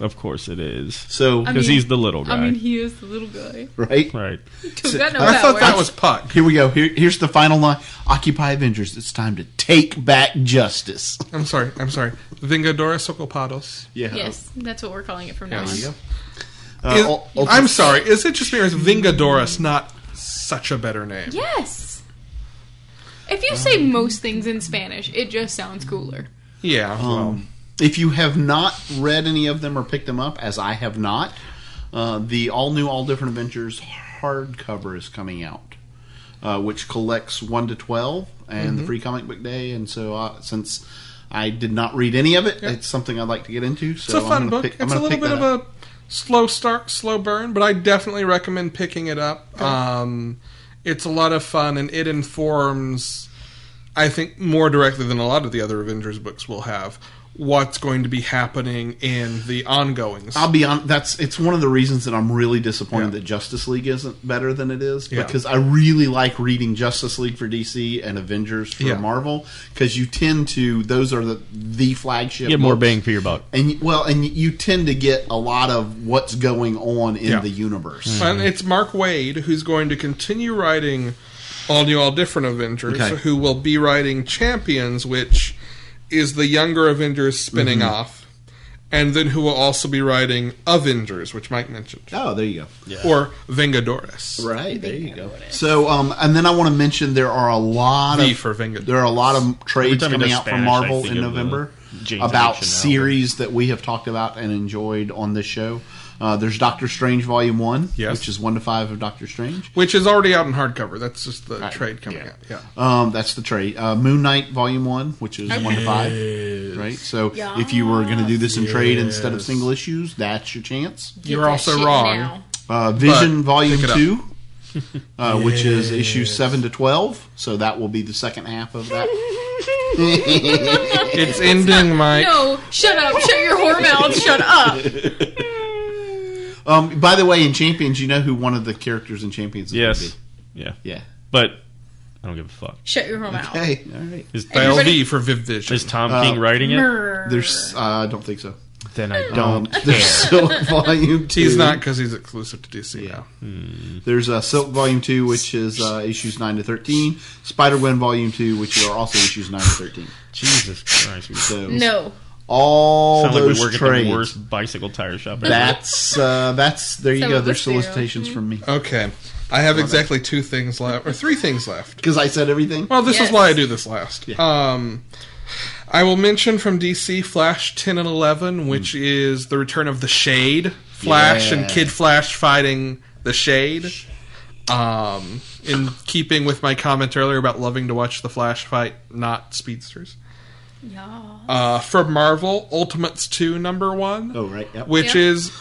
D: of course it is.
C: So
D: Because he's the little guy.
E: I mean, he is the little guy.
C: right.
D: right.
E: Who got no
C: I
A: I thought that was
E: powers.
A: Puck.
C: Here we go. Here, here's the final line. Occupy Avengers. It's time to take back justice.
A: I'm sorry. I'm sorry. Vingadores Ocupados.
C: Yeah.
E: Yes, that's what we're calling it from now
A: Yes.
E: on.
C: Uh,
A: Is-
C: Ul- Ultra-
A: I'm sorry. Is it just me or is Vingadores not such a better name?
E: Yes. If you say
A: Um,
E: most things in Spanish, it just sounds cooler.
A: Yeah. well,
C: Um, if you have not read any of them or picked them up, as I have not, uh, the all new, all different adventures hardcover is coming out, uh, which collects one to twelve and
A: Mm-hmm.
C: the free comic book day. And so, uh, since I did not read any of it, it's something I'd like to get into.
A: it's
C: So
A: a fun
C: I'm gonna
A: book.
C: Pick, I'm
A: it's a
C: gonna
A: little
C: pick
A: bit
C: that
A: of
C: up.
A: a slow start, slow burn, but I definitely recommend picking it up. Um, it's a lot of fun, and it informs, I think, more directly than a lot of the other Avengers books will have, what's going to be happening in the ongoings.
C: I'll be on. That's it's one of the reasons that I'm really disappointed
A: Yeah.
C: that Justice League isn't better than it is
A: Yeah.
C: because I really like reading Justice League for DC and Avengers for
A: Yeah.
C: Marvel because you tend to those are the the flagship.
D: Get more
C: books.
D: bang for your buck.
C: And you- well, and you tend to get a lot of what's going on in
A: Yeah.
C: the universe.
D: Mm.
A: And it's Mark Wade who's going to continue writing all new, all different Avengers,
C: Okay.
A: who will be writing Champions, which is the younger Avengers spinning
C: Mm-hmm.
A: off, and then who will also be writing Avengers, which Mike mentioned,
C: Oh, there you go. Yeah.
A: or Vengadores.
C: Right there you go. So, um, and then I want to mention there are a lot
A: V
C: of
A: for Vengadores.
C: there are a lot of trades
D: time he
C: coming
D: does
C: out from
D: Spanish, I
C: Marvel
D: think
C: in
D: of the
C: November
D: James
C: about
D: Addiction
C: series that we have talked about and enjoyed on this show. Uh, there's Doctor Strange Volume One,
A: Yes.
C: which is one to five of Doctor Strange.
A: Which is already out in hardcover. That's just the
C: Right.
A: trade coming out. Yeah.
C: Um, that's the trade. Uh, Moon Knight Volume One, which is one to five, right? So if you were going to do this in trade instead of single issues, that's your chance.
E: Get
A: You're
E: that
A: also
E: shit
A: wrong.
E: now.
C: Uh, Vision
A: But
C: Volume
A: pick it up.
C: Two, uh, which is issue seven to twelve. So that will be the second half of that.
A: It's ending, Mike.
E: No, shut up. Shut your whore mouth. Shut up.
C: Um, by the way, in Champions, you know who one of the characters in Champions is? gonna
D: Yes. Yeah.
C: be? Yeah.
D: But I don't give a fuck.
E: Shut your whore mouth.
C: Hey, Uh, all right.
D: Is,
A: LV
E: Everybody-
A: for Viv Vision.
D: is Tom King writing it?
E: Brr.
C: There's, uh, I don't think so.
D: Then I
C: Um,
D: don't.
C: there's Silk Volume Two.
A: He's not because he's exclusive to DC now.
C: There's uh, Silk Volume Two, which is uh, issues nine to thirteen. Spider Gwen Volume Two, which are also issues nine to thirteen.
D: Jesus Christ.
C: So
E: No.
C: all
D: Sound like we
C: those
D: work at
C: trades.
D: the worst bicycle tire shop. ever.
C: That's uh, that's there. You
E: Some
C: go.
E: of
C: There's
E: us do.
C: solicitations from me
A: Okay. I have exactly two things left, or three things left.
C: because I said everything.
A: Well, this is
E: Yes.
A: why I do this last. Um, I will mention from DC Flash 10 and 11, which is the return of the Shade, Flash
C: Yeah.
A: and Kid Flash fighting the Shade. Um, in keeping with my comment earlier about loving to watch the Flash fight, not speedsters.
E: Yeah.
A: Uh, from Marvel, Ultimates 2 number 1
C: Oh right. Yep.
A: which
E: Yeah.
A: is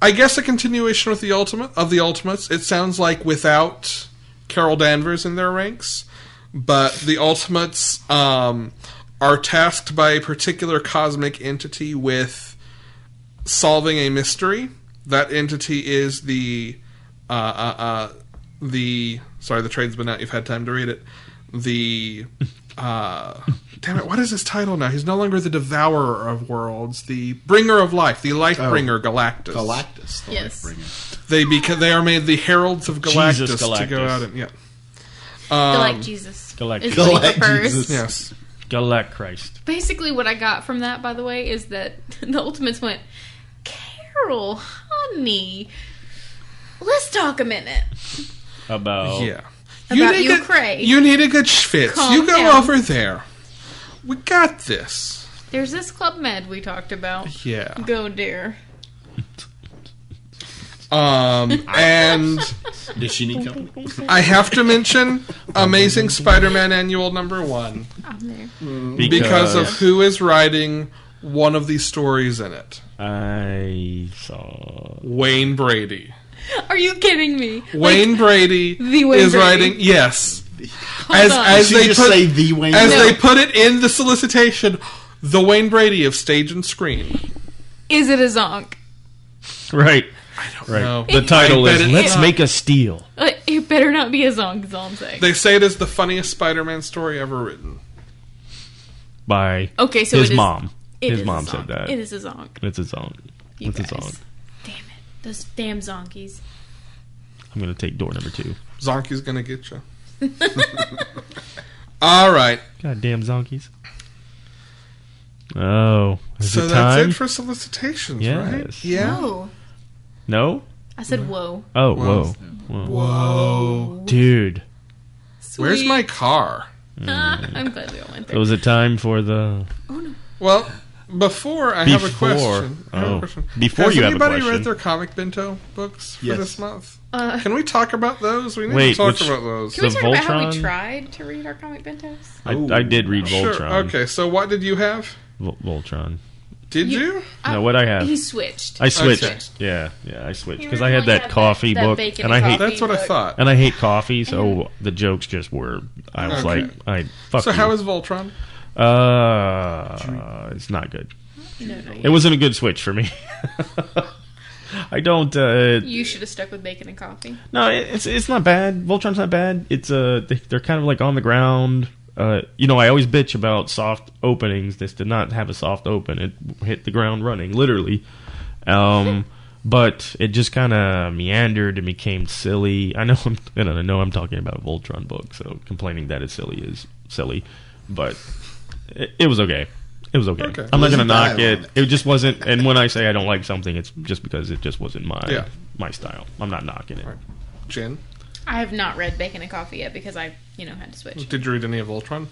A: I guess a continuation with the ultimate of the Ultimates. It sounds like without Carol Danvers in their ranks, but the Ultimates um, are tasked by a particular cosmic entity with solving a mystery. That entity is the uh, uh, uh, the sorry, the trade's been out. You've had time to read it. The uh, damn it, what is his title now? He's no longer the devourer of worlds, the bringer of life, the life bringer, Galactus.
C: Galactus. The
E: Yes.
C: Lifebringer.
A: They beca- they are made the heralds of Galactus,
D: Jesus
A: to go
D: Galactus.
A: out and yeah.
E: They're
A: Um,
E: like Jesus.
D: Galactus.
E: Is what he
C: Galactus.
E: prefers.
A: yes.
D: Galactus Christ.
E: Basically, what I got from that, by the way, is that the Ultimates went, Carol, honey, let's talk a minute.
D: About
A: Yeah.
E: About
A: need
E: you,
A: a,
E: Craig.
A: You need a good schwitz.
E: Calm
A: You go
E: down.
A: over there. We got this.
E: There's this Club Med we talked about.
A: Yeah.
E: Go, dear.
A: Um, and
C: Does she need company?
A: I have to mention Amazing Spider-Man Annual Number One
E: I'm there.
A: because of who is writing one of these stories in it.
D: I saw
A: Wayne Brady.
E: Are you kidding me?
A: Wayne Brady
E: the Wayne
A: is
E: Brady.
A: writing. Yes. As,
E: on.
A: as
C: She
A: they
C: just
A: put
C: say the Wayne.
A: as
C: Brady?
A: they put it in the solicitation, the Wayne Brady of stage and screen.
E: Is it a zonk?
D: right. Right.
A: know.
D: The title
A: I
D: is
A: bet it-
D: "Let's
A: Yeah.
D: Make a Steal."
E: Uh, It better not be a zonk, is all I'm saying.
A: They say it is the funniest Spider-Man story ever written.
D: by
E: Okay, so
D: his
E: it is-
D: mom.
E: it
D: his
E: is a
D: mom
E: zonk.
D: said that.
E: It is a zonk.
D: It's his own.
E: You
D: it's his
E: guys.
D: own.
E: Damn it. Those damn zonkies.
D: I'm gonna take door number two.
A: Zonky's gonna get you. All right.
D: Goddamn zonkies. Oh, is
A: so
D: it
A: that's
D: time?
A: it for solicitations,
D: Yes.
A: right? Yeah.
E: Oh.
D: no.
E: I said whoa.
D: Oh,
A: Whoa.
D: whoa. whoa,
A: Whoa.
D: dude.
A: Where's
E: Sweet.
A: my car?
E: I'm glad we all went
D: It
E: there.
D: was a time for the
A: Well, before I have a
D: Before-
A: question. I have a
D: oh.
A: question.
D: Before
A: Has
D: you have a
A: anybody
D: question.
A: read their comic bento books for
C: Yes.
A: this month?
E: Uh,
A: Can we talk about those? We need
D: Wait,
A: to talk
D: which-
A: about those.
E: Can we
D: The
E: talk about how we
D: Voltron?
E: tried to read our comic bentos?
D: I,
C: Ooh.
D: I did read Voltron.
A: Oh, Sure. Okay. So what did you have?
D: Vol- Voltron.
A: Did
E: You-
A: you?
E: I-
D: no, what I have.
E: He switched.
D: I switched.
A: Oh, Okay.
D: Yeah, yeah, I switched
E: You
D: because I had
E: remember
D: that
E: when you had that-
D: coffee
E: that
D: book,
E: bacon
D: and I hate
E: coffee?
A: That's what I thought.
D: and I hate coffee, so the jokes just were. I was
A: Okay.
D: like, I fuck.
A: So
D: you.
A: how is Voltron?
D: Uh, it's not good.
E: No, no.
D: It wasn't a good switch for me. I don't. Uh,
E: You should have stuck with bacon and coffee.
D: no, it's it's not bad. Voltron's not bad. It's uh, they- they're kind of like on the ground. Uh, you know, I always bitch about soft openings. This did not have a soft open. It hit the ground running, literally. Um, but it just kind of meandered and became silly. I know I'm, I don't know. I'm talking about a Voltron book, so complaining that it's silly is silly. But it, it was okay. It was okay.
A: Okay.
D: I'm not
C: Wasn't
D: gonna knock
C: bad,
D: it.
C: wasn't
D: It just wasn't. And when I say I don't like something, it's just because it just wasn't my
A: Yeah.
D: my style. I'm not knocking it.
A: Jen,
E: I have not read bacon and coffee yet because I, you know, had to switch.
A: did you read any of Voltron?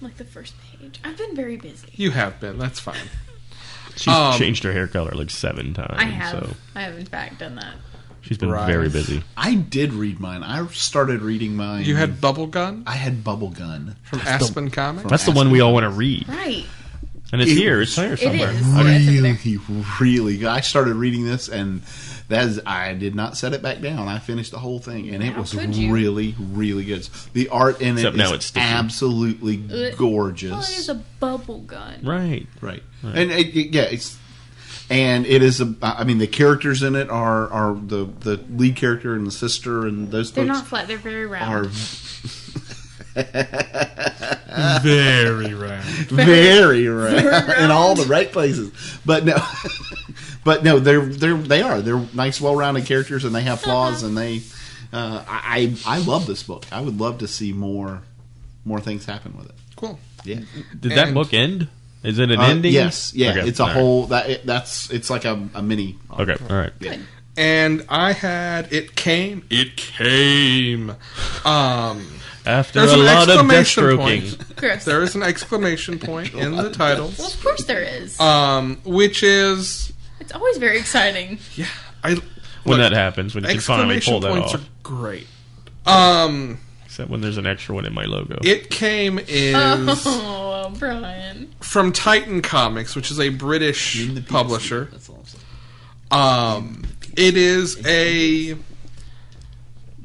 E: Like the first page. I've been very busy.
A: You have been. That's fine.
D: She's
A: Um,
D: changed her hair color like seven times.
E: I have.
D: So
E: I have, in fact, done that.
D: she's been
A: Right.
D: very busy.
C: I did read mine. I started reading mine.
A: You had Bubblegun
C: I had Bubble Gun.
A: from Aspen Comics.
D: Mm. That's the one we all want to read,
E: Right.
D: and it's
C: It-
D: here. It's here somewhere.
E: is. Yeah, it's over there.
C: really, really good. I started reading this, and that is, I did not set it back down. I finished the whole thing, and it
E: How
C: was
E: could you?
C: really, really good. The art in
D: Except
C: it
D: now
C: is
D: it's sticky.
C: absolutely
E: Ugh.
C: gorgeous.
E: Well, it is a bubble gun.
D: Right.
C: right. and it, it- yeah, it's and it is. A, I mean, the characters in it are are the the lead character and the sister and those
E: They're
C: folks
E: not flat. They're very
C: are
E: round.
A: Very round.
C: very right in all the right places. But no, but no, they're they're they are they're nice, well-rounded characters, and they have flaws, and they. Uh, I I I love this book. I would love to see more more things happen with it.
A: Cool.
C: Yeah,
D: Did that
A: And-
D: book end? Is it an
C: Uh,
D: ending?
C: Yes, yeah.
D: Okay,
C: It's a
D: all right.
C: whole that it, that's it's like a, a mini. arc.
D: Okay, all right.
A: and I had it came, it came. Um,
D: After
A: There's
D: a
A: an
D: lot of death
A: exclamation
D: stroking.
A: point.
E: Gross.
A: There is an exclamation point in the title,
E: Well, of course there is.
D: Uh,
A: um, which is
E: it's always very exciting.
A: yeah. I look,
D: when that happens, when you can finally
A: exclamation
D: pull that
A: points
D: off.
A: are great. Um,
D: Except when there's an extra one in my logo.
A: it came is
E: Oh, Brian.
A: from Titan Comics, which is a British
C: In the people
A: publisher.
C: speak, That's all I'm saying.
A: Um, it is a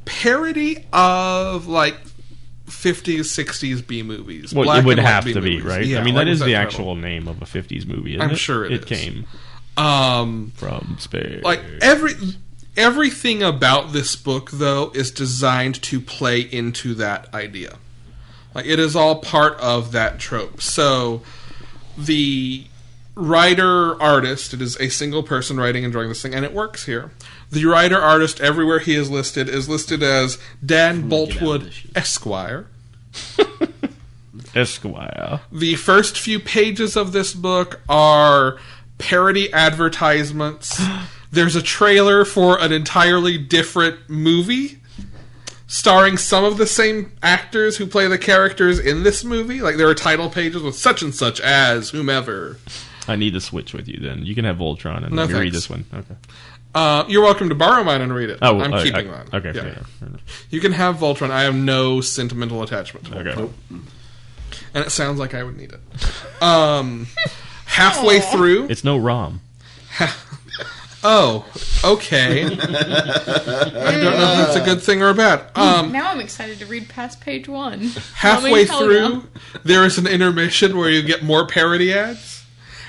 A: parody of like 50s, 60s B movies.
D: well,
A: Black
D: it would
A: and white
D: have
A: B
D: to be,
A: movies.
D: right?
A: Yeah,
D: I mean,
A: like
D: that is
A: with
D: the
A: title.
D: actual name of a 50s movie, isn't
A: I'm
D: it?
A: sure it
D: It
A: is.
D: came
A: Um,
D: from space.
A: like every everything about this book though is designed to play into that idea like it is all part of that trope so the writer artist it is a single person writing and drawing this thing and it works here the writer artist everywhere he is listed is listed as dan boltwood esquire
D: Esquire.
A: the first few pages of this book are parody advertisements. There's a trailer for an entirely different movie starring some of the same actors who play the characters in this movie. Like there are title pages with such and such as whomever.
D: I need to switch with you then. You can have Voltron and
A: No,
D: let me read
A: thanks.
D: this one. Okay.
A: Uh, you're welcome to borrow mine and read it.
D: Oh, well,
A: I'm
D: I-
A: keeping
D: I-
A: mine.
D: Okay,
A: Yeah.
D: fair enough, fair enough.
A: You can have Voltron. I have no sentimental attachment to
D: Okay.
A: and it sounds like I would need it. Um, halfway through,
D: It's no ROM.
A: Oh, okay. I don't know if that's a good thing or a bad. Um,
E: Now I'm excited to read past page one.
A: halfway
E: Hmm. Tell me,
A: through, there is an intermission where you get more parody ads,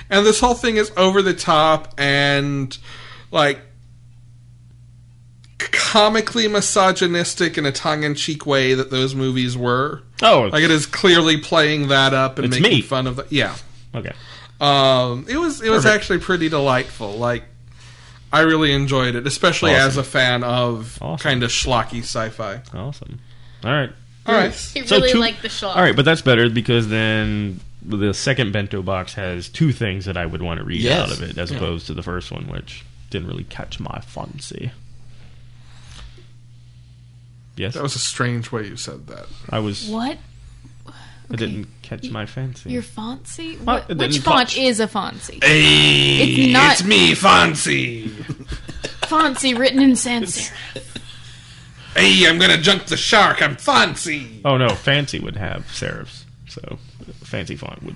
A: and this whole thing is over the top and like comically misogynistic in a tongue-in-cheek way that those movies were.
D: Oh,
A: Like it is clearly playing that up and
D: It's
A: making
D: me.
A: fun of that. Yeah.
D: okay.
A: Um, it was it was
D: Perfect.
A: actually pretty delightful. Like I really enjoyed it, especially as a fan of
D: Awesome.
A: kind of schlocky sci-fi.
D: Awesome. All right.
A: All right,
E: He
D: So
E: really
D: two-
E: liked the shot.
D: All right, but that's better because then the second bento box has two things that I would want to read
C: Yes.
D: out of it, as opposed to the first one, which didn't really catch my fancy. Yes,
A: that was a strange way you said that.
D: I was.
B: What?
D: It didn't catch my fancy.
B: Your Fonzie? What,
D: it
B: which
D: didn't
B: font
D: touch.
B: is a Fonzie?
A: Hey,
B: It's not- it's
A: me, Fancy.
B: Fonzie written in sans serif.
A: hey, I'm gonna jump the shark. I'm Fancy.
D: oh no, fancy would have serifs, so fancy font would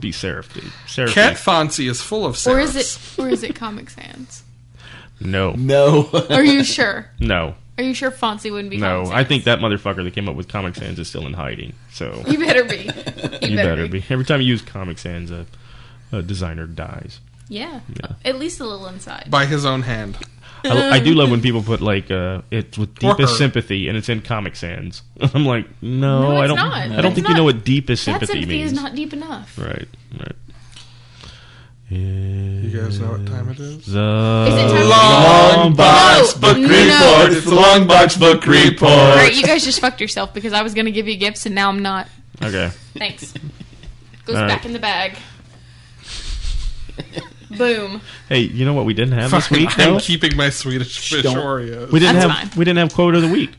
D: be serif. Serif.
A: Cat Fancy is full of
B: Or
A: serifs.
B: is it or is it Comic Sans?
D: No,
C: No,
B: Are you sure?
D: no,
B: Are you sure Fonzie wouldn't be
D: no.
B: Comic
D: I
B: Sans?
D: think that motherfucker that came up with Comic Sans is still in hiding. So
B: You better be. You,
D: you better be. Every time you use Comic Sans, a, a designer dies.
E: Yeah.
D: Yeah.
E: At least a little inside.
A: By his own hand.
D: I, I do love when people put like uh, it's with
A: Or
D: deepest
A: her.
D: sympathy, and it's in Comic Sans. I'm like, no,
E: No,
D: I
E: it's
D: don't.
E: not.
D: I don't
E: It's
D: think you
E: not.
D: know what deepest
E: that
D: sympathy,
E: sympathy
D: means.
E: is not deep enough.
D: right, right.
A: You guys know what time it is.
D: The
B: Is it time-
D: long box
B: No,
D: book
B: Oh, no.
D: report. It's the long box book
B: All
D: report.
B: right, you guys just fucked yourself because I was going to give you gifts and now I'm not.
D: Okay.
B: Thanks. Goes
D: All right.
B: back in the bag. Boom.
D: Hey, you know what we didn't have this
A: Fine,
D: week?
A: I'm
D: though?
A: keeping my Swedish fish
C: Don't.
A: Oreos.
D: we didn't
B: That's
D: have.
B: fine.
D: We didn't have quote of the week.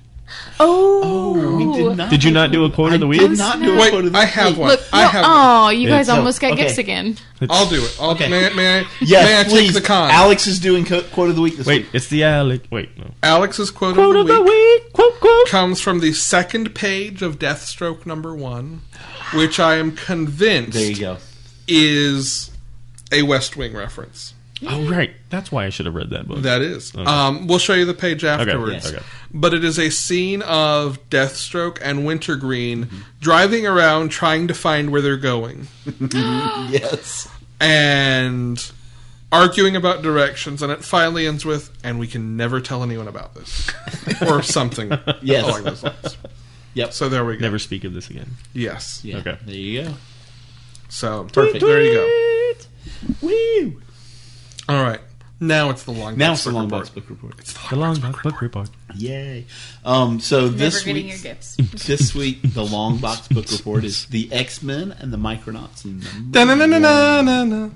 B: Oh.
C: we did not.
D: Did you not do a quote
C: I
D: of the
C: did
D: week?
C: not do a
A: Wait,
C: quote of the
A: I have
C: week.
A: one.
B: Look,
A: I
B: no,
A: have one.
B: oh, you guys
D: Yeah.
B: almost got
C: Okay.
B: gifts again.
A: I'll do it. I'll,
C: Okay.
A: May, I- may I?
C: Yes,
A: may I
C: please.
A: take the con?
C: Alex is doing co- quote of the week this
D: Wait,
C: week.
D: it's the Alec. Wait, no.
A: Alex's quote,
D: Quote of the week. Quote quote.
A: comes from the second page of Deathstroke number one, which I am
C: There you
A: convinced
C: go.
A: is a West Wing reference.
D: Oh right, that's why I should have read that book.
A: That is. Um, we'll show you the page afterwards.
D: yes. Okay.
A: But it is a scene of Deathstroke and Wintergreen
C: Mm-hmm.
A: driving around trying to find where they're going
C: Yes.
A: and arguing about directions, and it finally ends with, and we can never tell anyone about this. or something
C: Yes.
A: along those lines.
C: Yep.
A: So there we go.
D: Never speak of this again.
A: Yes.
C: Yeah,
D: Okay.
C: There you go.
A: So
C: Perfect.
A: there you go.
D: Woo!
A: All right. Now it's the long.
C: Now
A: box
C: it's the
A: book
C: long
A: report.
C: box book report.
A: It's the
D: The long box book report.
C: Yay! Um, so
E: Never
C: this
E: getting
C: week,
E: your gifts.
C: this week, the long box book report is the X Men and the Micronauts. Number
A: Da-na-na-na-na-na.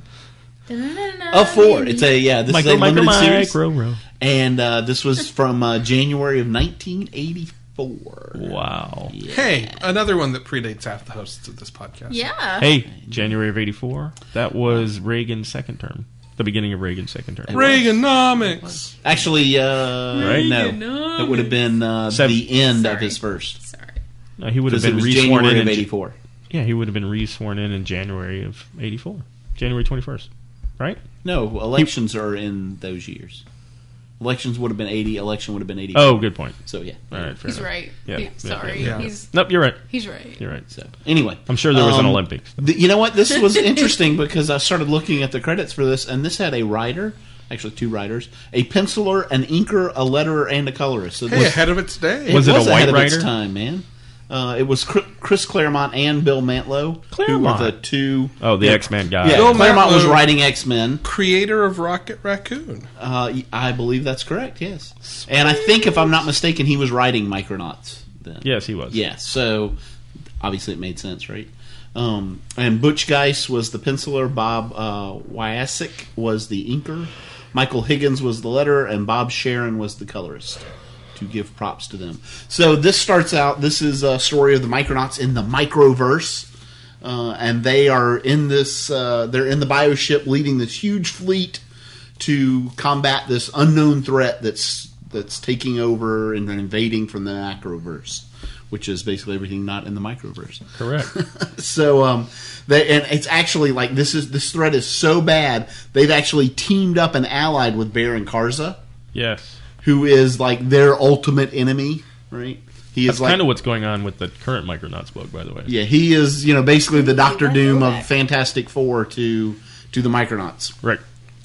C: A four. It's a yeah. This
D: Micro,
C: is a
D: micro,
C: limited series,
D: micro, row.
C: and uh, this was from uh, January of 1984.
D: Wow.
A: Hey, another one that predates half the hosts of this podcast.
E: Yeah.
D: Hey, January of 84. That was Reagan's second term. The beginning of Reagan's second term.
A: Reaganomics.
C: Actually, uh,
D: Right?
C: no, that would have been uh,
D: Seven-
C: the end of
E: Sorry.
C: his first.
E: Sorry.
D: No, he would have
C: Because it
D: been
C: was
D: resworn in.
C: January of
D: in
C: '84.
D: yeah, he would have been resworn in in January of 84. January 21st. Right?
C: No, elections are in those years. Elections would have been 80. Election would have been 80.
D: Oh, good point.
C: So yeah.
D: All right, fair
E: He's
D: enough.
E: right.
D: Yeah.
E: He-
D: Yeah,
E: sorry.
A: yeah.
E: He's
D: Nope, you're right.
E: he's right.
D: You're right.
C: So anyway,
D: I'm sure there was an
C: Um,
D: Olympics.
C: th- you know what? This was interesting because I started looking at the credits for this, and this had a writer, actually two writers, a penciler, an inker, a letterer, and a colorist. So
A: Hey,
C: this,
A: ahead of its day.
D: Was it a
C: ahead
D: white
C: of its
D: writer?
C: time, man. Uh, it was Cr- Chris Claremont and Bill Mantlow,
D: Claremont.
C: who were the two.
D: Oh, the X-Man guy.
C: Yeah,
A: Bill
C: Claremont was
A: Mantlo-
C: writing X Men.
A: Creator of Rocket Raccoon.
C: Uh, I believe that's correct. Yes, and I think if I'm not mistaken, he was writing Micronauts then.
D: Yes, he was.
C: Yeah, so obviously it made sense, right? Um, and Butch Geis was the penciler, Bob uh, Wyasek was the inker, Michael Higgins was the letterer, and Bob Sharon was the colorist. To give props to them. So this starts out. This is a story of the Micronauts in the Microverse. Uh, and they are in this. Uh, they're in the bioship, leading this huge fleet to combat this unknown threat that's that's taking over and invading from the macroverse, which is basically everything not in the microverse.
D: Correct.
C: So um, they and it's actually like this is this threat is so bad they've actually teamed up and allied with Baron Karza,
D: yes.
C: who is like their ultimate enemy, right? He is
D: That's
C: like
D: kind of what's going on with the current Micronauts book, by the way.
C: yeah, he is you know basically the Doctor Doom of Fantastic Four to to the Micronauts.
D: Right.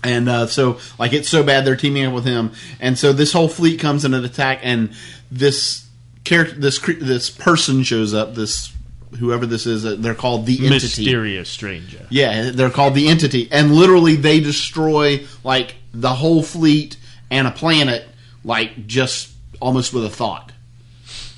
C: And uh, so, like, it's so bad they're teaming up with him. And so this whole fleet comes in an attack, and this character, this cre- this person shows up. This whoever this is, uh, they're called the entity.
D: Mysterious stranger.
C: Yeah, they're called the entity, and literally they destroy like the whole fleet and a planet, like just almost with a thought.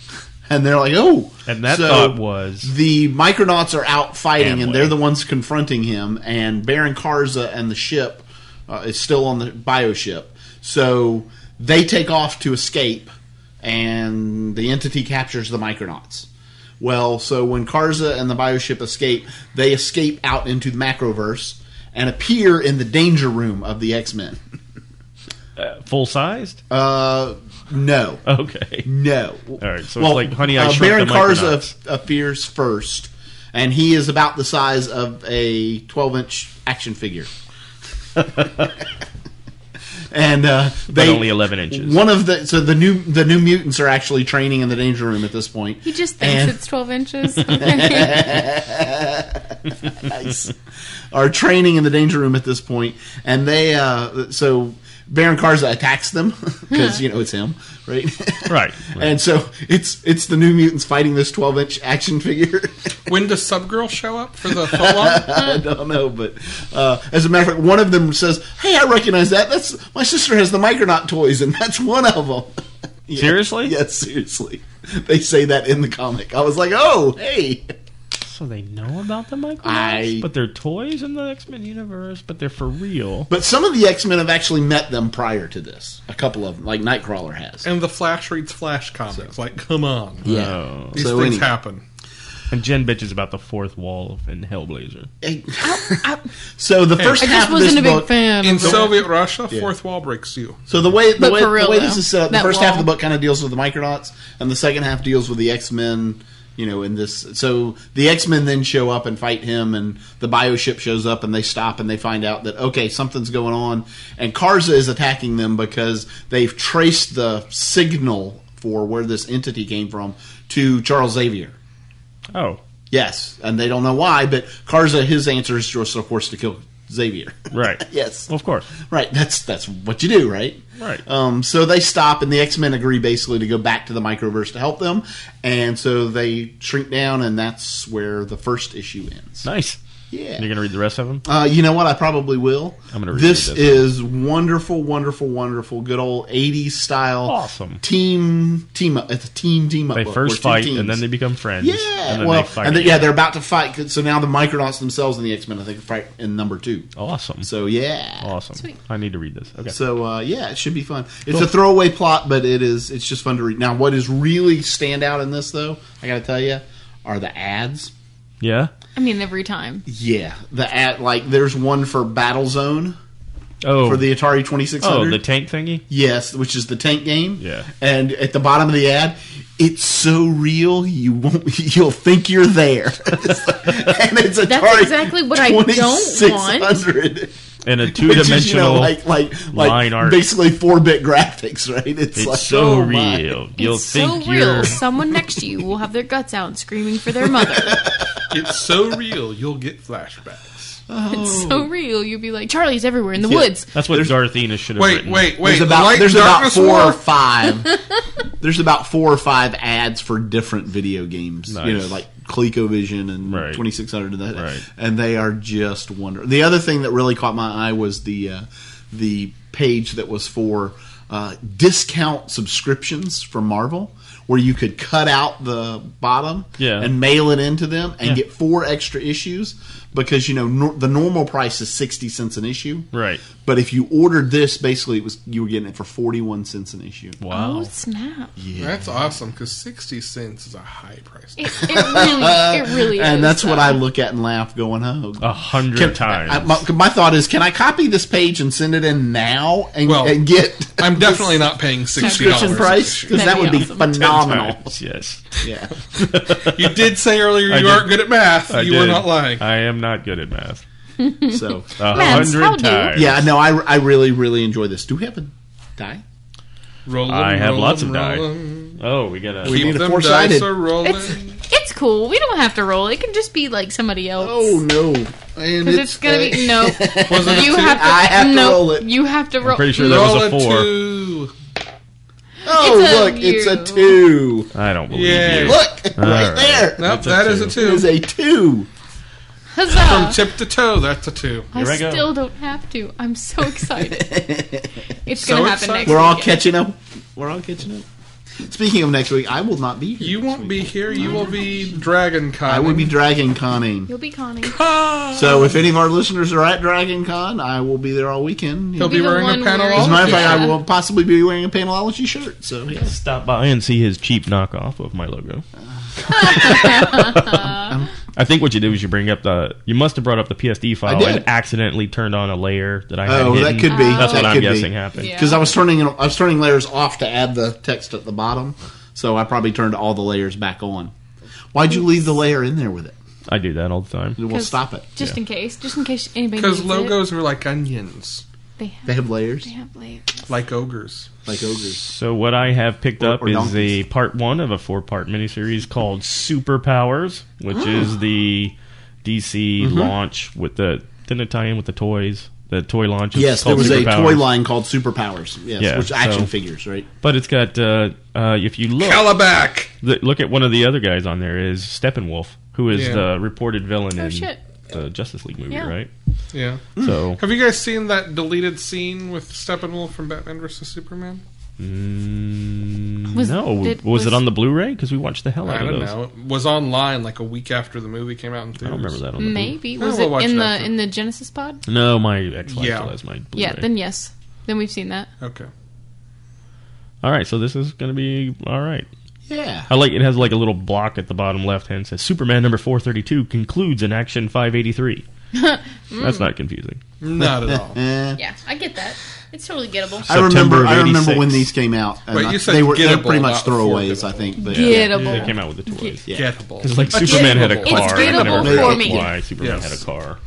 C: And they're like, oh,
D: And that
C: So-
D: thought was
C: the Micronauts are out fighting,
D: Amway.
C: and they're the ones confronting him. And Baron Karza and the ship uh, is still on the bioship, so they take off to escape, and the entity captures the Micronauts. Well, so when Karza and the bioship escape, they escape out into the Macroverse and appear in the danger room of the X Men.
D: uh, full-sized?
C: Uh, no.
D: Okay.
C: No. All
D: right, so it's like Honey, I Shrunk the
C: Uh, Baron
D: Micronauts.
C: Karza appears first, and he is about the size of a 12-inch action figure. and uh, they
D: only 11 inches.
C: One of the so the new the new mutants are actually training in the danger room at this point.
E: He just thinks
C: And-
E: it's twelve inches. Okay.
C: nice. Are training in the danger room at this point, and they uh, so Baron Karza attacks them because you know it's him, right?
D: Right.
C: uh, and so it's it's the new mutants fighting this 12 inch action figure.
A: When does Subgirl show up for the full on?
C: I don't know, but uh, as a matter of fact, one of them says, "Hey, I recognize that. That's my sister has the Micronaut toys, and that's one of them." Yeah.
D: Seriously?
C: Yes, seriously. They say that in the comic. I was like, "Oh, hey."
D: So they know about the Micronauts?
C: I-
D: But they're toys in the X-Men universe, but they're for real.
C: But some of the X Men have actually met them prior to this. A couple of them, like Nightcrawler has.
A: and the Flash reads Flash comics. Like, come on.
D: Oh.
A: These
C: So
A: things
C: anyway.
A: happen.
D: And Jen bitches about the fourth wall in Hellblazer.
C: so the first
E: I
C: half
E: just
C: of this
E: wasn't a big
C: book.
E: fan.
A: In Soviet Russia, fourth wall breaks you.
C: So the way the
E: But
C: way,
E: for real,
C: the way
E: though,
C: this is set up, the
E: that
C: first half of the
E: wall.
C: book kind of deals with the Micronauts, and the second half deals with the X Men. You know, in this, so the X Men then show up and fight him, and the bioship shows up, and they stop, and they find out that okay, something's going on, and Karza is attacking them because they've traced the signal for where this entity came from to Charles Xavier.
D: Oh,
C: Yes, and they don't know why, but Karza, his answer is just, of course, to kill Xavier.
D: right.
C: yes,
D: Of course.
C: right. That's that's what you do, right?
D: Right.
C: Um, so they stop, and the X Men agree basically to go back to the Microverse to help them, and so they shrink down, and that's where the first issue ends.
D: nice.
C: Yeah.
D: And you're gonna read the rest of them.
C: Uh, you know what? I probably will.
D: I'm gonna reread
C: This
D: this.
C: is wonderful, wonderful, wonderful. Good old '80s style.
D: Awesome.
C: Team team up. It's a team team up.
D: They
C: book
D: first
C: where two
D: fight
C: teams-
D: and then they become friends.
C: Yeah.
D: and then
C: well,
D: they fight.
C: and then-
D: again.
C: yeah, they're about to fight. 'cause- So now the Micronauts themselves and the X Men, I think, fight in number two.
D: awesome,
C: So yeah.
D: awesome.
B: Sweet.
D: I need to read this. Okay,
C: So uh, yeah, it should be fun. It's a throwaway plot, but it is it's just fun to read. Now, what is really stand out in this though, I got to tell you, are the ads.
D: yeah.
B: I mean, every time.
C: Yeah, the ad like there's one for Battle Zone
D: Oh,
C: for the Atari
D: oh,
C: 2600.
D: the tank thingy.
C: yes, which is the tank game.
D: Yeah.
C: and at the bottom of the ad, it's so real you won't you'll think you're there. It's like- and it's Atari.
B: exactly what I don't want.
C: 2600.
D: And a
C: Which is,
D: two-dimensional.
C: you know, like like like
D: line art.
C: basically four bit graphics, right? It's,
D: it's
C: like
D: so
C: oh my.
D: real. You'll
B: it's
D: think
B: so
D: you're.
B: real. Someone next to you will have their guts out screaming for their mother.
A: It's so real, you'll get flashbacks.
B: It's so real. You'd be like, Charlie's everywhere in the woods.
D: That's what Dorothea should have
A: Wait,
D: written.
A: wait, wait.
C: There's about
A: Light
C: there's about
A: Darkness
C: four or
A: War?
C: five. there's about four or five ads for different video games. You
D: Nice.
C: know, like ColecoVision and
D: Right.
C: 2600 and that.
D: Right.
C: And they are just wonderful. The other thing that really caught my eye was the uh, the page that was for uh, discount subscriptions from Marvel. Where you could cut out the bottom
D: Yeah.
C: and mail it into them and
D: Yeah.
C: get four extra issues because you know nor- the normal price is sixty cents an issue,
D: Right.
C: but if you ordered this, basically it was you were getting it for forty one cents an issue.
D: Wow.
B: Oh, snap.
A: That's awesome because sixty cents is a high price.
B: It, it really, it really is.
C: And that's what
B: though.
C: I look at and laugh, going, "Oh,
D: A hundred
C: Can- uh,
D: times.
C: I- my, my thought is, can I copy this page and send it in now and,
A: Well,
C: and get
A: I'm definitely not paying sixty
C: subscription
A: dollars.
C: price because
B: That'd
C: that
B: be
C: would be
B: awesome.
C: phenomenal."
D: Times, yes.
C: Yeah,
A: You did say earlier
D: I
A: you
D: did.
A: aren't good at math.
D: I
A: you
D: did.
A: were not lying.
D: I am not good at math.
C: so
D: A
B: Maths, how
D: hundred
B: do you?
D: times.
C: yeah, no, I, I really really enjoy this. Do we have a die?
A: Roll 'em,
D: I have
A: roll
D: lots
A: 'em,
D: of die.
A: roll 'em.
D: Oh, we got
C: We
D: a.
A: Keep
C: need a
A: them
C: four-sided.
A: dice a rolling.
B: It's, it's cool. We don't have to roll. It can just be like somebody else.
C: Oh no! And
B: 'Cause it's, gonna
C: uh,
B: be no.
A: Was it a
B: you
A: two?
B: have to.
C: I have to
B: no,
C: roll it.
B: You have to roll.
D: pretty sure that
A: roll
D: was a four.
A: two.
C: oh
B: it's a
C: look, it's a
B: you.
C: two.
D: I don't believe
A: Yeah.
D: you.
C: Look right
D: right.
C: there.
A: Nope,
D: That's a
A: that is a
D: two.
C: It
A: two.
C: is a two.
B: Huzzah!
A: From tip to toe, that's a two.
B: I
D: Here I go.
B: still don't have to. I'm so excited. it's
A: So
B: gonna happen
A: excited.
B: next.
C: We're all
B: weekend.
C: catching up. We're all catching up. Speaking of next week, I will not be here.
A: You won't be here. You will be Dragon Con.
C: I will be Dragon Conning.
B: You'll be Connie.
C: So if any of our listeners are at Dragon Con, I will be there all weekend.
A: He'll
C: As
A: be
B: Be the
A: wearing
B: one
A: a
C: a
B: wearing-
A: panorama.
C: matter of fact, I
B: Yeah.
C: will possibly be wearing a Panelology shirt. So yes,
D: Stop by and see his cheap knockoff of my logo. I think what you did was you bring up the. You must have brought up the PSD file
C: did.
D: and accidentally turned on a layer that I had.
C: Oh, that
D: hidden.
C: could be.
D: That's
C: that
D: what I'm
C: could be.
D: guessing happened.
B: Yeah.
C: Because I was turning I was turning layers off to add the text at the bottom, so I probably turned all the layers back on. Why'd you leave the layer in there with it?
D: I do that all the time.
C: We'll
B: 'Cause-
C: stop it.
B: Just in case. Just in case anybody.
A: Because
B: needs
A: logos are like onions,
B: It. They have.
C: They have layers
B: They have layers.
A: like ogres.
C: like ogres.
D: So what I have picked
C: Or-
D: up
C: or
D: is
C: donkeys.
D: a part one of a four-part miniseries called Superpowers, which is the DC launch with the didn't it tie in with the toys? The toy launch. is
C: Yes, there
D: called
C: was a
D: Superpowers.
C: toy line called Superpowers. Yes,
D: Yeah,
C: which action
D: so-
C: figures, right?
D: but it's got uh, uh, if you look
A: Calabac.
D: the, look at one of the other guys on there is Steppenwolf, who is
A: Yeah.
D: the reported
E: Oh,
D: villain in
B: Oh, shit.
D: the Justice League movie,
B: Yeah.
D: right?
A: Yeah.
D: So
A: Have you guys seen that deleted scene with Steppenwolf from Batman vs Superman?
D: mm,
B: Was-
D: no,
B: did-
D: was,
B: was-
D: it on the Blu-ray? Because we watched the hell out
A: I
D: of
A: don't
D: those.
A: know. It was online like a week after the movie came out in
D: I
A: theaters.
D: don't remember that on the
B: Maybe
A: Yeah,
B: was
A: we'll
B: it
A: watch
B: in the
A: that too.
B: in the Genesis pod?
D: Blu- No, my ex wife
A: Yeah.
D: still has my Blu-ray.
B: Yeah. Then yes. Then we've seen that.
A: Okay.
D: all right, so this is going to be all right.
C: Yeah.
D: I like it has like a little block at the bottom left hand says Superman number 432 concludes in action 583. That's not confusing.
A: Not at all.
C: Eh.
E: Yeah, I get that. It's totally gettable.
C: I remember.
D: September of
C: I remember when
D: 86.
C: these came out. and
A: Wait,
C: I-
A: you said
C: they were they were
A: gettable,
C: pretty much
A: not affordable.
C: throwaways, I think. But
D: They
B: Gettable.
D: came out with the toys.
C: Yeah.
A: Gettable.
D: It's like Superman had a
A: Achievable.
D: car.
B: It's
D: and I never
B: gettable
D: figured
C: for
D: out
B: me.
D: Why Superman
A: Yes.
D: had a car?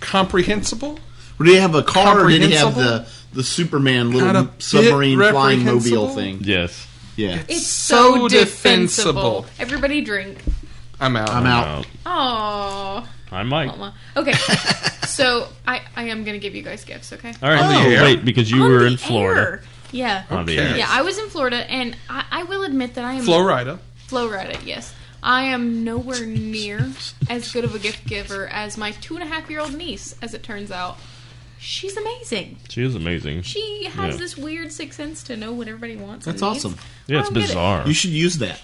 A: Comprehensible?
C: did he have a car? or Did he have the
A: Comprehensible?
C: the Superman
A: Not a
C: little
A: bit
C: submarine flying mobile
A: reprehensible?
C: thing?
D: Yes.
C: Yeah,
B: It's
A: so defensible.
B: Everybody drink.
A: I'm out.
C: I'm out.
D: Uh,
B: Oh,
D: I might. All
B: mama. Okay. so I I am gonna give you guys gifts. Okay.
D: right.
A: On the air?
D: Wait, because Uh, you
B: On
D: were
B: the
D: in Florida.
B: air. Yeah.
D: On the
A: Okay.
D: air.
B: Yeah, I was in Florida, and I, I will admit that I am
A: Florida.
B: Florida. Yes,
E: I am nowhere near as good of a gift giver as my two and a half year old niece, as it turns out. She's amazing.
D: She is amazing.
E: She has
D: Yeah.
E: this weird sixth sense to know what everybody wants.
C: That's
E: and needs.
C: awesome.
D: yeah,
E: I
D: it's
E: don't get it.
D: bizarre.
C: You should use that.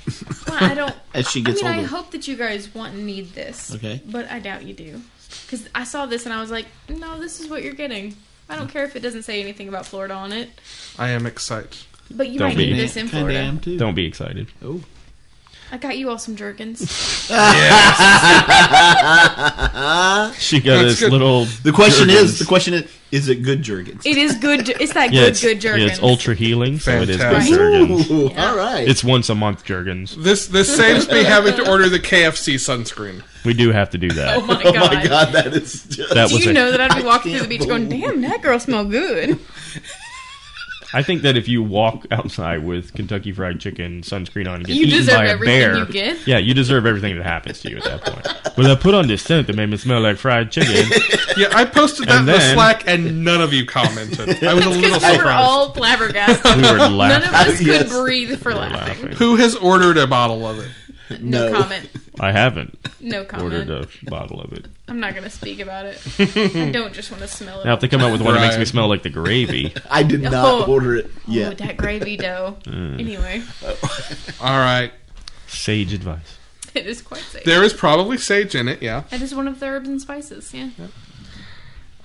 E: Well, I don't.
C: As she gets
E: I mean, I
C: older.
E: hope that you guys want and need this.
C: Okay.
E: But I doubt you do, because I saw this and I was like, no, this is what you're getting. I don't care if it doesn't say anything about Florida on it,
A: I am excited.
E: but you
D: Don't
E: might
D: be.
E: need this in
C: Kinda
E: Florida.
C: am too.
D: Don't be excited.
C: Oh,
E: I got you all some jerkins.
D: She got
A: That's
D: this
A: good.
D: little.
C: the question
D: Jergens.
C: is: the question is, is it good Jergens?
E: it is good. jer- It's that
D: yeah,
E: good,
D: it's,
E: good jerkins.
D: yeah, it's ultra healing, so
A: Fantastic.
D: it is good Jergens.
C: Ooh, All right.
D: It's once a month Jergens.
A: This this saves me having to order the KFC sunscreen.
D: We do have to do that.
E: Oh my god.
C: oh my god, that is just.
D: That
E: Do
D: was
E: you
D: a,
E: know that I'd be
C: I
E: walking through
C: can't
E: the beach going, damn, that girl smell good.
D: I think that if you walk outside with Kentucky Fried Chicken sunscreen on and get
E: You
D: eaten
E: deserve
D: by a
E: everything
D: bear,
E: you get.
D: yeah, you deserve everything that happens to you at that point. Well, I put on this scent that made me smell like fried chicken.
A: Yeah, I posted that
D: And
A: in the
D: then-
A: Slack and none of you commented. I was a little
E: Because we were
A: surprised.
E: all flabbergasted.
D: We were
E: None of
D: laughing.
E: us
C: Yes.
E: could breathe for laughing.
D: laughing.
A: Who has ordered a bottle of it?
E: No,
C: No.
E: comment.
D: I haven't
E: No
D: ordered
E: comment.
D: a bottle of it.
E: I'm not going to speak about it. I don't just want to smell it.
D: Now, if they come out with one that makes me
A: Right.
D: smell like the gravy,
C: I did not
E: Oh.
C: order it
E: Oh,
C: yet.
E: that gravy dough. Anyway,
A: All right.
D: sage advice.
E: it is quite safe.
A: There is probably sage in it, yeah.
E: that is one of the herbs and spices, yeah.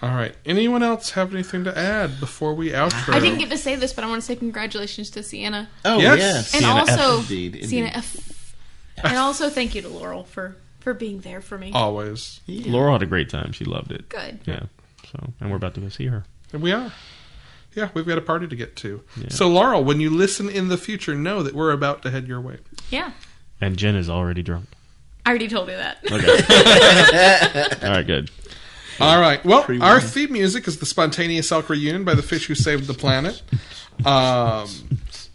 A: All right. Anyone else have anything to add before we outro?
E: I didn't get to say this, but I want to say congratulations to Sienna.
C: Oh
A: Yes.
E: And
D: Sienna F.
E: also,
C: Indeed, indeed.
E: Sienna F. And also, thank you to Laurel for, for being there for me.
A: Always.
D: Laura had a great time. She loved it.
E: Good.
D: Yeah. So, and we're about to go see her.
A: And we are. Yeah, we've got a party to get to. So, Laurel, when you listen in the future, know that we're about to head your way.
E: Yeah.
D: And Jen is already drunk.
E: I already told you that.
D: Okay. All right, good.
A: All right. Well, our theme music is the spontaneous elk reunion by the fish who saved the planet. Um,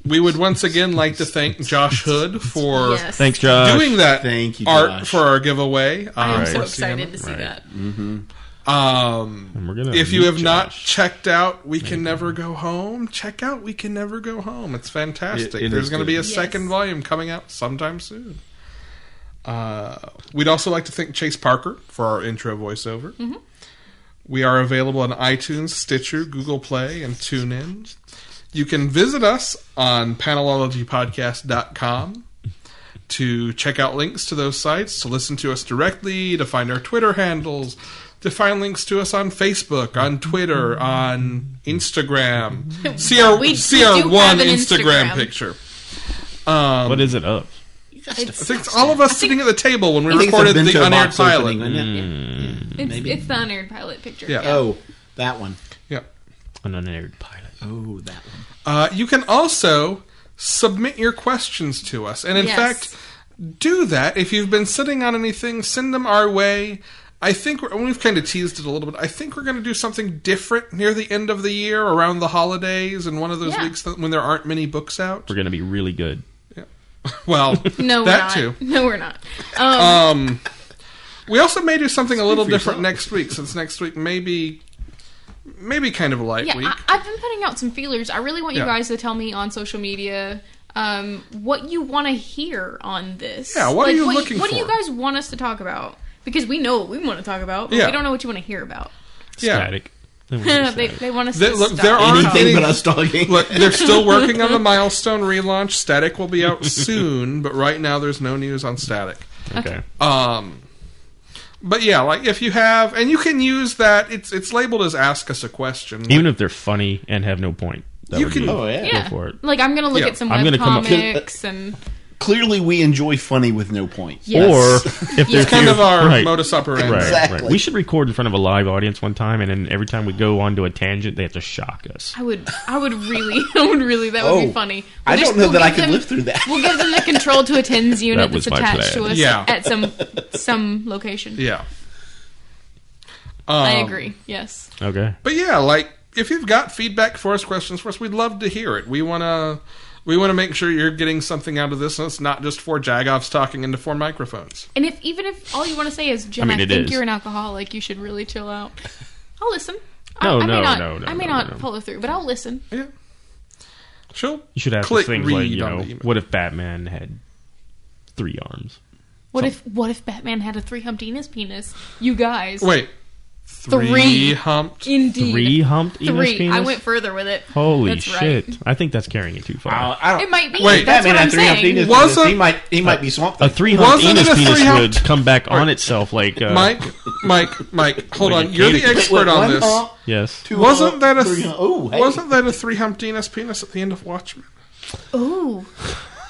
A: we would once again like to thank Josh Hood for
E: Yes.
D: Thanks, Josh.
A: doing that
C: Thank you,
A: art
C: Josh.
A: for our giveaway.
E: I am
A: um,
E: so
A: for
E: excited to see
D: Right.
E: that.
A: Sienna. Um,
D: And we're gonna
A: if you
D: meet
A: have not
D: Josh.
A: checked out We Can Never Go Home, check out We Can Never Go Home. It's fantastic.
C: It- it
A: There's
C: is
A: going to
C: good.
A: be a
E: Yes.
A: second volume coming out sometime soon. Uh, we'd also like to thank Chase Parker for our intro voiceover. We are available on iTunes, Stitcher, Google Play, and TuneIn. You can visit us on panelologypodcast.com to check out links to those sites, to listen to us directly, to find our Twitter handles, to find links to us on Facebook, on Twitter, on Instagram. See our,
E: We-
A: see
E: we
A: our
E: do
A: one
E: have an
A: Instagram,
E: Instagram.
A: picture. Um,
D: What is it of?
A: I think it's all of us sitting at the table when we
C: I think it's a
A: recorded the
C: bento
A: unaired
C: box
A: pilot.
C: opening, wasn't
D: Mm.
C: it?
E: It's, it's the unaired pilot picture.
A: Yeah.
C: Oh, that one.
A: Yeah.
D: An unaired pilot.
C: Oh, that one.
A: Uh, you can also submit your questions to us. And in
E: Yes.
A: fact, do that. If you've been sitting on anything, send them our way. I think we're, we've kind of teased it a little bit. I think we're going to do something different near the end of the year, around the holidays, and one of those
E: Yeah.
A: weeks that, when there aren't many books out.
D: We're gonna be really good.
A: Well,
E: No, we're
A: that
E: not.
A: too.
E: No, we're not. Um,
A: Um, we also may do something a little different next week, since next week maybe, maybe kind of a light
E: yeah,
A: week.
E: I, I've been putting out some feelers. I really want you
A: Yeah.
E: guys to tell me on social media um, what you want to hear on this.
A: Yeah, what are
E: Like,
A: you
E: what,
A: looking
E: What do
A: for?
E: you guys want us to talk about? Because we know what we want to talk about, but
A: Yeah.
E: we don't know what you want to hear about.
D: Static. Then we're gonna be
E: they,
D: static.
E: they want us
A: There-
E: to
A: look,
E: stop.
A: there are-
C: Anything
A: Any-
C: but us talking.
A: Look, they're still working on the milestone relaunch. Static will be out soon, but right now there's no news on Static.
D: Okay.
A: Um, but yeah, like if you have, and you can use that. It's it's labeled as ask us a question.
D: Even if they're funny and have no point, that
A: You
D: would
A: can-
D: be
C: Oh, yeah.
E: Yeah.
D: for it.
E: Like I'm gonna look
A: Yeah.
E: at some
D: I'm
E: web
D: gonna come up-
E: comics and
C: Clearly, we enjoy funny with no point.
E: yes.
D: Or if there's
A: kind of our
D: right.
A: modus operandi.
D: Right,
C: Exactly.
D: right. We should record in front of a live audience one time, and then every time we go onto a tangent, they have to shock us.
E: I would, I would really, I would really. That would
C: Oh.
E: be funny.
C: I
E: We'll
C: don't know that I
E: give
C: could
E: them-
C: live through that.
E: We'll give them the control to a tens unit
D: That was
E: that's
D: my
E: attached
D: plan.
E: to us
A: Yeah.
E: at some some location.
A: Yeah.
E: I
A: Um,
E: agree. Yes.
D: Okay.
A: But yeah, like if you've got feedback for us, questions for us, we'd love to hear it. We wanna we wanna make sure you're getting something out of this, and it's not just four Jagoffs talking into four microphones.
E: And if even if all you want to say is Jim,
D: I
E: I,
D: mean, it
E: think
D: is.
E: you're an alcoholic, you should really chill out. I'll listen.
D: No,
E: I, I
D: no,
E: may not,
D: no, no,
E: I may
D: no,
E: not
D: no.
E: follow through, but I'll listen.
A: Yeah. Sure.
D: You should ask us
A: Click
D: things like,
A: read
D: you
A: on
D: know,
A: the email.
D: what if Batman had three arms?
E: What if what if Batman had a three humped Enos penis? You guys,
A: Wait. Three,
E: Three.
A: humped?
E: indeed,
D: Three humped Enos
E: Three.
D: penis?
E: I went further with it.
D: Holy
E: That's
D: shit!
E: Right.
D: I think that's carrying it too far.
A: Uh,
C: I don't- Uh, I don't,
E: It might be.
A: Wait.
E: that's
C: Batman
E: what I'm
C: had three
E: saying.
C: penis.
A: Was
C: he
A: a-
C: might he might be swamped.
D: a three humped
A: Wasn't it
D: Enos
A: a
D: penis
A: three-humped-
D: would come back on itself like uh,
A: Mike, Mike, Mike, hold
D: Wait,
A: on. You're the
D: wait,
A: expert on this.
D: yes.
A: Wasn't that a
C: three? Oh, hey.
A: wasn't that a three humped Enos penis at the end of Watchmen?
E: Ooh,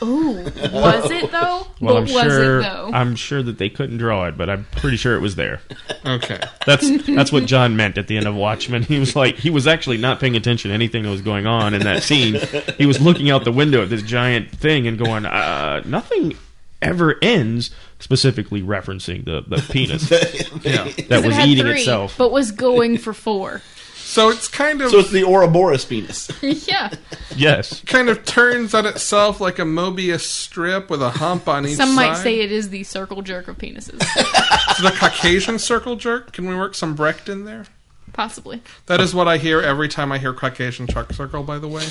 E: ooh. Was it though?
D: Well, I'm
E: What was
D: sure.
E: it though?
D: I'm sure that they couldn't draw it, but I'm pretty sure it was there.
A: Okay.
D: That's that's what John meant at the end of Watchmen. He was like, he was actually not paying attention to anything that was going on in that scene. He was looking out the window at this giant thing and going, uh, nothing ever ends. Specifically referencing the the penis that
A: Yeah.
D: was
E: it had
D: eating
E: three,
D: itself.
E: but was going for four.
A: So it's kind of
C: So it's the Ouroboros penis.
E: yeah,
D: Yes,
A: kind of turns on itself like a Mobius strip with a hump on each
E: some
A: side.
E: might say it is the circle jerk of penises,
A: it's the Caucasian circle jerk. Can we work some Brecht in there?
E: possibly.
A: That is what I hear every time I hear Caucasian truck circle. By the way,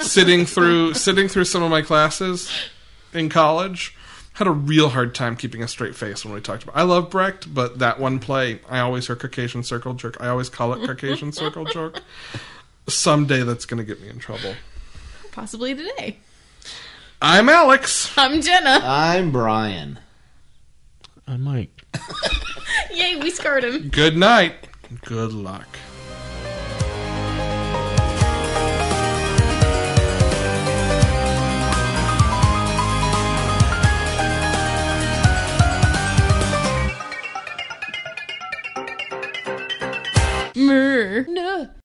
A: sitting through sitting through some of my classes in college, had a real hard time keeping a straight face when we talked about. I love Brecht, but that one play, I always hear Caucasian circle jerk. I always call it Caucasian circle jerk. Someday that's going to get me in trouble.
E: Possibly today.
A: I'm Alex.
E: I'm Jenna.
C: I'm Brian.
D: I might.
E: Yay, we scarred him.
A: Good night. Good luck.
E: Mer. No.